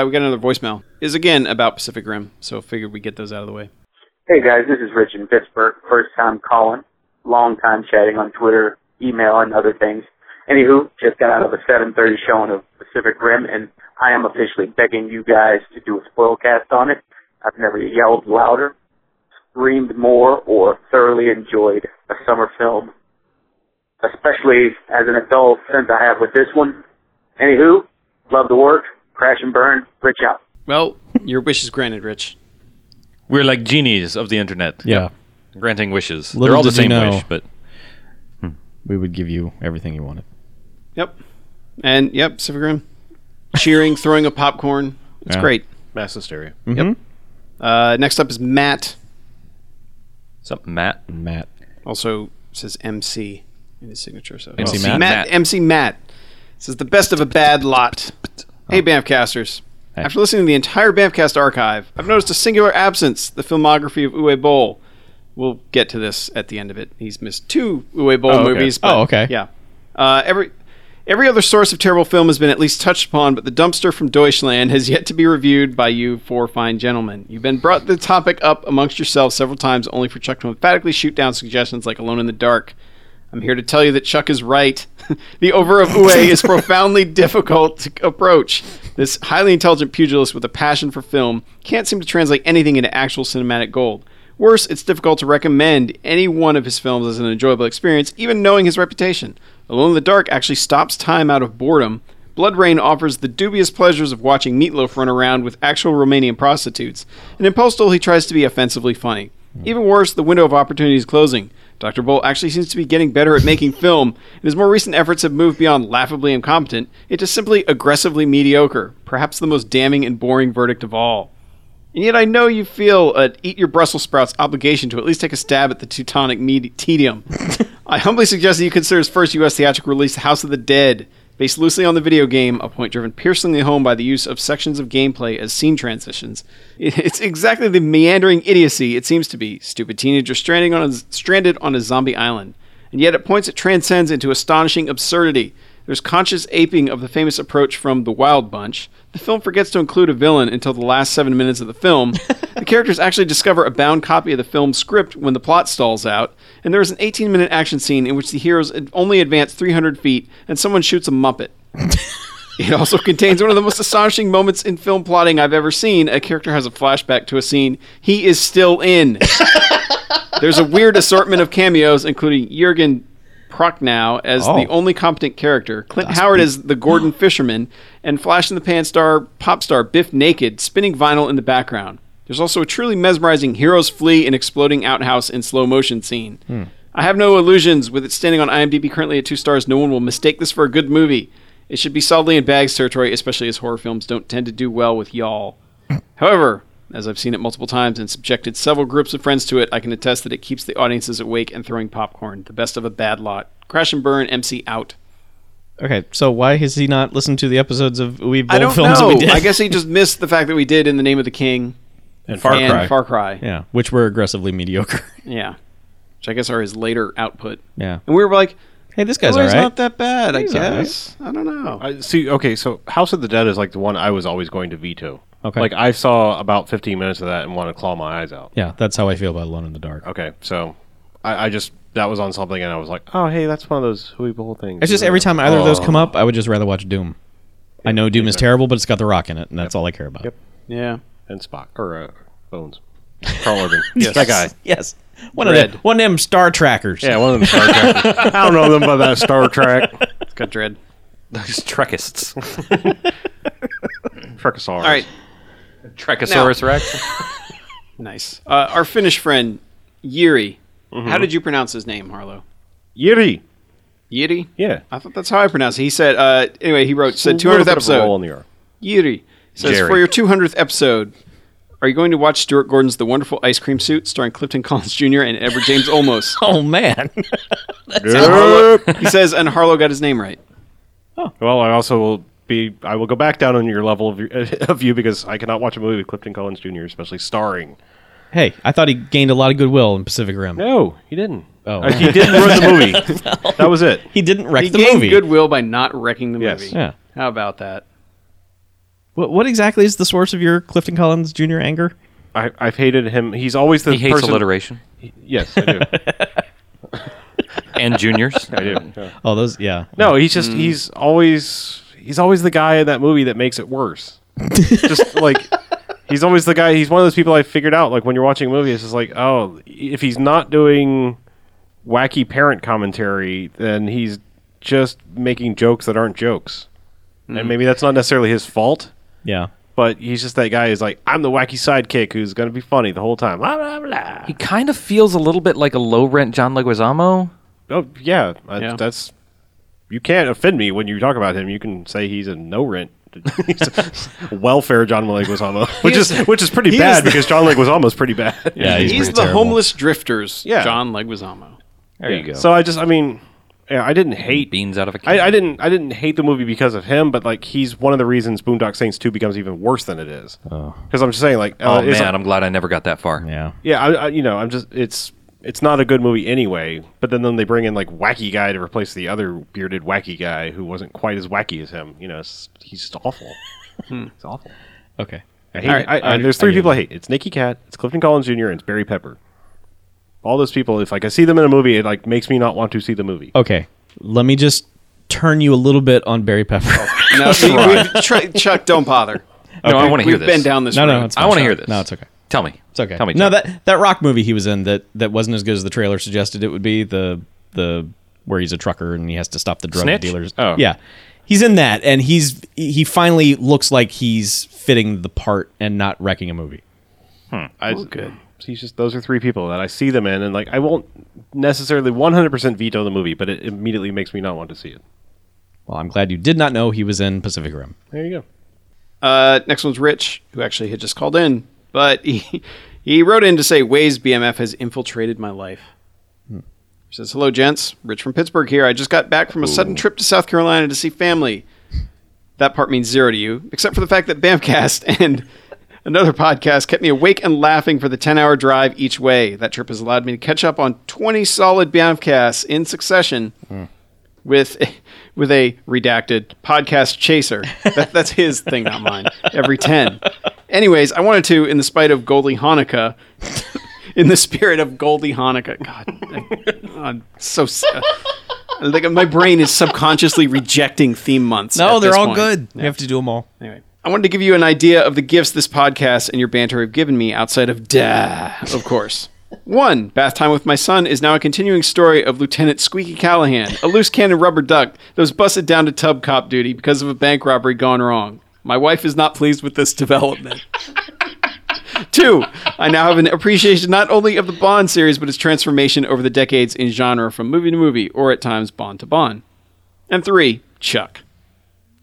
[SPEAKER 4] Uh, we got another voicemail. Is again about Pacific Rim, so figured we get those out of the way.
[SPEAKER 6] Hey guys, this is Rich in Pittsburgh. First time calling, long time chatting on Twitter, email, and other things. Anywho, just got out of a 7:30 showing of Pacific Rim, and I am officially begging you guys to do a spoil cast on it. I've never yelled louder, screamed more, or thoroughly enjoyed a summer film, especially as an adult since I have with this one. Anywho, love the work, crash and burn, rich out.
[SPEAKER 4] Well, your wish is granted, Rich.
[SPEAKER 2] We're like genies of the internet.
[SPEAKER 5] Yeah,
[SPEAKER 2] Granting wishes.
[SPEAKER 5] Little
[SPEAKER 2] They're all the
[SPEAKER 5] did you
[SPEAKER 2] same
[SPEAKER 5] know.
[SPEAKER 2] wish, but
[SPEAKER 5] we would give you everything you wanted.
[SPEAKER 4] Yep. And yep, Pacific Rim. Cheering, throwing a popcorn. It's
[SPEAKER 5] Yeah.
[SPEAKER 4] great.
[SPEAKER 3] Mass hysteria.
[SPEAKER 5] Mm-hmm.
[SPEAKER 4] Uh, next up is Matt.
[SPEAKER 2] something Matt.
[SPEAKER 5] Matt.
[SPEAKER 4] Also says MC in his signature. So
[SPEAKER 5] MC
[SPEAKER 4] Oh,
[SPEAKER 5] Matt?
[SPEAKER 2] Matt.
[SPEAKER 4] MC Matt says the best of a bad lot.
[SPEAKER 5] Oh.
[SPEAKER 4] Hey, Bamfcasters. After listening to the entire Bamfcast archive, I've noticed a singular absence: the filmography of Uwe Boll. We'll get to this at the end of it. He's missed two Uwe Boll
[SPEAKER 3] okay.
[SPEAKER 4] movies. but-
[SPEAKER 5] Oh, okay.
[SPEAKER 4] Yeah. Uh, every every other source of terrible film has been at least touched upon, but the dumpster from Deutschland has yet to be reviewed by you four fine gentlemen. You've been brought the topic up amongst yourselves several times, only for Chuck to emphatically shoot down suggestions like Alone in the Dark. I'm here to tell you that Chuck is right. the over of Uwe is profoundly difficult to approach. This highly intelligent pugilist with a passion for film can't seem to translate anything into actual cinematic gold. Worse, it's difficult to recommend any one of his films as an enjoyable experience, even knowing his reputation. Alone in the Dark actually stops time out of boredom. Blood Rain offers the dubious pleasures of watching Meatloaf run around with actual Romanian prostitutes. And in Postal, he tries to be offensively funny. Even worse, the window of opportunity is closing. Dr. Bull actually seems to be getting better at making film, and his more recent efforts have moved beyond laughably incompetent into simply aggressively mediocre, perhaps the most damning and boring verdict of all. And yet I know you feel an eat your Brussels sprouts obligation to at least take a stab at the Teutonic med- tedium. I humbly suggest that you consider his first U.S. theatrical release, House of the Dead, based loosely on the video game, a point driven piercingly home by the use of sections of gameplay as scene transitions. It's exactly the meandering idiocy it seems to be, stupid teenager stranding on a, stranded on a zombie island. And yet at points it transcends into astonishing absurdity. There's conscious aping of the famous approach from The Wild Bunch. The film forgets to include a villain until the last seven minutes of the film. the characters actually discover a bound copy of the film's script when the plot stalls out, and there is an 18 minute action scene in which the heroes ad- only advance 300 feet and someone shoots a Muppet. It also contains one of the most astonishing moments in film plotting I've ever seen. A character has a flashback to a scene he is still in. There's a weird assortment of cameos, including Jurgen Prochnow as
[SPEAKER 5] Oh.
[SPEAKER 4] the only competent character, Clint Howard as the Gordon Fisherman, and Flash in the Pan star pop star Biff Naked spinning vinyl in the background. There's also a truly mesmerizing heroes flee an exploding outhouse in slow motion scene. I have no illusions with it standing on IMDb currently at two stars. No one will mistake this for a good movie. It should be solidly in bags territory, especially as horror films don't tend to do well with y'all. However, as I've seen it multiple times and subjected several groups of friends to it, I can attest that it keeps the audiences awake and throwing popcorn. The best of a bad lot. Crash and burn, MC out.
[SPEAKER 5] Okay, so why has he not listened to the episodes of We've
[SPEAKER 4] I don't
[SPEAKER 5] films that
[SPEAKER 4] know.
[SPEAKER 5] we did?
[SPEAKER 4] I guess he just missed the fact that we did in the name of the king
[SPEAKER 5] and Far
[SPEAKER 4] and
[SPEAKER 5] Cry.
[SPEAKER 4] Far Cry. Yeah.
[SPEAKER 5] yeah, which were aggressively mediocre.
[SPEAKER 4] which I guess are his later output.
[SPEAKER 5] yeah.
[SPEAKER 4] And we were like,
[SPEAKER 5] Hey, this
[SPEAKER 4] "Oh,
[SPEAKER 5] guy's
[SPEAKER 4] he's
[SPEAKER 5] all right.
[SPEAKER 4] not that bad.
[SPEAKER 5] He's
[SPEAKER 4] I
[SPEAKER 5] all right.
[SPEAKER 4] guess I don't know.
[SPEAKER 3] I see. Okay, so House of the Dead is like the one I was always going to veto.
[SPEAKER 5] Okay.
[SPEAKER 3] Like I saw about 15 minutes of that and wanted to claw my eyes out.
[SPEAKER 5] yeah, that's how I feel about Alone in the Dark.
[SPEAKER 3] Okay, so I, I just that was on something and I was like, oh hey, that's one of those hooey bowl things. Uh,
[SPEAKER 5] It's just every time either of those come up, I would just rather watch Doom. I know Doom is terrible, but it's got The Rock in it, and that's all I care about.
[SPEAKER 3] Yep.
[SPEAKER 4] yeah,
[SPEAKER 3] and Spock or uh, Bones, Carl Urban. yes, that guy.
[SPEAKER 5] Yes. One of
[SPEAKER 4] Red.
[SPEAKER 5] them, one of them Star Trackers.
[SPEAKER 3] Yeah, one of them Star Trek. I don't know them by that Star Trek.
[SPEAKER 4] it's got dread.
[SPEAKER 2] Those Trekists.
[SPEAKER 3] Trekosaurus. All
[SPEAKER 4] All right,
[SPEAKER 2] Trekosaurus Rex.
[SPEAKER 4] nice. Uh, our Finnish friend Yuri.
[SPEAKER 5] Mm-hmm.
[SPEAKER 4] How did you pronounce his name, Harlow?
[SPEAKER 3] Yuri.
[SPEAKER 4] Yuri.
[SPEAKER 3] Yeah.
[SPEAKER 4] I thought that's how I pronounced it. He said, uh, anyway, he wrote, said
[SPEAKER 3] Little
[SPEAKER 4] 200th
[SPEAKER 3] bit of a
[SPEAKER 4] episode.
[SPEAKER 3] roll in the R.
[SPEAKER 4] Yuri says,
[SPEAKER 2] Jerry.
[SPEAKER 4] for your 200th episode, Are you going to watch Stuart Gordon's The Wonderful Ice Cream Suit, starring Clifton Collins Jr. and Edward James Olmos?
[SPEAKER 5] Oh man.
[SPEAKER 4] he says, and Harlow got his name right.
[SPEAKER 3] Well, I also will be. I will go back down on your level of, your, of you because I cannot watch a movie with Clifton Collins Jr., especially starring.
[SPEAKER 5] hey, I thought he gained a lot of goodwill in Pacific Rim.
[SPEAKER 3] No, he didn't.
[SPEAKER 5] Oh.
[SPEAKER 3] Uh, he didn't ruin the movie. That was it.
[SPEAKER 5] He didn't wreck
[SPEAKER 4] He
[SPEAKER 5] the
[SPEAKER 4] gained
[SPEAKER 5] movie.
[SPEAKER 4] goodwill by not wrecking the
[SPEAKER 3] Yes.
[SPEAKER 4] movie.
[SPEAKER 5] Yeah.
[SPEAKER 4] How about that?
[SPEAKER 5] What, what exactly is the source of your Clifton Collins Jr. anger?
[SPEAKER 3] I, I've hated him. He's always the
[SPEAKER 2] He hates
[SPEAKER 3] person-
[SPEAKER 2] alliteration
[SPEAKER 3] Yes, I do.
[SPEAKER 2] and juniors.
[SPEAKER 3] I do. Yeah.
[SPEAKER 5] Oh, those. Yeah.
[SPEAKER 3] No, he's just he's always he's always the guy in that movie that makes it worse. just like he's always the guy. He's one of those people I figured out. Like when you're watching a movie, it's just like, oh, if he's not doing wacky parent commentary, then he's just making jokes that aren't jokes. And maybe that's not necessarily his fault,
[SPEAKER 5] Yeah.
[SPEAKER 3] but he's just that guy who's like, I'm the wacky sidekick who's going to be funny the whole time. Blah, blah, blah.
[SPEAKER 2] He kind of feels a little bit like a low rent John Leguizamo.
[SPEAKER 3] Oh yeah, I,
[SPEAKER 4] Yeah.
[SPEAKER 3] that's you can't offend me when you talk about him. You can say he's a no rent. He's a welfare John Leguizamo, which is, which is pretty
[SPEAKER 5] he
[SPEAKER 3] bad
[SPEAKER 5] is the-
[SPEAKER 3] because John Leguizamo is pretty bad.
[SPEAKER 5] Yeah.
[SPEAKER 4] He's, the homeless drifters,
[SPEAKER 3] Yeah.
[SPEAKER 4] John Leguizamo.
[SPEAKER 2] There you go.
[SPEAKER 3] So I just, I mean, yeah, I didn't hate.
[SPEAKER 2] Beans out of a
[SPEAKER 3] I,
[SPEAKER 2] can.
[SPEAKER 3] I didn't, I didn't hate the movie because of him, but like he's one of the reasons Boondock Saints two becomes even worse than it is. Because I'm just saying, like,
[SPEAKER 2] oh
[SPEAKER 3] uh, it's-
[SPEAKER 2] man, I'm glad I never got that far.
[SPEAKER 5] Yeah.
[SPEAKER 3] yeah, I, I, you know, I'm just, it's, it's not a good movie anyway. But then, then they bring in like wacky guy to replace the other bearded wacky guy who wasn't quite as wacky as him. You know, it's, he's just awful. It's awful.
[SPEAKER 5] Okay.
[SPEAKER 3] I hate,
[SPEAKER 4] All right,
[SPEAKER 3] I, I-
[SPEAKER 5] I-
[SPEAKER 3] there's
[SPEAKER 5] I
[SPEAKER 3] three
[SPEAKER 5] get
[SPEAKER 3] people I hate. It's Nicky Cat, it's Clifton Collins Jr., and it's Barry Pepper. All those people, if like I see them in a movie, it like makes me not want to see the movie.
[SPEAKER 5] Okay. Let me just turn you a little bit on Barry Pepper.
[SPEAKER 4] No, we, we've tri- Chuck, don't bother.
[SPEAKER 2] No, I want to hear this.
[SPEAKER 4] We've been down this
[SPEAKER 5] no,
[SPEAKER 4] road.
[SPEAKER 5] no. It's
[SPEAKER 2] I
[SPEAKER 5] fine.
[SPEAKER 2] want to
[SPEAKER 5] Sorry.
[SPEAKER 2] hear this.
[SPEAKER 5] No, it's okay.
[SPEAKER 2] Tell me.
[SPEAKER 5] It's okay.
[SPEAKER 2] Tell me.
[SPEAKER 5] No,
[SPEAKER 2] Jack.
[SPEAKER 5] that that rock movie he was in that that wasn't as good as the trailer suggested it would be. The the where he's a trucker and he has to stop the drug
[SPEAKER 2] Snitch?
[SPEAKER 5] dealers.
[SPEAKER 2] Oh.
[SPEAKER 5] yeah, he's in that, and he's he finally looks like he's fitting the part and not wrecking a movie.
[SPEAKER 3] I, good. He's just those are three people that I see them in, and like I won't necessarily 100% veto the movie, but it immediately makes me not want to see it.
[SPEAKER 5] Well, I'm glad you did not know he was in Pacific Rim.
[SPEAKER 3] There you go.
[SPEAKER 4] Uh, next one's Rich, who actually had just called in, but he, he wrote in to say Waze BMF has infiltrated my life. He says, "Hello, gents. Rich from Pittsburgh here. I just got back from a sudden trip to South Carolina to see family. That part means zero to you, except for the fact that Bamcast and another podcast kept me awake and laughing for the ten-hour drive each way. That trip has allowed me to catch up on twenty solid Bamcasts in succession." with with a redacted podcast chaser. That, that's his thing, not mine. Every ten. Anyways, I wanted to, in the spite of Goldie Hanukkah, in the spirit of Goldie Hanukkah. God, I, am so s- uh, like my brain is subconsciously rejecting theme months. at this point.
[SPEAKER 5] We have to do them all.
[SPEAKER 4] Anyway, I wanted to give you an idea of the gifts this podcast and your banter have given me outside of duh, of course. One, Bath Time with My Son is now a continuing story of Lieutenant Squeaky Callahan, a loose cannon rubber duck that was busted down to tub cop duty because of a bank robbery gone wrong. My wife is not pleased with this development. Two, I now have an appreciation not only of the Bond series, but its transformation over the decades in genre from movie to movie, or at times Bond to Bond. And three, Chuck.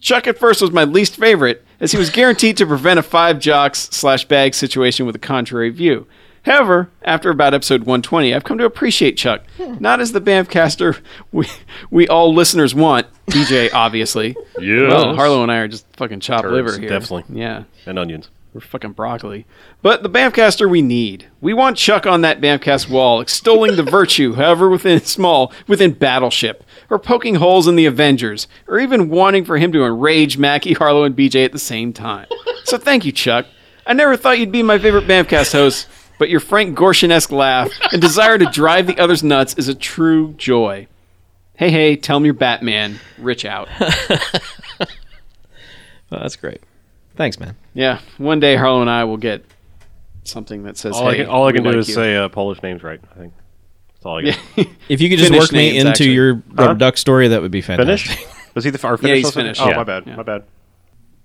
[SPEAKER 4] Chuck at first was my least favorite, as he was guaranteed to prevent a five jocks slash bag situation with a contrary view. However, after about episode 120, I've come to appreciate Chuck, not as the Bamcaster we, we all listeners want, DJ, obviously. Yeah. Well, Harlow and I are just fucking chopped liver here.
[SPEAKER 3] definitely.
[SPEAKER 4] Yeah.
[SPEAKER 3] And onions.
[SPEAKER 4] We're fucking broccoli. But the Bamcaster we need. We want Chuck on that Bamcast wall, extolling the virtue, however within small, within Battleship, or poking holes in the Avengers, or even wanting for him to enrage Mackie, Harlow, and BJ at the same time. So thank you, Chuck. I never thought you'd be my favorite Bamcast host, but your Frank Gorshin-esque laugh and desire to drive the others nuts is a true joy. Hey, hey, tell me your Batman. Rich out.
[SPEAKER 5] Oh, that's great. Thanks, man.
[SPEAKER 4] Yeah, one day Harlow and I will get something that says,
[SPEAKER 3] All I
[SPEAKER 4] hey,
[SPEAKER 3] can, all I
[SPEAKER 4] we
[SPEAKER 3] can do
[SPEAKER 4] like
[SPEAKER 3] is
[SPEAKER 4] you.
[SPEAKER 3] say uh, Polish names right. I think that's all I got.
[SPEAKER 5] If you could just
[SPEAKER 4] Finish
[SPEAKER 5] work me
[SPEAKER 4] names,
[SPEAKER 5] into
[SPEAKER 4] actually.
[SPEAKER 5] your rubber
[SPEAKER 3] Huh?
[SPEAKER 5] duck story, that would be fantastic.
[SPEAKER 3] Finished? Was he the f- or finished?
[SPEAKER 4] he's
[SPEAKER 3] also?
[SPEAKER 4] finished.
[SPEAKER 3] Oh,
[SPEAKER 4] Yeah.
[SPEAKER 3] my bad. My bad.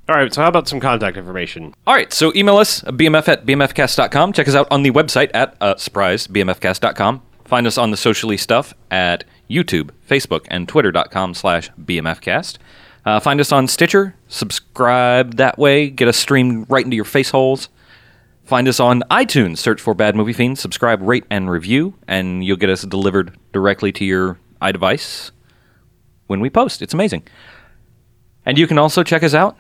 [SPEAKER 3] All right. So how about some contact information?
[SPEAKER 2] All right, so email us at bmf at bmfcast.com. Check us out on the website at uh, surprise, bmfcast.com. Find us on the socially stuff at YouTube, Facebook, and Twitter.com slash bmfcast. Uh, find us on Stitcher. Subscribe that way. Get us streamed right into your face holes. Find us on iTunes. Search for Bad Movie Fiends. Subscribe, rate, and review, and you'll get us delivered directly to your iDevice when we post. It's amazing. And you can also check us out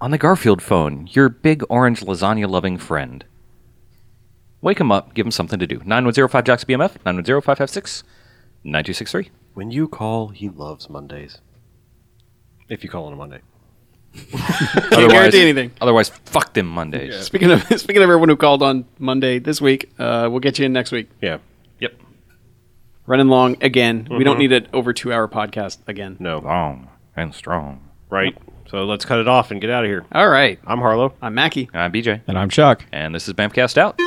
[SPEAKER 2] on the Garfield phone, your big orange lasagna loving friend. Wake him up, give him something to do. 9105 Jocks BMF, 910 556 9263.
[SPEAKER 3] When you call, he loves Mondays. If you call on a Monday.
[SPEAKER 4] Can't guarantee anything.
[SPEAKER 2] Otherwise, fuck them Mondays.
[SPEAKER 4] Speaking of speaking of everyone who called on Monday this week, uh, we'll get you in next week.
[SPEAKER 3] Yeah.
[SPEAKER 2] Yep.
[SPEAKER 4] Running long again. We don't need an over two hour podcast again.
[SPEAKER 3] No.
[SPEAKER 2] Long and strong.
[SPEAKER 3] Right. So let's cut it off and get out of here.
[SPEAKER 4] All right.
[SPEAKER 3] I'm Harlow.
[SPEAKER 4] I'm Mackie.
[SPEAKER 2] I'm BJ,
[SPEAKER 5] And I'm Chuck.
[SPEAKER 2] and this is Bamcast Out.